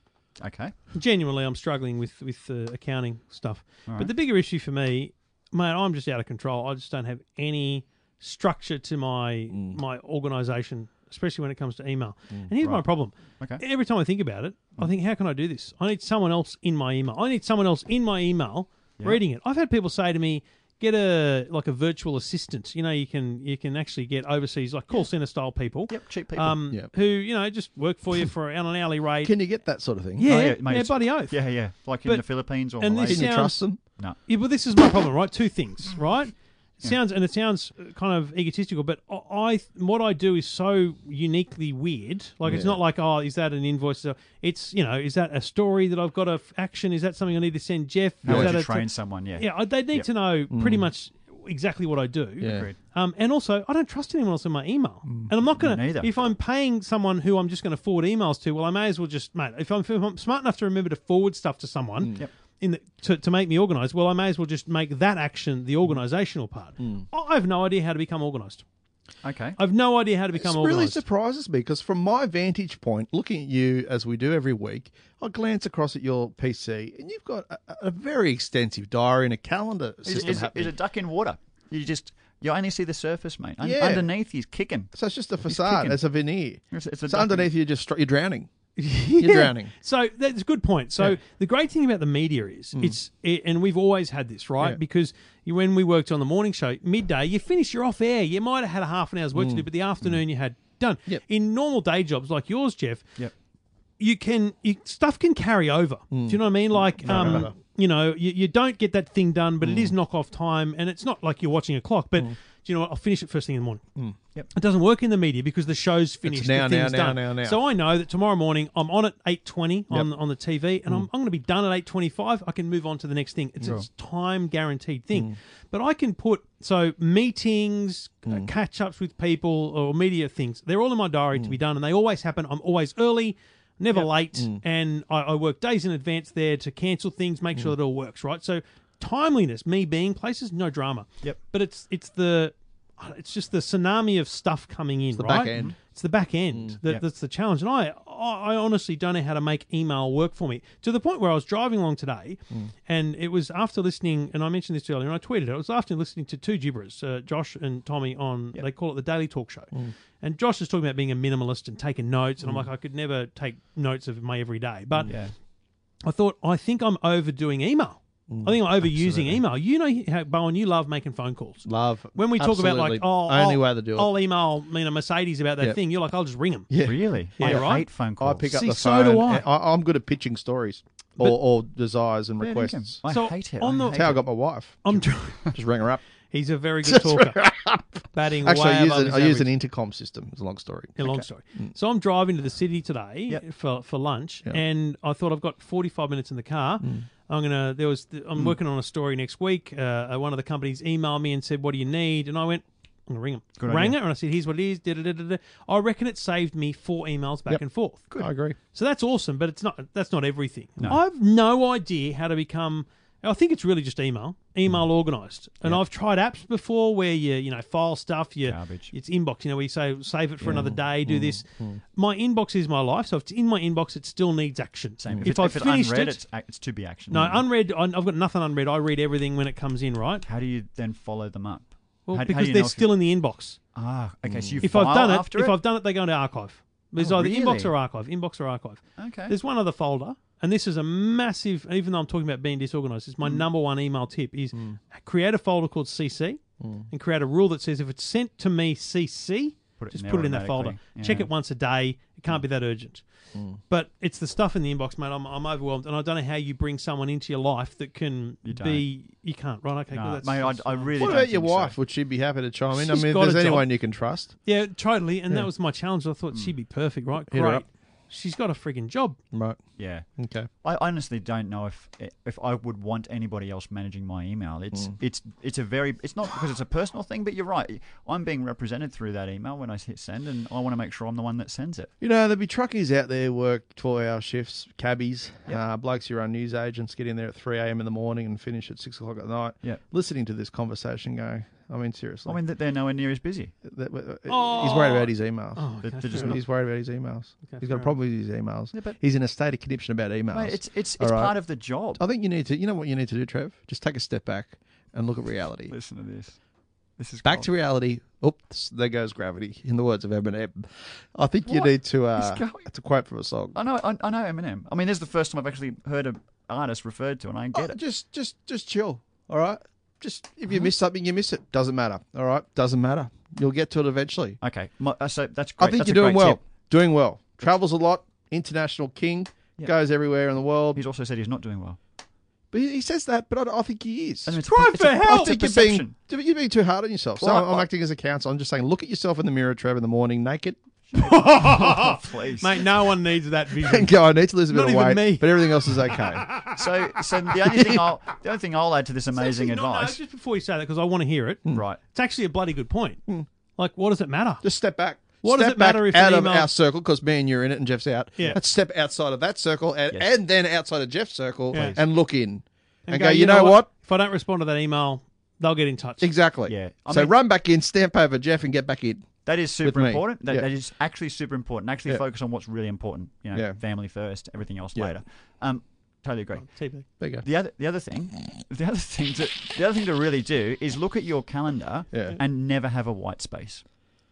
Speaker 6: Okay.
Speaker 5: genuinely I'm struggling with with uh, accounting stuff. But the bigger issue for me, mate, I'm just out of control. I just don't have any structure to my my organisation, especially when it comes to email. and here's my problem.
Speaker 6: Okay.
Speaker 5: Every time I think about it, I think, how can I do this? I need someone else in my email. I need someone else in my email reading it. I've had people say to me. Get a like a virtual assistant. You know, you can you can actually get overseas like call center style people.
Speaker 6: Yep, cheap people.
Speaker 5: Um,
Speaker 2: Yep.
Speaker 5: who you know just work for you for an hourly rate.
Speaker 2: Can you get that sort of thing?
Speaker 5: Yeah,
Speaker 6: Oh,
Speaker 5: yeah,
Speaker 6: mate, it's-
Speaker 5: bloody oath.
Speaker 6: Yeah, yeah. Like in
Speaker 5: But-
Speaker 6: the Philippines or
Speaker 5: and this
Speaker 6: Malaysia.
Speaker 2: Can you
Speaker 5: sounds-
Speaker 2: trust them?
Speaker 5: Yeah, well, this is my problem, right? Two things, right? Sounds and it sounds uh, kind of egotistical, but I, I what I do is so uniquely weird. Like it's not like oh, is that an invoice? So It's you know, is that a story that I've got of action? Is that something I need to send Jeff?
Speaker 6: How
Speaker 5: is
Speaker 6: would
Speaker 5: that
Speaker 6: you
Speaker 5: a-
Speaker 6: train someone? Yeah.
Speaker 5: Yeah, I- they need
Speaker 6: Yep.
Speaker 5: to know pretty much exactly what I do.
Speaker 2: Yeah.
Speaker 5: Um, and also, I don't trust anyone else in my email, and I'm not going
Speaker 6: Mm. Me neither.
Speaker 5: to. If I'm paying someone who I'm just going to forward emails to, well, I may as well just, mate. If I'm, if I'm smart enough to remember to forward stuff to someone,
Speaker 6: Mm. Yep.
Speaker 5: in the, to to make me organised, well, I may as well just make that action
Speaker 6: Mm.
Speaker 5: the organisational part. I I have no idea how to become organised.
Speaker 6: Okay.
Speaker 5: I've no idea how to
Speaker 2: It
Speaker 5: become
Speaker 2: really
Speaker 5: organised.
Speaker 2: surprises me because from my vantage point, looking at you as we do every week, I glance across at your PC and you've got a, a very extensive diary and a calendar
Speaker 6: Is,
Speaker 2: system
Speaker 6: is,
Speaker 2: happening.
Speaker 6: is a duck in water? You just you only see the surface, mate. Un-
Speaker 2: Yeah.
Speaker 6: Underneath, he's kicking.
Speaker 2: so it's just a facade.
Speaker 6: kicking.
Speaker 2: It's a veneer.
Speaker 6: It's- it's a
Speaker 2: so
Speaker 6: duck-
Speaker 2: underneath, you're just str- you're drowning. You're drowning.
Speaker 5: So that's a good point. So the great thing about the media is it's, it, and we've always had this, right?
Speaker 2: Hmm. Yeah.
Speaker 5: Because you, when we worked on the morning show, midday, you finish, you're off air. You might have had a half an hour's work to do, but the afternoon you had done.
Speaker 2: Hmm. Yep.
Speaker 5: In normal day jobs like yours, Jeff,
Speaker 6: Yep.
Speaker 5: you can you, stuff can carry over.
Speaker 2: Hmm.
Speaker 5: Do you know what I mean? Like, um,
Speaker 2: no.
Speaker 5: you know, you, you don't get that thing done, but it
Speaker 2: Hmm.
Speaker 5: is knock off time, and it's not like you're watching a clock. But do you know what? I'll finish it first thing in the morning.
Speaker 6: Yep.
Speaker 5: It doesn't work in the media because the show's finished. the
Speaker 2: Hmm. now, now,
Speaker 5: thing's
Speaker 2: now,
Speaker 5: done.
Speaker 2: now, now.
Speaker 5: So I know that tomorrow morning I'm on at eight twenty on on the TV, and I'm,
Speaker 2: Mm.
Speaker 5: I'm going to be done at eight twenty five. I can move on to the next thing. It's a time guaranteed thing,
Speaker 2: Mm.
Speaker 5: but I can put so meetings, uh,
Speaker 2: Mm.
Speaker 5: catch ups with people, or media things. They're all in my diary
Speaker 2: Mm.
Speaker 5: to be done, and they always happen. I'm always early. Never late,
Speaker 2: Mm.
Speaker 5: and I, I work days in advance there to cancel things, make
Speaker 2: Mm.
Speaker 5: sure that it all works right. So timeliness, me being places, no drama.
Speaker 6: Yep.
Speaker 5: But it's it's the it's just the tsunami of stuff coming in,
Speaker 2: the
Speaker 5: right?
Speaker 2: back end.
Speaker 5: It's the back end that,
Speaker 6: Yep.
Speaker 5: that's the challenge. And I, I I honestly don't know how to make email work for me to the point where I was driving along today, and it was after listening, and I mentioned this earlier, and I tweeted it. It was after listening to two gibberers, uh, Josh and Tommy, on they call it the Daily Talk Show, and Josh is talking about being a minimalist and taking notes, and I'm like, I could never take notes of my everyday, but
Speaker 6: Yeah.
Speaker 5: I thought, I think I'm overdoing email. I think I'm overusing email. You know, how, Bowen, you love making phone calls.
Speaker 2: Love.
Speaker 5: When we talk about
Speaker 2: absolutely.
Speaker 5: like, oh,
Speaker 2: only
Speaker 5: I'll,
Speaker 2: way to do it.
Speaker 5: I'll email you know, Mercedes about that
Speaker 2: Yep.
Speaker 5: thing. You're like, I'll just ring them.
Speaker 6: Really?
Speaker 5: Yeah,
Speaker 6: I
Speaker 5: right.
Speaker 6: hate phone
Speaker 2: I
Speaker 6: calls.
Speaker 2: pick up
Speaker 5: See,
Speaker 2: the
Speaker 5: so
Speaker 2: phone.
Speaker 5: do I.
Speaker 2: and I. I'm good at pitching stories or, or desires and
Speaker 6: Yeah, there you go.
Speaker 2: requests.
Speaker 6: I
Speaker 5: So,
Speaker 6: hate it.
Speaker 5: on
Speaker 6: I
Speaker 5: the-
Speaker 6: hate
Speaker 2: That's how I
Speaker 6: it.
Speaker 2: got my wife.
Speaker 5: I'm. Tr-
Speaker 2: Just rang her up.
Speaker 5: he's a very good talker. Batting
Speaker 2: Actually,
Speaker 5: way
Speaker 2: I use,
Speaker 5: above
Speaker 2: an, oh,
Speaker 5: his
Speaker 2: I use
Speaker 5: average.
Speaker 2: an intercom system. It's a long story.
Speaker 5: Yeah, long story.
Speaker 2: Hmm.
Speaker 5: So I'm driving to the city today
Speaker 6: Yep.
Speaker 5: for, for lunch, and I thought I've got 45 minutes in the car.
Speaker 2: Hmm.
Speaker 5: I'm gonna. There was. th- I'm working on a story next week. Uh, uh, one of the companies emailed me and said, "What do you need?" And I went, "I'm gonna ring them."
Speaker 6: Good
Speaker 5: Rang
Speaker 6: idea.
Speaker 5: it, and I said, "Here's what it is." Da, da, da, da, da. I reckon it saved me four emails back
Speaker 2: Yep.
Speaker 5: and forth.
Speaker 2: I agree.
Speaker 5: So that's awesome, but it's not. That's not everything. I've no idea how to become. I think it's really just email,
Speaker 6: Hmm.
Speaker 5: email organized. And I've tried apps before where you you know file stuff, you
Speaker 6: Garbage. Hmm.
Speaker 5: it's inbox. You know, where you say save it for another day, do this. My inbox is my life, so if it's in my inbox, it still needs action.
Speaker 6: Same. If,
Speaker 5: If,
Speaker 6: it's,
Speaker 5: I
Speaker 6: if it's
Speaker 5: finished
Speaker 6: unread,
Speaker 5: it,
Speaker 6: it's, Hmm. ac- it's to be action.
Speaker 5: no unread. I- I've got nothing unread. I read everything when it comes in, right?
Speaker 6: How do you then follow them up?
Speaker 5: Well,
Speaker 6: How- how do
Speaker 5: because
Speaker 6: you know
Speaker 5: they're
Speaker 6: if
Speaker 5: still
Speaker 6: you-
Speaker 5: in the inbox.
Speaker 6: Ah, okay. So you
Speaker 5: If
Speaker 6: file
Speaker 5: I've done it,
Speaker 6: after
Speaker 5: if I've done it, they go into archive. There's
Speaker 6: Oh,
Speaker 5: either inbox
Speaker 6: really?
Speaker 5: or archive, inbox or archive.
Speaker 6: okay.
Speaker 5: There's one other folder, and this is a massive. Even though I'm talking about being disorganized,
Speaker 6: Mm.
Speaker 5: it's my number one email tip: is create a folder called CC
Speaker 6: Mm.
Speaker 5: and create a rule that says if it's sent to me CC,
Speaker 6: Put it
Speaker 5: just
Speaker 6: in there
Speaker 5: put it in that folder.
Speaker 6: automatically. Yeah. Mm.
Speaker 5: Check it once a day. It can't be that urgent. But it's the stuff in the inbox, mate. I'm, I'm overwhelmed, and I don't know how you bring someone into your life that can
Speaker 6: You don't.
Speaker 5: be. You can't, right? Okay,
Speaker 6: Nah,
Speaker 5: good. That's,
Speaker 6: mate, I,
Speaker 5: that's
Speaker 6: I
Speaker 5: fine.
Speaker 6: really.
Speaker 2: What
Speaker 6: don't
Speaker 2: about your
Speaker 6: think so.
Speaker 2: wife? Would she be happy to chime in? I
Speaker 5: She's
Speaker 2: mean, if
Speaker 5: got
Speaker 2: there's
Speaker 5: a job.
Speaker 2: anyone you can trust,
Speaker 5: Yeah, totally. And that was my challenge. I
Speaker 6: Mm.
Speaker 5: thought she'd be perfect, right?
Speaker 2: Hit her
Speaker 5: Great.
Speaker 2: up.
Speaker 5: She's got a frigging job.
Speaker 2: right?
Speaker 6: Yeah.
Speaker 2: Okay.
Speaker 6: I honestly don't know if if I would want anybody else managing my email.
Speaker 2: Hmm.
Speaker 6: It's it's it's a very it's not because it's a personal thing, but you're right. I'm being represented through that email when I hit send, and I want to make sure I'm the one that sends it.
Speaker 2: You know, there'd be truckies out there work 12 hour shifts, cabbies, uh, blokes who run news agents get in there at 3 a.m. in the morning and finish at 6 o'clock at night.
Speaker 6: Yeah.
Speaker 2: Listening to this conversation going, I mean, seriously.
Speaker 6: I mean that they're nowhere near as busy.
Speaker 2: that, that- he's
Speaker 5: Oh.
Speaker 2: worried about his emails.
Speaker 6: They're, they're just
Speaker 2: He's-
Speaker 6: not.
Speaker 2: He's worried about his emails. he's got
Speaker 5: fair
Speaker 2: a problem with his emails.
Speaker 6: Yeah, but-
Speaker 2: he's in a state of conniption about emails.
Speaker 6: Mate, it's it's
Speaker 2: All
Speaker 6: it's
Speaker 2: right.
Speaker 6: part of the job.
Speaker 2: I think you need to. You know what you need to do, Trev? Just take a step back and look at reality.
Speaker 6: Listen to this. This is
Speaker 2: Back to reality. Oops, there goes gravity. In the words of Eminem, I think you
Speaker 6: What
Speaker 2: need to. Uh,
Speaker 6: is going-
Speaker 2: it's a quote from a song.
Speaker 6: I know. I, I know Eminem. I mean, this is the first time I've actually heard an artist referred to, and I get
Speaker 2: Oh,
Speaker 6: it.
Speaker 2: Just, just, just chill. All right. Just if you miss something, you miss it. Doesn't matter. All right. Doesn't matter. You'll get to it eventually.
Speaker 6: Okay, my, uh, so that's great.
Speaker 2: I think
Speaker 6: That's
Speaker 2: you're
Speaker 6: a
Speaker 2: doing
Speaker 6: great
Speaker 2: well.
Speaker 6: tip.
Speaker 2: Doing well. Travels a lot. International king.
Speaker 6: Yeah.
Speaker 2: Goes everywhere in the world.
Speaker 6: He's also said he's not doing well.
Speaker 2: But he he says that, but I, don't- I think he is.
Speaker 6: I mean, it's a
Speaker 5: Cry
Speaker 6: per- it's
Speaker 5: for
Speaker 6: a- it's
Speaker 5: help!
Speaker 6: a
Speaker 2: I think you're
Speaker 6: perception.
Speaker 2: being, you're being too hard on yourself. So
Speaker 6: Well,
Speaker 2: I'm
Speaker 6: I-
Speaker 2: acting as a counsel. I'm just saying, look at yourself in the mirror, Trev, in the morning, naked,
Speaker 6: Oh, please.
Speaker 5: Mate, no one needs that vision.
Speaker 2: and go, I need to lose a bit
Speaker 5: Not
Speaker 2: of
Speaker 5: even
Speaker 2: weight,
Speaker 5: me.
Speaker 2: but everything else is okay.
Speaker 6: So, so the only thing I'll the only thing I'll add to this amazing
Speaker 5: Actually, no, no,
Speaker 6: advice,
Speaker 5: just before you say that, because I want to hear it.
Speaker 2: Hmm.
Speaker 6: right?
Speaker 5: It's actually a bloody good point. Like, what does it matter?
Speaker 2: just step back.
Speaker 5: What does
Speaker 2: Step
Speaker 5: it matter
Speaker 2: back
Speaker 5: if
Speaker 2: out
Speaker 5: an
Speaker 2: of
Speaker 5: email-
Speaker 2: our circle because me and you're in it and Jeff's out?
Speaker 5: Yeah.
Speaker 2: Let's step outside of that circle and,
Speaker 6: Yes.
Speaker 2: and then outside of Jeff's circle
Speaker 5: Yeah.
Speaker 2: and look in and, go, you, know, what?
Speaker 5: If I don't respond to that email, they'll get in touch.
Speaker 2: Exactly.
Speaker 6: Yeah. I
Speaker 2: so
Speaker 6: mean-
Speaker 2: run back in, stamp over Jeff, and get back in.
Speaker 6: That is super
Speaker 2: me.
Speaker 6: important. That,
Speaker 2: Yeah.
Speaker 6: that is actually super important. Actually,
Speaker 2: Yeah.
Speaker 6: focus on what's really important. You know,
Speaker 2: Yeah.
Speaker 6: family first, everything else later. Um, totally agree.
Speaker 5: TP.
Speaker 2: There you go.
Speaker 6: The other, the other thing, the other thing to, the other thing to really do is look at your calendar
Speaker 2: Yeah.
Speaker 6: and never have a white space.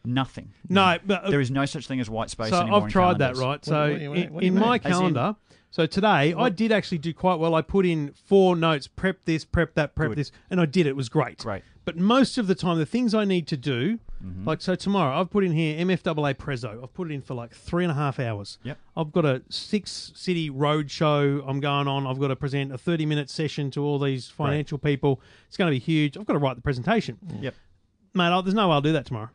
Speaker 6: Nothing.
Speaker 5: No, but uh,
Speaker 6: There is no such thing as white space
Speaker 5: so
Speaker 6: anymore.
Speaker 5: I've
Speaker 6: in
Speaker 5: tried that,
Speaker 6: calendars.
Speaker 5: right?
Speaker 2: do you-
Speaker 5: So
Speaker 2: what do you-
Speaker 5: in,
Speaker 2: what do you
Speaker 5: in my
Speaker 2: mean?
Speaker 6: As in-
Speaker 5: calendar, so today I did actually do quite well. I put in four notes: prep this, prep that, prep
Speaker 6: Good.
Speaker 5: this, and I did. It was great.
Speaker 6: Great. Mm-hmm.
Speaker 5: But most of the time, the things I need to do, like so tomorrow, I've put in here MFAA Prezzo. I've put it in for like three and a half hours.
Speaker 6: Yep.
Speaker 5: I've got a six city road show I'm going on. I've got to present a 30 minute session to all these financial people. It's going to be huge. I've got to write the presentation.
Speaker 6: Yep.
Speaker 5: Mate, I'll, there's no way I'll do that tomorrow.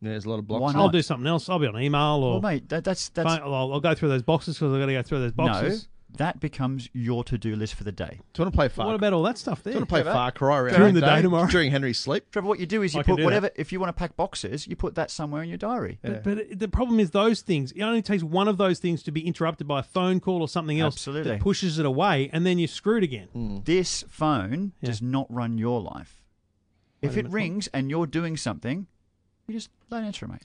Speaker 2: Yeah, there's a lot of
Speaker 6: Why
Speaker 2: blocks.
Speaker 6: not?
Speaker 5: I'll do something else. I'll be on email or
Speaker 6: Well, mate, that, that's that's
Speaker 5: Fine, I'll, I'll go through those boxes because I've got to go through those boxes.
Speaker 6: no. That becomes your to-do list for the day.
Speaker 2: Do you want to play Far?
Speaker 5: What about all that stuff there?
Speaker 2: Do you want to play Far Cry around
Speaker 5: During the
Speaker 2: that
Speaker 5: day tomorrow?
Speaker 2: During Henry's sleep.
Speaker 6: Trevor, what you do is you
Speaker 5: I can
Speaker 6: put
Speaker 5: do
Speaker 6: whatever. If you want to pack boxes, you put that somewhere in your diary.
Speaker 5: But, but it- the problem is those things. It only takes one of those things to be interrupted by a phone call or something else
Speaker 6: Absolutely.
Speaker 5: that pushes it away, and then you're screwed again.
Speaker 2: Mm.
Speaker 6: This phone
Speaker 5: Yeah.
Speaker 6: does not run your life. If
Speaker 5: a
Speaker 6: it
Speaker 5: minute.
Speaker 6: rings and you're doing something, you just don't answer, it, mate.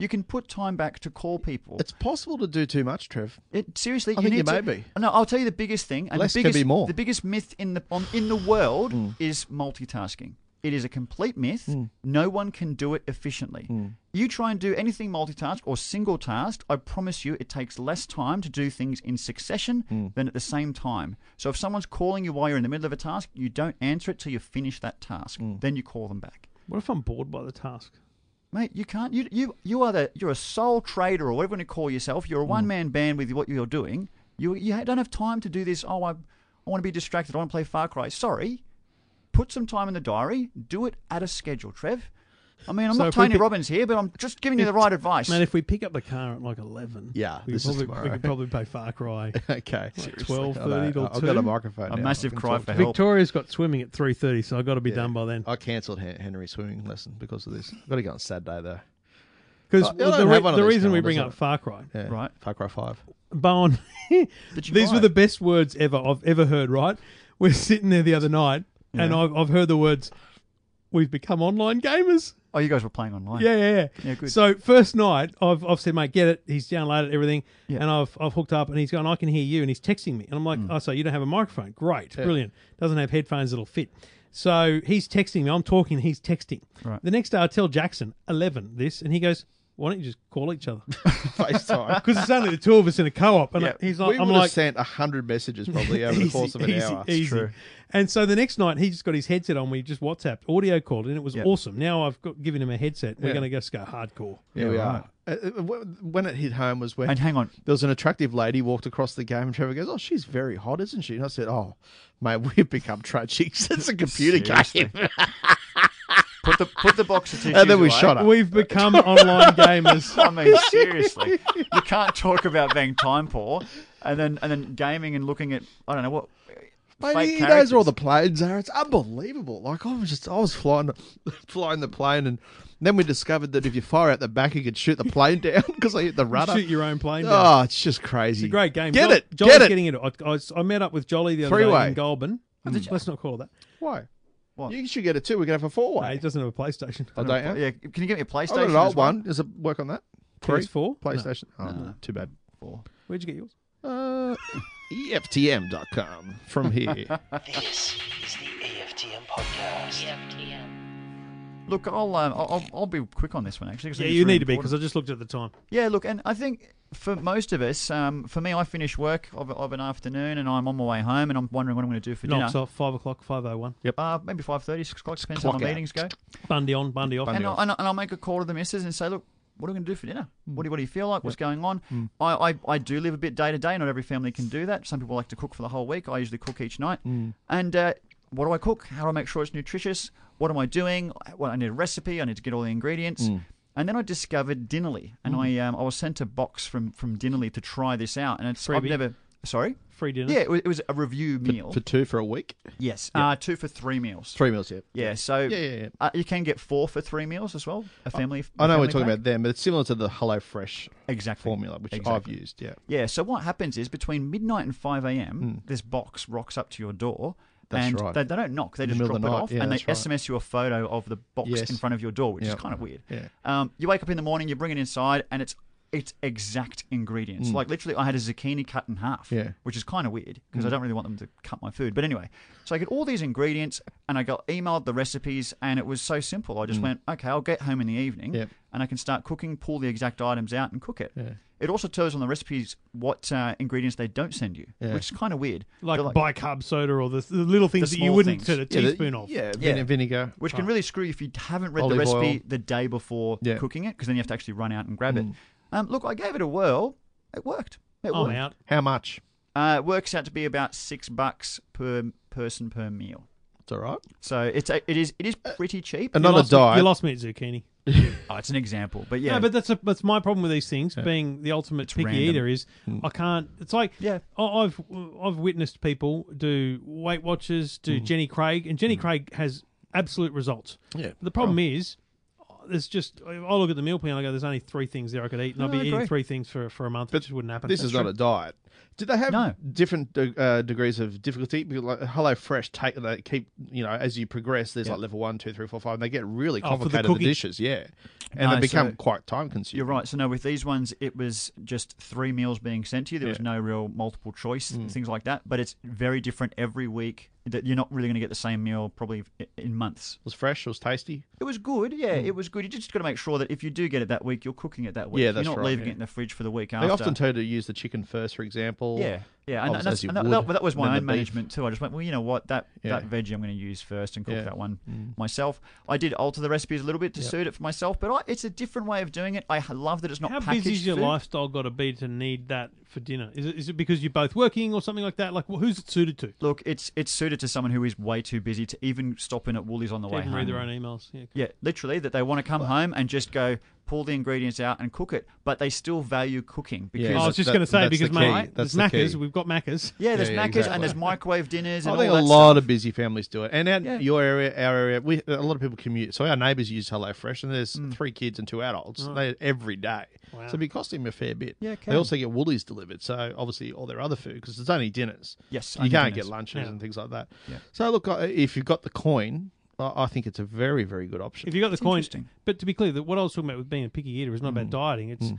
Speaker 6: You can put time back to call people.
Speaker 2: It's possible to do too much, Trev.
Speaker 6: It seriously,
Speaker 2: I
Speaker 6: you
Speaker 2: think
Speaker 6: need
Speaker 2: you
Speaker 6: to-
Speaker 2: may be.
Speaker 6: No, I'll tell you the biggest thing. And
Speaker 2: Less
Speaker 6: the
Speaker 2: can
Speaker 6: biggest,
Speaker 2: be more. Mm.
Speaker 6: The biggest myth in the on, in the world is multitasking. It is a complete myth. No one can do it efficiently.
Speaker 2: Mm.
Speaker 6: You try and do anything multitask or single task, I promise you, it takes less time to do things in succession than at the same time. So if someone's calling you while you're in the middle of a task, you don't answer it till you finish that task. Then you call them back.
Speaker 5: What if I'm bored by the task?
Speaker 6: Mate, you can't. You you you are the you're a sole trader or whatever you want to call yourself. You're a one man band with what you're doing. You you don't have time to do this. Oh, I I want to be distracted. I want to play Far Cry. Sorry, put some time in the diary. Do it at a schedule, Trev. I mean, I'm
Speaker 5: So
Speaker 6: not
Speaker 5: if we
Speaker 6: Tony
Speaker 5: pick-
Speaker 6: Robbins here, but I'm just giving you the right advice.
Speaker 5: Man, if we pick up the car at like eleven,
Speaker 2: Yeah,
Speaker 5: we
Speaker 2: this is
Speaker 5: probably, we
Speaker 2: tomorrow.
Speaker 5: could probably play Far Cry.
Speaker 2: Okay.
Speaker 5: Seriously. 12:30 till
Speaker 2: I've got
Speaker 5: two?
Speaker 2: a microphone.
Speaker 6: a
Speaker 2: now. I
Speaker 6: massive
Speaker 2: can
Speaker 6: cry
Speaker 2: talk
Speaker 6: for
Speaker 2: to-
Speaker 6: help.
Speaker 5: Victoria's got swimming at three thirty, so I got to be
Speaker 2: Yeah. Uh,
Speaker 5: done by then.
Speaker 2: I cancelled Hen- Henry's swimming lesson because of this. I've got to go on Saturday, though.
Speaker 5: Because
Speaker 2: I- I don't
Speaker 5: the,
Speaker 2: have one of
Speaker 5: the
Speaker 2: these
Speaker 5: reason we
Speaker 2: calendars,
Speaker 5: bring
Speaker 2: I
Speaker 5: up
Speaker 2: don't-
Speaker 5: Far Cry,
Speaker 2: Yeah.
Speaker 6: Right.
Speaker 2: Far Cry 5.
Speaker 5: Bowen,
Speaker 6: Did you
Speaker 5: these
Speaker 6: buy
Speaker 5: were the
Speaker 6: it?
Speaker 5: best words ever I've ever heard. Right, we're sitting there the other night, and I've, I've heard the words, "We've become online gamers."
Speaker 6: oh, you guys were playing online.
Speaker 5: Yeah, yeah, yeah.
Speaker 6: Yeah, good.
Speaker 5: So first night, I've, I've said, mate, get it. He's downloaded everything,
Speaker 6: Yeah. Mm.
Speaker 5: and I've, I've hooked up, and he's going, I can hear you, and he's texting me, and I'm like, oh, so you don't have a microphone? Great, brilliant. Doesn't have headphones that'll fit. So he's texting me. I'm talking. He's texting.
Speaker 6: Right.
Speaker 5: The next day, I tell Jackson eleven this, and he goes, why don't you just call each other?
Speaker 2: FaceTime.
Speaker 5: Because it's only the two of us in a co-op, and
Speaker 6: Yeah.
Speaker 5: he's
Speaker 2: we
Speaker 5: like, I'm
Speaker 2: would
Speaker 5: like,
Speaker 2: have sent 100 messages probably over the
Speaker 5: Easy,
Speaker 2: course of an
Speaker 5: easy,
Speaker 2: hour.
Speaker 5: easy.
Speaker 6: true.
Speaker 5: And so the next night, he just got his headset on. We just WhatsApp audio called, and it was
Speaker 6: Yep.
Speaker 5: awesome. Now I've got given him a headset. We're
Speaker 2: Yeah.
Speaker 5: going to just go hardcore.
Speaker 2: Here we
Speaker 6: Yeah,
Speaker 2: are. Uh, uh, wh- When it hit home was when
Speaker 6: And hang on.
Speaker 2: there was an attractive lady walked across the game, and Trevor goes, "Oh, she's very hot, isn't she?" And I said, "Oh, mate, we've become tragics. It's a computer game."
Speaker 6: Put the put the box of tissues
Speaker 2: And then we
Speaker 6: away.
Speaker 2: shot her.
Speaker 5: We've become online gamers.
Speaker 6: I mean, seriously, you can't talk about being time poor, and then and then gaming and looking at I don't know what.
Speaker 2: Mate,
Speaker 6: fake
Speaker 2: he knows where all
Speaker 6: characters.
Speaker 2: the planes are. It's unbelievable. Like I was just, I was flying, flying the plane, and then we discovered that if you fire out the back, you could shoot the plane down because I hit the rudder.
Speaker 5: Shoot your own plane. down.
Speaker 2: Oh, it's just crazy.
Speaker 5: It's a great game.
Speaker 2: Get
Speaker 5: Jolly-
Speaker 2: it.
Speaker 5: Jolly's
Speaker 2: Get it.
Speaker 5: getting into it. I, I was- I met up with Jolly the other
Speaker 2: Freeway.
Speaker 5: day in Goulburn. Hmm. Let's not call it that.
Speaker 2: Why?
Speaker 6: What?
Speaker 2: You should get it too. We're gonna have a four
Speaker 5: No, he
Speaker 2: way.
Speaker 5: doesn't have a PlayStation.
Speaker 2: I don't. have-
Speaker 6: Yeah, can you get me a
Speaker 2: I
Speaker 6: PlayStation?
Speaker 2: got an
Speaker 6: as
Speaker 2: old
Speaker 6: well?
Speaker 2: one. Does it work on that? Three?
Speaker 5: PS4? No.
Speaker 2: PlayStation. Oh, too bad.
Speaker 5: Where'd you get yours?
Speaker 2: Uh, EFTM.com from here.
Speaker 4: This is the E AFTM podcast.
Speaker 3: EFTM.
Speaker 6: Look, I'll, um, I'll I'll- I'll be quick on this one actually. 'cause I
Speaker 5: Yeah,
Speaker 6: think it's
Speaker 5: you
Speaker 6: really
Speaker 5: need to be because
Speaker 6: important.
Speaker 5: I just looked at the time.
Speaker 6: Yeah, look, and I think for most of us, um, for me, I finish work of, of an afternoon, and I'm on my way home, and I'm wondering what I'm going to do for
Speaker 5: Knocks
Speaker 6: dinner.
Speaker 5: off five o'clock, five oh one.
Speaker 6: Uh, maybe 5.30, 6 o'clock, depends how my
Speaker 2: clock out.
Speaker 6: meetings go.
Speaker 5: Bundy on, Bundy off.
Speaker 6: And, I, and, I, and I'll make a call to the missus and say, look, what are we going to do for dinner?
Speaker 2: Hmm.
Speaker 6: What, do, what do you feel like? What's going on? I, I, I do live a bit day to day. Not every family can do that. Some people like to cook for the whole week. I usually cook each night.
Speaker 2: Hmm.
Speaker 6: And uh, what do I cook? How do I make sure it's nutritious? What am I doing? Well, I need a recipe. I need to get all the ingredients.
Speaker 2: Hmm.
Speaker 6: And then I discovered Dinnerly, and I um, I was sent a box from from Dinnerly to try this out, and it's I've
Speaker 5: Freebie.
Speaker 6: never sorry.
Speaker 5: Free dinner.
Speaker 6: Yeah, it was, it was a review meal.
Speaker 2: For two for a week.
Speaker 6: yes, uh, two for three meals.
Speaker 2: Three meals, yeah.
Speaker 6: Yeah, so
Speaker 2: Yeah, yeah, yeah.
Speaker 6: Uh, you can get four for three meals as well. A family.
Speaker 2: I know we're
Speaker 6: family
Speaker 2: talking
Speaker 6: pack.
Speaker 2: about them, but it's similar to the Hello Fresh
Speaker 6: Exactly.
Speaker 2: formula, which
Speaker 6: Exactly.
Speaker 2: I've used. Yeah.
Speaker 6: Yeah. So what happens is between midnight and five a.m., this box rocks up to your door.
Speaker 2: Hmm. That's
Speaker 6: and
Speaker 2: right.
Speaker 6: they, they don't knock; they
Speaker 2: In the
Speaker 6: just
Speaker 2: middle
Speaker 6: drop
Speaker 2: of
Speaker 6: it
Speaker 2: the night.
Speaker 6: off,
Speaker 2: Yeah,
Speaker 6: and they
Speaker 2: that's right.
Speaker 6: SMS you a photo of the box
Speaker 2: Yes.
Speaker 6: in front of your door, which
Speaker 2: Yeah.
Speaker 6: is kind of weird.
Speaker 2: Yeah.
Speaker 6: Um, you wake up in the morning, you bring it inside, and it's its exact ingredients. Like literally, I had a zucchini cut in half,
Speaker 2: Hmm. Yeah.
Speaker 6: which is kind of weird because
Speaker 2: Mm.
Speaker 6: I don't really want them to cut my food. But anyway, so I get all these ingredients and I got emailed the recipes, and it was so simple. I just went, okay, I'll get home in the evening
Speaker 2: Mm. Yep.
Speaker 6: and I can start cooking, pull the exact items out, and cook it.
Speaker 2: Yeah.
Speaker 6: It also tells on the recipes what uh, ingredients they don't send you,
Speaker 2: Yeah.
Speaker 6: which is kind of weird.
Speaker 5: Like,
Speaker 6: They're
Speaker 5: bicarb soda or the, the little things that you
Speaker 6: small
Speaker 5: wouldn't
Speaker 6: things.
Speaker 5: set a
Speaker 2: Yeah, the-
Speaker 5: teaspoon of.
Speaker 2: Yeah,
Speaker 6: Yeah.
Speaker 2: vine- vinegar.
Speaker 6: which can really screw you if you haven't read
Speaker 2: Olive
Speaker 6: the recipe
Speaker 2: oil.
Speaker 6: the day before
Speaker 2: Yeah. Mm.
Speaker 6: cooking it, because then you have to actually run out and grab it. Um, look, I gave it a whirl. It worked. It
Speaker 5: I'm
Speaker 6: worked.
Speaker 5: out.
Speaker 2: How much?
Speaker 6: Uh, it works out to be about six bucks per person per meal.
Speaker 2: It's all right.
Speaker 6: So it's a, it is it is pretty cheap.
Speaker 2: And
Speaker 5: You
Speaker 2: not a
Speaker 5: lost me- You
Speaker 2: diet.
Speaker 5: lost me at zucchini.
Speaker 6: Oh, it's an example, but yeah,
Speaker 5: No, but that's a, that's my problem with these things. Being the ultimate picky
Speaker 6: random.
Speaker 5: eater is I can't. It's like
Speaker 6: Yeah.
Speaker 5: I- I've I've witnessed people do Weight Watchers, do Jenny Craig, and Jenny Craig has absolute results.
Speaker 2: Yeah.
Speaker 5: The problem is, there's just I I look at the meal plan. I go, there's only three things there I could eat, and I'll be
Speaker 6: I
Speaker 5: eating
Speaker 6: agree.
Speaker 5: three things for for a month, which wouldn't happen.
Speaker 2: This is not a diet. Do they have
Speaker 6: No.
Speaker 2: different de- uh, degrees of difficulty? Because like Hello Fresh, take they keep you know as you progress. There's like level one, two, three, four, five. And they get really
Speaker 5: Oh, for the
Speaker 2: complicated the
Speaker 5: cooking.
Speaker 2: dishes, yeah, and
Speaker 6: No,
Speaker 2: they become
Speaker 6: so-
Speaker 2: quite time consuming.
Speaker 6: you're right. So no, with these ones, it was just three meals being sent to you. There was
Speaker 2: Yeah. Mm.
Speaker 6: no real multiple choice things like that. But it's very different every week. That you're not really going to get the same meal probably in months.
Speaker 2: It was fresh. It was tasty.
Speaker 6: It was good, yeah. It was good. You just got to make sure that if you do get it that week, you're cooking it that week.
Speaker 2: Mm. Yeah,
Speaker 6: you're
Speaker 2: that's
Speaker 6: not
Speaker 2: right,
Speaker 6: leaving
Speaker 2: yeah.
Speaker 6: it in the fridge for the week after.
Speaker 2: They often tell you to use the chicken first, for example.
Speaker 6: yeah, yeah, and,
Speaker 2: Obviously, as
Speaker 6: that's,
Speaker 2: you
Speaker 6: and that,
Speaker 2: would,
Speaker 6: that, that was
Speaker 2: then
Speaker 6: my
Speaker 2: the
Speaker 6: own
Speaker 2: beef.
Speaker 6: management too. I just went, well, you know what, that
Speaker 2: Yeah.
Speaker 6: that veggie I'm going to use first and cook
Speaker 2: Yeah. Mm.
Speaker 6: that one myself. I did alter the recipes a little bit to suit it for myself, but I, it's a different way of doing it. I h- love that it's not
Speaker 5: How
Speaker 6: packaged.
Speaker 5: busy is your
Speaker 6: food.
Speaker 5: lifestyle got to be to need that for dinner? Is it, is it because you're both working or something like that? Like, wh- who's it suited to?
Speaker 6: Look, it's it's suited to someone who is way too busy to even stop in at Woolies on the way
Speaker 5: Even read
Speaker 6: home.
Speaker 5: their own emails. Yeah,
Speaker 6: Yeah, literally, that they want to come home and just go pull the ingredients out and cook it, but they still value cooking because
Speaker 5: I
Speaker 2: that-
Speaker 5: was just
Speaker 2: that-
Speaker 5: going to say
Speaker 2: that's
Speaker 5: because
Speaker 2: the
Speaker 5: mate,
Speaker 2: key.
Speaker 5: there's
Speaker 2: That's
Speaker 5: Macca's.
Speaker 2: the key.
Speaker 5: We've got Macca's.
Speaker 6: Yeah, there's
Speaker 2: Yeah, yeah,
Speaker 6: Macca's
Speaker 2: exactly.
Speaker 6: and there's microwave dinners and
Speaker 2: I think
Speaker 6: all
Speaker 2: a
Speaker 6: that
Speaker 2: lot
Speaker 6: stuff.
Speaker 2: of busy families do it, and our,
Speaker 6: Yeah.
Speaker 2: your area, our area, we, a lot of people commute. So our neighbours use HelloFresh, and there's
Speaker 6: Mm.
Speaker 2: three kids and two adults they, every day. So it'd be costing them a fair bit.
Speaker 6: Oh. Yeah, it
Speaker 2: they
Speaker 6: can.
Speaker 2: also get Woolies delivered, so obviously all their other food because it's only dinners.
Speaker 6: Yes,
Speaker 2: you
Speaker 6: only
Speaker 2: can't
Speaker 6: dinners.
Speaker 2: get lunches and things like that.
Speaker 6: Yeah.
Speaker 2: So look, I- if you've got the coin, I I think it's a very, very good option.
Speaker 5: If you got the coin,
Speaker 6: interesting.
Speaker 5: but to be clear, that what I was talking about with being a picky eater is not
Speaker 2: Hmm.
Speaker 5: about dieting. It's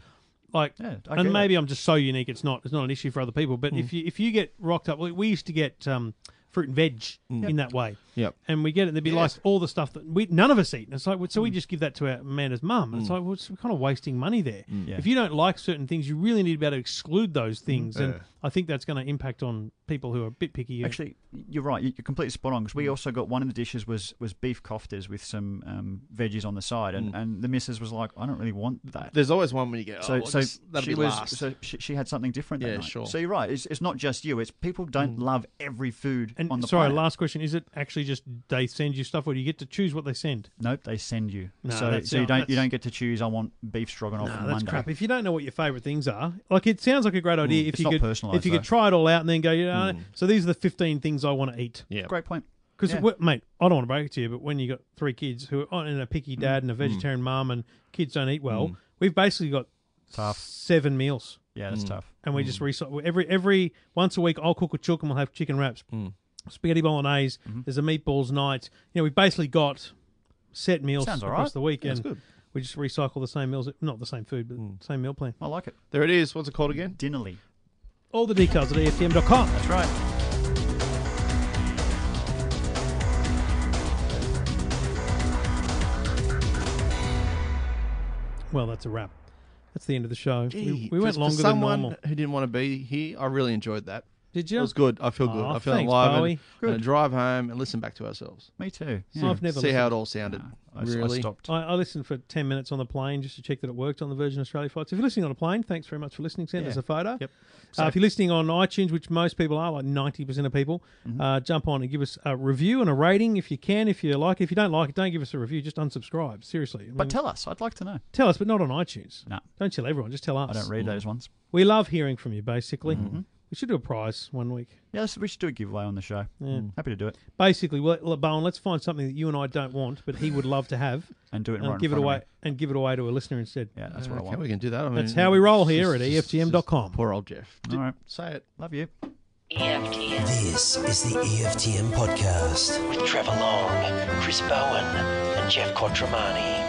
Speaker 5: like,
Speaker 6: Yeah, I get
Speaker 5: and maybe I'm just so unique. It's not. It's not an issue for other people. But
Speaker 2: Hmm.
Speaker 5: if you if you get rocked up, we, we used to get um, fruit and veg in that way.
Speaker 2: Hmm. Yep.
Speaker 5: And we get it. and There'd be like all the stuff that we none of us eat. And it's like well,
Speaker 2: Hmm.
Speaker 5: so we just give that to our Amanda's mum. And It's like well, it's, we're kind of wasting money there.
Speaker 2: Hmm.
Speaker 6: Yeah.
Speaker 5: If you don't like certain things, you really need to be able to exclude those things.
Speaker 2: Hmm.
Speaker 5: And I think that's going to impact on people who are a bit picky.
Speaker 6: Actually, you're right. you- You're completely spot on because
Speaker 2: Mm.
Speaker 6: we also got one of the dishes was was beef koftas with some um, veggies on the side, and,
Speaker 2: Mm.
Speaker 6: and the missus was like, I don't really want that.
Speaker 2: There's always one when you get.
Speaker 6: so
Speaker 2: oh,
Speaker 6: so
Speaker 2: that'll
Speaker 6: she
Speaker 2: be
Speaker 6: was
Speaker 2: last.
Speaker 6: so she, she had something different.
Speaker 2: Yeah,
Speaker 6: that night.
Speaker 2: sure. Mm.
Speaker 6: So you're right. It's, it's not just you. It's people don't love every food
Speaker 5: And
Speaker 6: on the
Speaker 5: sorry,
Speaker 6: planet.
Speaker 5: last question: Is it actually just they send you stuff, or do you get to choose what they send?
Speaker 6: nope, they send you.
Speaker 5: No,
Speaker 6: so
Speaker 5: that's-
Speaker 6: so you don't you
Speaker 5: that's-
Speaker 6: don't get to choose. I want beef stroganoff
Speaker 5: No,
Speaker 6: on
Speaker 5: that's
Speaker 6: Monday.
Speaker 5: crap. If you don't know what your favourite things are, like it sounds like a great idea. if
Speaker 6: It's
Speaker 5: you
Speaker 6: not
Speaker 5: could,
Speaker 6: personalised,
Speaker 5: if you could
Speaker 6: though.
Speaker 5: try it all out and then go, you know, so these are the fifteen things I want to eat.
Speaker 2: yeah.
Speaker 6: Great point.
Speaker 5: Because
Speaker 6: Yeah.
Speaker 5: mate, I don't want to break it to you, but when you got three kids who are and a picky dad and a vegetarian mum and kids don't eat well, we've basically got
Speaker 6: Tough.
Speaker 5: seven meals,
Speaker 6: Yeah,
Speaker 2: Mm.
Speaker 6: that's tough.
Speaker 5: and we just recycle every every once a week. I'll cook a chook and we'll have chicken wraps,
Speaker 2: Mm.
Speaker 5: spaghetti bolognese.
Speaker 2: Mm-hmm.
Speaker 5: There's a meatballs night. You know, we've basically got set meals
Speaker 6: Sounds all
Speaker 5: across
Speaker 6: right.
Speaker 5: the weekend.
Speaker 2: That's good. Mm.
Speaker 5: We just recycle the same meals, not the same food, but same meal plan.
Speaker 6: I like it.
Speaker 2: There it is. What's it called again?
Speaker 6: Dinnerly.
Speaker 5: All the details at E EFTM.com.
Speaker 6: That's right.
Speaker 5: Well, that's a wrap. That's the end of the show. we
Speaker 2: Gee,
Speaker 5: we went
Speaker 2: for- for
Speaker 5: longer than
Speaker 2: someone
Speaker 5: normal.
Speaker 2: who didn't want to be here. I really enjoyed that.
Speaker 5: Did you?
Speaker 2: It was good. I feel good.
Speaker 5: Aw,
Speaker 2: I feel
Speaker 5: thanks,
Speaker 2: alive.
Speaker 5: Bowie.
Speaker 2: And, going to drive home and listen back to ourselves.
Speaker 6: Me too. Yeah.
Speaker 5: I've Oh,
Speaker 2: See
Speaker 5: never listened.
Speaker 2: how it all sounded.
Speaker 6: I, s- I
Speaker 2: really.
Speaker 6: stopped.
Speaker 5: I, I listened for 10 minutes on the plane just to check that it worked on the Virgin Australia flights. If you're listening on a plane, thanks very much for listening. Send us a photo. Yep. Uh, if you're listening on iTunes, which most people are, like 90% of people,
Speaker 6: Mm-hmm.
Speaker 5: uh, jump on and give us a review and a rating if you can, if you like. it. If you don't like it, don't give us a review. Just unsubscribe. Seriously. I mean,
Speaker 6: But tell us. I'd like to know.
Speaker 5: tell us, but not on iTunes.
Speaker 6: No.
Speaker 5: Don't tell everyone. Just tell us.
Speaker 6: I don't
Speaker 2: Mm.
Speaker 6: read Mm-hmm. those ones.
Speaker 5: We love hearing from you, basically. We should do a prize one week.
Speaker 6: Yeah, let's, we should do a giveaway on the show. Happy to do it
Speaker 5: Basically, well, Le- Bowen, let's find something that you and I don't want, but he would love to have,
Speaker 6: and do it.
Speaker 5: and
Speaker 6: right in
Speaker 5: Uh, give it
Speaker 6: front of
Speaker 5: away, Uh,
Speaker 6: me.
Speaker 5: and give it away to a listener instead.
Speaker 6: Yeah, that's what I
Speaker 2: Okay,
Speaker 6: want.
Speaker 2: we can do that. I mean,
Speaker 5: That's how we roll here
Speaker 2: it's
Speaker 5: at
Speaker 2: just- it's just
Speaker 5: EFTM.com.
Speaker 2: Poor old Jeff.
Speaker 6: All right.
Speaker 2: Say it.
Speaker 6: Love you.
Speaker 3: E EFTM,
Speaker 4: This is the E EFTM podcast with Trevor Long, Chris Bowen, and Jeff Quattromani.